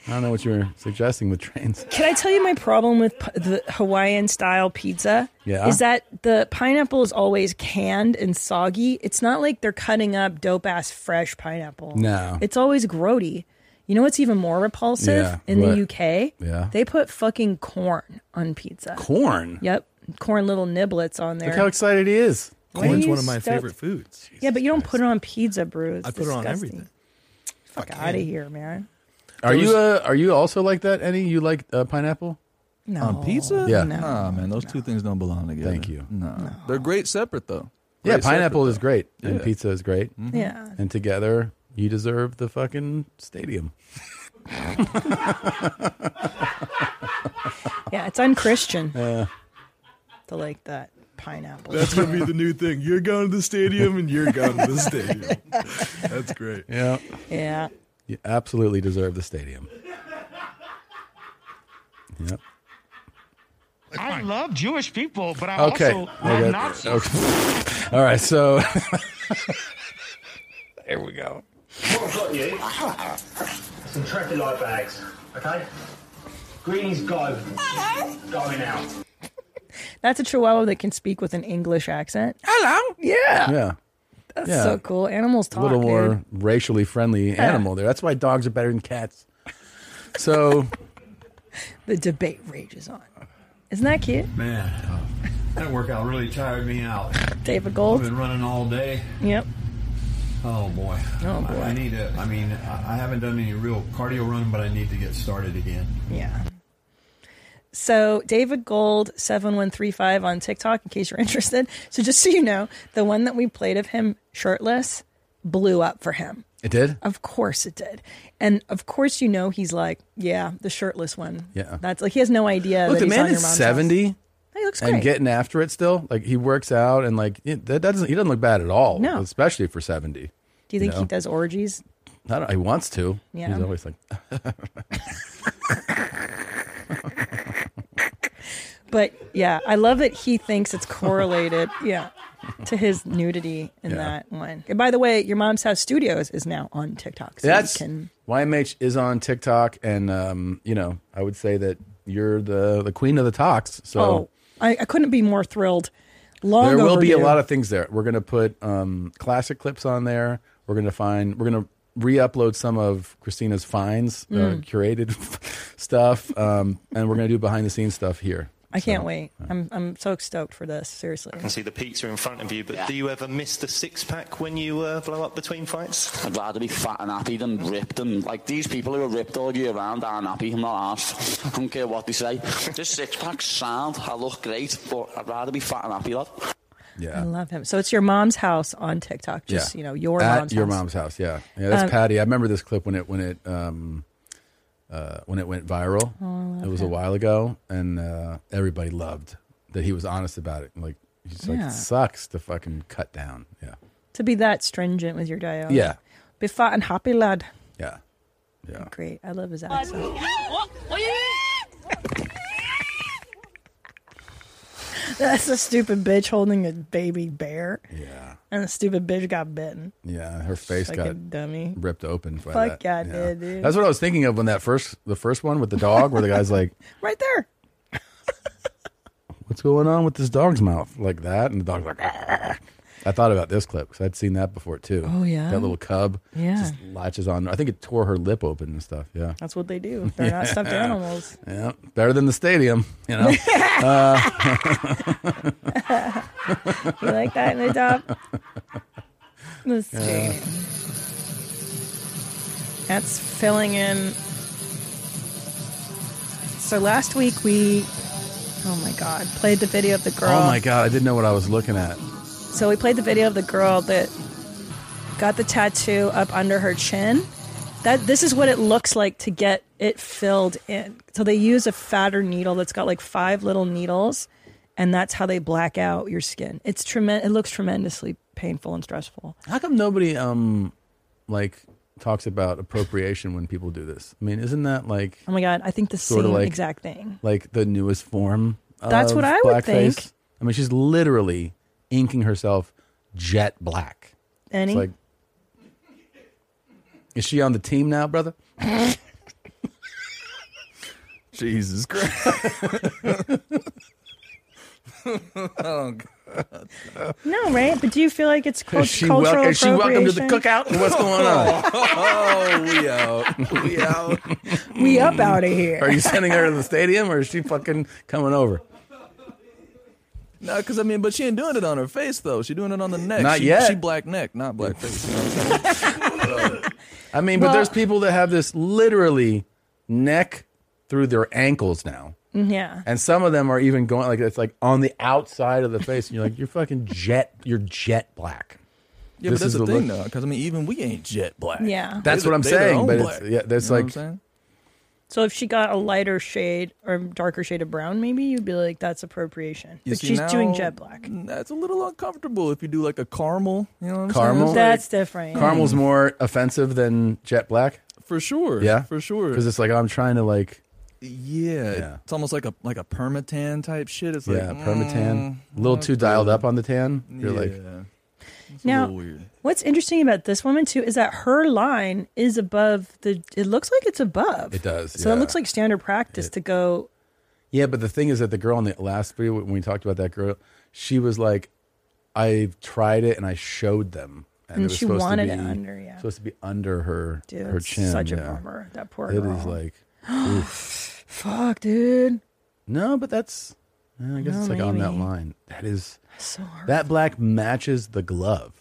I don't know what you were suggesting with trains. Can I tell you my problem with p- the Hawaiian style pizza? Yeah. Is that the pineapple is always canned and soggy. It's not like they're cutting up dope ass fresh pineapple. No. It's always grody. You know what's even more repulsive Yeah, in what? the UK? Yeah. They put fucking corn on pizza. Corn? Yep. Corn little niblets on there. Look how excited he is. Why Corn's are you one of my stoked? favorite foods. yeah, but you don't put it on pizza, Bruce. I put it on everything. Fuck out of here, man. Are you uh, are you also like that, Eddie? You like uh, pineapple? No. On um, pizza? Oh, Yeah. No. man, those two things don't belong together. Thank you. Mm-hmm. No. They're great separate though. Yeah, Great pineapple is great and Yeah. pizza is great. Mhm. Yeah. And together, you deserve the fucking stadium. Yeah, it's unchristian Yeah. to like that pineapple. That's gonna be the new thing. You're going to the stadium and you're going to the stadium. That's great. Yeah. *laughs* Yeah. You absolutely deserve the stadium. Yep. I love Jewish people, but I Okay. also Okay. love Nazis. Okay. *laughs* All right. So *laughs* There we go. What I've got you, some traffic light bags, okay? Greens go. Going out. That's a chihuahua that can speak with an English accent. Hello. Yeah. yeah. That's Yeah. so cool. Animals talk. a little more dude. racially friendly animal there. That's why dogs are better than cats. So The debate rages on. Isn't that cute? Man, uh, that workout really tired me out. David Gold. I've been running all day. Yep. Oh boy. Oh, I- I, boy. need to. I mean, I I haven't done any real cardio running, but I need to get started again. Yeah. So David Gold seven one three five *laughs* on TikTok, in case you're interested. So just so you know, the one that we played of him shirtless blew up for him. It *laughs* did? Of course it did. And of course you know he's like, yeah, the shirtless one. Yeah. That's like he has no idea Look, that the he's man on your is mom's seventy. He looks and great. getting after it still. Like he works out and like it- that doesn't. He doesn't look bad at all. No. especially for seventy. house. Do you think know? he does orgies? I don't, he wants to. Yeah. He's always like, But yeah, I love that he thinks it's *laughs* correlated, yeah, to his nudity in Yeah. that one. And by the way, your mom's house studios is now on TikTok. So That's you can YMH is on TikTok, and um, you know, I would say that you're the the queen of the talks. So Oh, I, I couldn't be more thrilled. Oh, Long there will be a overdue. lot of things there. We're gonna put um, classic clips on there. We're gonna find. We're gonna re-upload some of Christina's finds, uh, Mm. curated *laughs* stuff, um, and we're gonna do behind the scenes stuff here. I can't wait. I'm I'm so stoked for this. Seriously. I can see the peaks are in front of you, but do you ever miss the six pack when you uh, blow up between fights? I'd rather be fat and happy than ripped and like these people who are ripped all year round aren't happy. I'm not arsed. I don't care what they say. This six pack sound, I look great, but I'd rather be fat and happy, lad. Yeah. I love him. So it's your mom's house on TikTok. Just you know, your At mom's your house. mom's house. Yeah, yeah. That's Um, Patty. I remember this clip when it when it um, uh, when it went viral. Oh, I love it was a that. while ago, and uh, everybody loved that he was honest about it. Like he's like Yeah. "It sucks to fucking cut down. Yeah, To be that stringent with your diet. Yeah. Be fat and happy lad. yeah, yeah. Great. I love his accent. That's a stupid bitch holding a baby bear. Yeah. And the stupid bitch got bitten. Yeah, her face Like a got dummy. ripped open. By Fuck that. yeah, it did, dude. That's what I was thinking of when that first the first one with the dog, where the guy's like, Right there. "What's going on with this dog's mouth?" Like that, and the dog's like, "Argh." "I thought about this clip because I'd seen that before too." Oh, yeah? that little cub, Yeah. just latches on. I think it tore her lip open and stuff. Yeah, That's what they do. They're not stuffed *laughs* Yeah. animals. Yeah, better than the stadium, you *laughs* know. Uh, You like that in the *laughs* top? The Yeah. stadium. That's filling in. So last week we, oh my God, played the video of the girl. Oh my god, I didn't know what I was looking at. So we played the video of the girl that got the tattoo up under her chin. That this is what it looks like to get it filled in. So they use a fatter needle that's got like five little needles, and that's how they black out your skin. It's tremendous. It looks tremendously painful and stressful. How come nobody um like talks about appropriation when people do this? I mean, isn't that like Oh my god! I think the sort of same like exact thing. like the newest form? That's of what I would blackface? think. I mean, she's literally inking herself jet black. Any? It's like, is she on the team now, brother? *laughs* Jesus Christ. oh God. No, right? But do you feel like it's cult- Is she cultural welcome- is she welcome to the appropriation? cookout? What's going on? *laughs* oh, we out. *laughs* We out. We up outta here. Are you sending her to the stadium or is she fucking coming over? No, because I mean, but she ain't doing it on her face though. She doing it on the neck. Not she, yet. She black neck, not black face. You know what I'm saying? I mean, but Well- there's people that have this literally neck through their ankles now. Mm-hmm. Yeah. And some of them are even going like it's like on the outside of the face, and you're like, you're fucking jet, you're jet black. Yeah, but This that's is the the thing look- though, because I mean, even we ain't jet black. Yeah. That's They- what I'm they their saying. own But black. it's, yeah, You that's know what I'm like saying? So if she got a lighter shade or darker shade of brown, maybe you'd be like, "That's appropriation." You but see, she's doing now- mm, jet black. That's a little uncomfortable if you do like a caramel. You know what I'm caramel. saying? That's different. Caramel's more offensive than jet black. for sure. Yeah, for sure. Because it's like I'm trying to like Yeah, it's almost like a like a permatan type shit. It's like yeah, permatan. mm, A little too dialed up on the tan. You're like, yeah. Now, little weird. what's interesting about this woman too is that her line is above the. It looks like it's above. It does, So it yeah. looks like standard practice to go. yeah. But the thing is that the girl in the last video when we talked about that girl, she was like, I've tried it and I showed them, and, And it was she supposed wanted to it be under, yeah. supposed to be under her Dude, her that's chin. such a yeah. bummer, that poor It girl. is like, Fuck, dude. No, but that's. eh, I guess No, it's like on that maybe. line. That is So hard. that black matches the glove.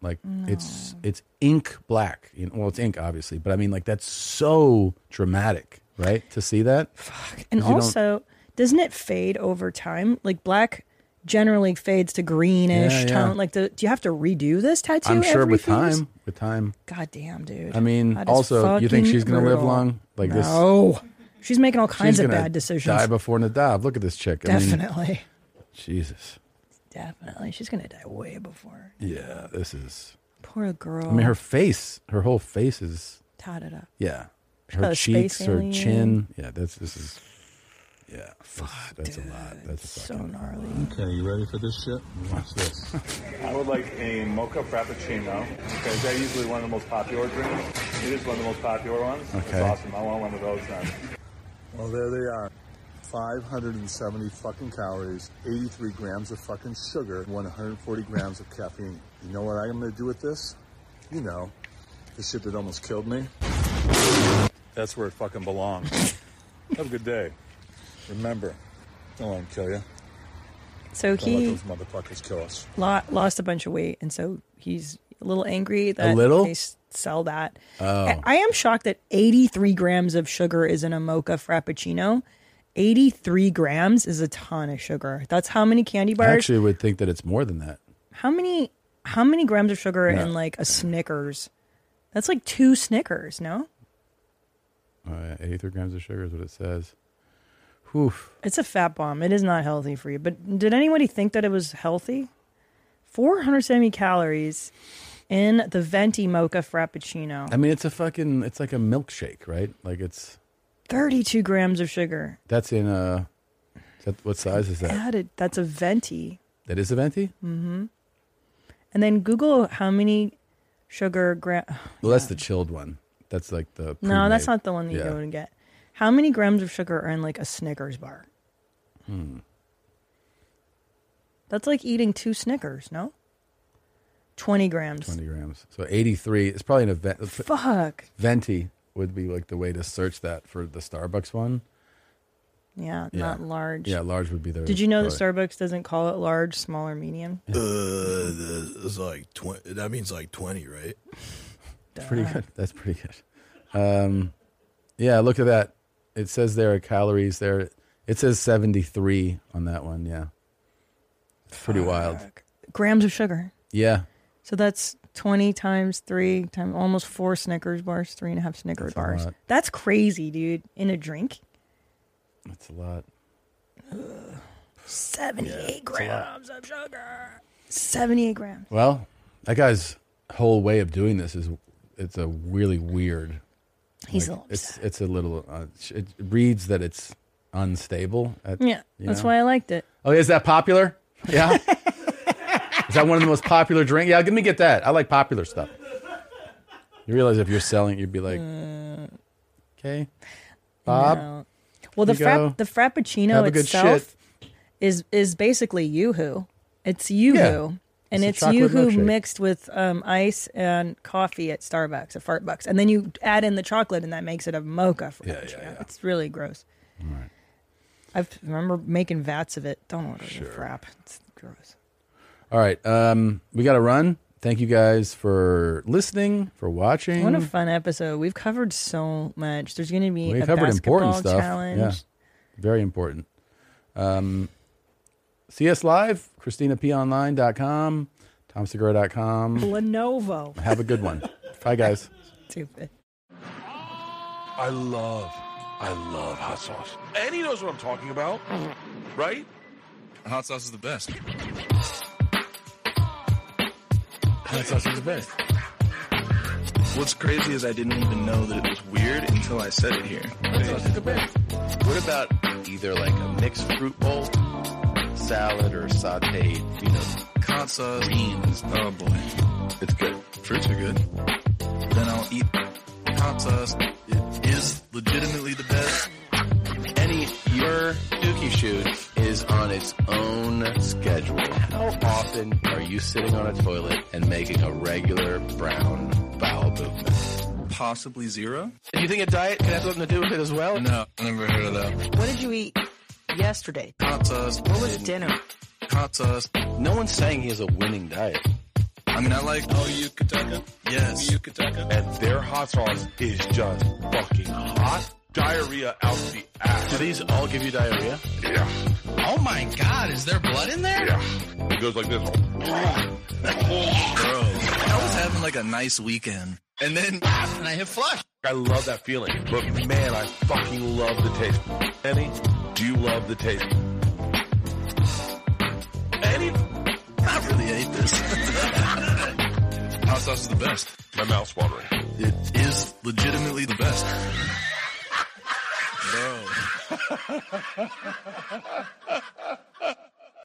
Like it's it's ink black. You know, well, it's ink obviously, but I mean like that's so dramatic, right? To see that. And You don't- also, doesn't it fade over time? Like black generally fades to greenish Yeah, yeah. tone. Like, the, do you have to redo this tattoo? I'm sure every with few years? time, with time. God damn, dude. I mean, That is also, you think fucking she's gonna live brutal. long? Like this- No. She's making all kinds She's of gonna bad decisions. Die before Nadav. Look at this chick. I mean, Definitely. Jesus. Definitely. She's going to die way before. Yeah, this is. Poor girl. I mean, her face, her whole face is Tatted up. Yeah, She's got her a space cheeks, her alien. chin. Yeah, that's this is. Yeah, fuck, that's, a lot. That's so gnarly. Okay, you ready for this shit? Watch this. I would like a mocha frappuccino because they're usually one of the most popular drinks. It is one of the most popular ones. It's Okay. awesome. I want one of those then. Well, there they are. 570 fucking calories, 83 grams of fucking sugar, 140 grams of caffeine. You know what I'm gonna do with this? You know, the shit that almost killed me. That's where it fucking belongs. Have a good day. Remember, don't let 'em kill you. So Don't he- let those motherfuckers kill us. Lo- lost a bunch of weight, and so he's a little angry that little? they s- sell that. Oh. I-, I am shocked that 83 grams of sugar is in a mocha frappuccino. 83 grams is a ton of sugar. That's how many candy I bars. actually would think that it's more than that. how many? How many grams of sugar No. in like a Snickers? That's like two Snickers. No, Oh, yeah, 83 grams of sugar is what it says. Whew. it's a fat bomb. It is not healthy for you. But did anybody think that it was healthy? 470 calories in the venti mocha frappuccino. I mean, it's a fucking. It's like a milkshake, right? Like it's 32 grams of sugar that's in a. Is that, what size is that? added. That's a venti. That is a venti. hmm And then Google how many sugar gram. Well, that's the chilled one. That's like the. No, that's pre-made. not the one that Yeah. you would get. How many grams of sugar are in like a Snickers bar? Hmm. That's like eating two Snickers, no? 20 grams. 20 grams. So 83. It's probably an event. uh, Fuck. Venti would be like the way to search that for the Starbucks one. Yeah, Yeah. not large. Yeah, large would be the. Did you know that probably- Starbucks doesn't call it large, small, or medium? Uh, it's like twenty. That means like twenty, right? That's pretty uh, good. *laughs* That's pretty good. Um, yeah, look at that. It says there are calories there. It says 73 on that one. Yeah. It's pretty wild. Grams of sugar. Yeah. So that's 20 times three times almost four Snickers bars, three and a half Snickers a bars. lot. That's crazy, dude. In a drink, That's a lot. 78 it's a lot. grams of sugar. 78 grams. Well, that guy's whole way of doing this is it's a really weird. He's like, a little it's it's a little uh, it reads that it's unstable. At, Yeah, you that's know? why I liked it. Oh, is that popular? *laughs* Yeah. is that one of the most popular drink? Yeah, let me get that. I like popular stuff. You realize if you're selling, it, you'd be like, okay, Bob. Mm. No. Well, the here you frap- go. the frappuccino Have a good itself shit. is is basically YooHoo. It's YooHoo, and It's a it's, chocolate YooHoo milkshake. mixed with um, ice and coffee at Starbucks, at Fartbucks, and then you add in the chocolate, and that makes it a mocha frappuccino. It's really gross. I remember making vats of it. Don't order the frap. It's gross. All right, um, we got to run. Thank you guys for listening, for watching. What a fun episode! We've covered so much. There's going to be we a covered basketball important stuff. challenge. Yeah, very important. Um, see us live, ChristinaPOnline.com, TomSegura.com. Lenovo. Have a good one. Bye, guys. Stupid. I love, I love hot sauce. And he knows what I'm talking about, right? Hot sauce is the best. Hot sauce is the best. What's crazy is I didn't even know that it was weird until I said it here. Hot sauce is the best. What about either like a mixed fruit bowl, salad, or sauteed, you know, Hot sauce, beans. Oh boy, it's good. Fruits are good. Then I'll eat hot sauce. It is legitimately the best. any your dookie shoot is on its own schedule. How often are you sitting on a toilet and making a regular brown bowel movement? Possibly zero. Do you think a diet can have something to do with it as well? No, never heard of that. What did you eat yesterday? Hot sauce. What was dinner? Hot sauce. No one's saying he has a winning diet. I mean, I like oh you Kataka. Yes, you Kataka. And their hot sauce is just fucking hot. diarrhea out the ass. Do these all give you diarrhea? Yeah. Oh my god, is there blood in there? Yeah. It goes like this. Gross. I was having like a nice weekend. And then and I hit flush. I love that feeling. But man, I fucking love the taste. Annie, do you love the taste? Annie, I really hate this. *laughs* Hot sauce is the best. My mouth's watering. It is legitimately the best. Bro.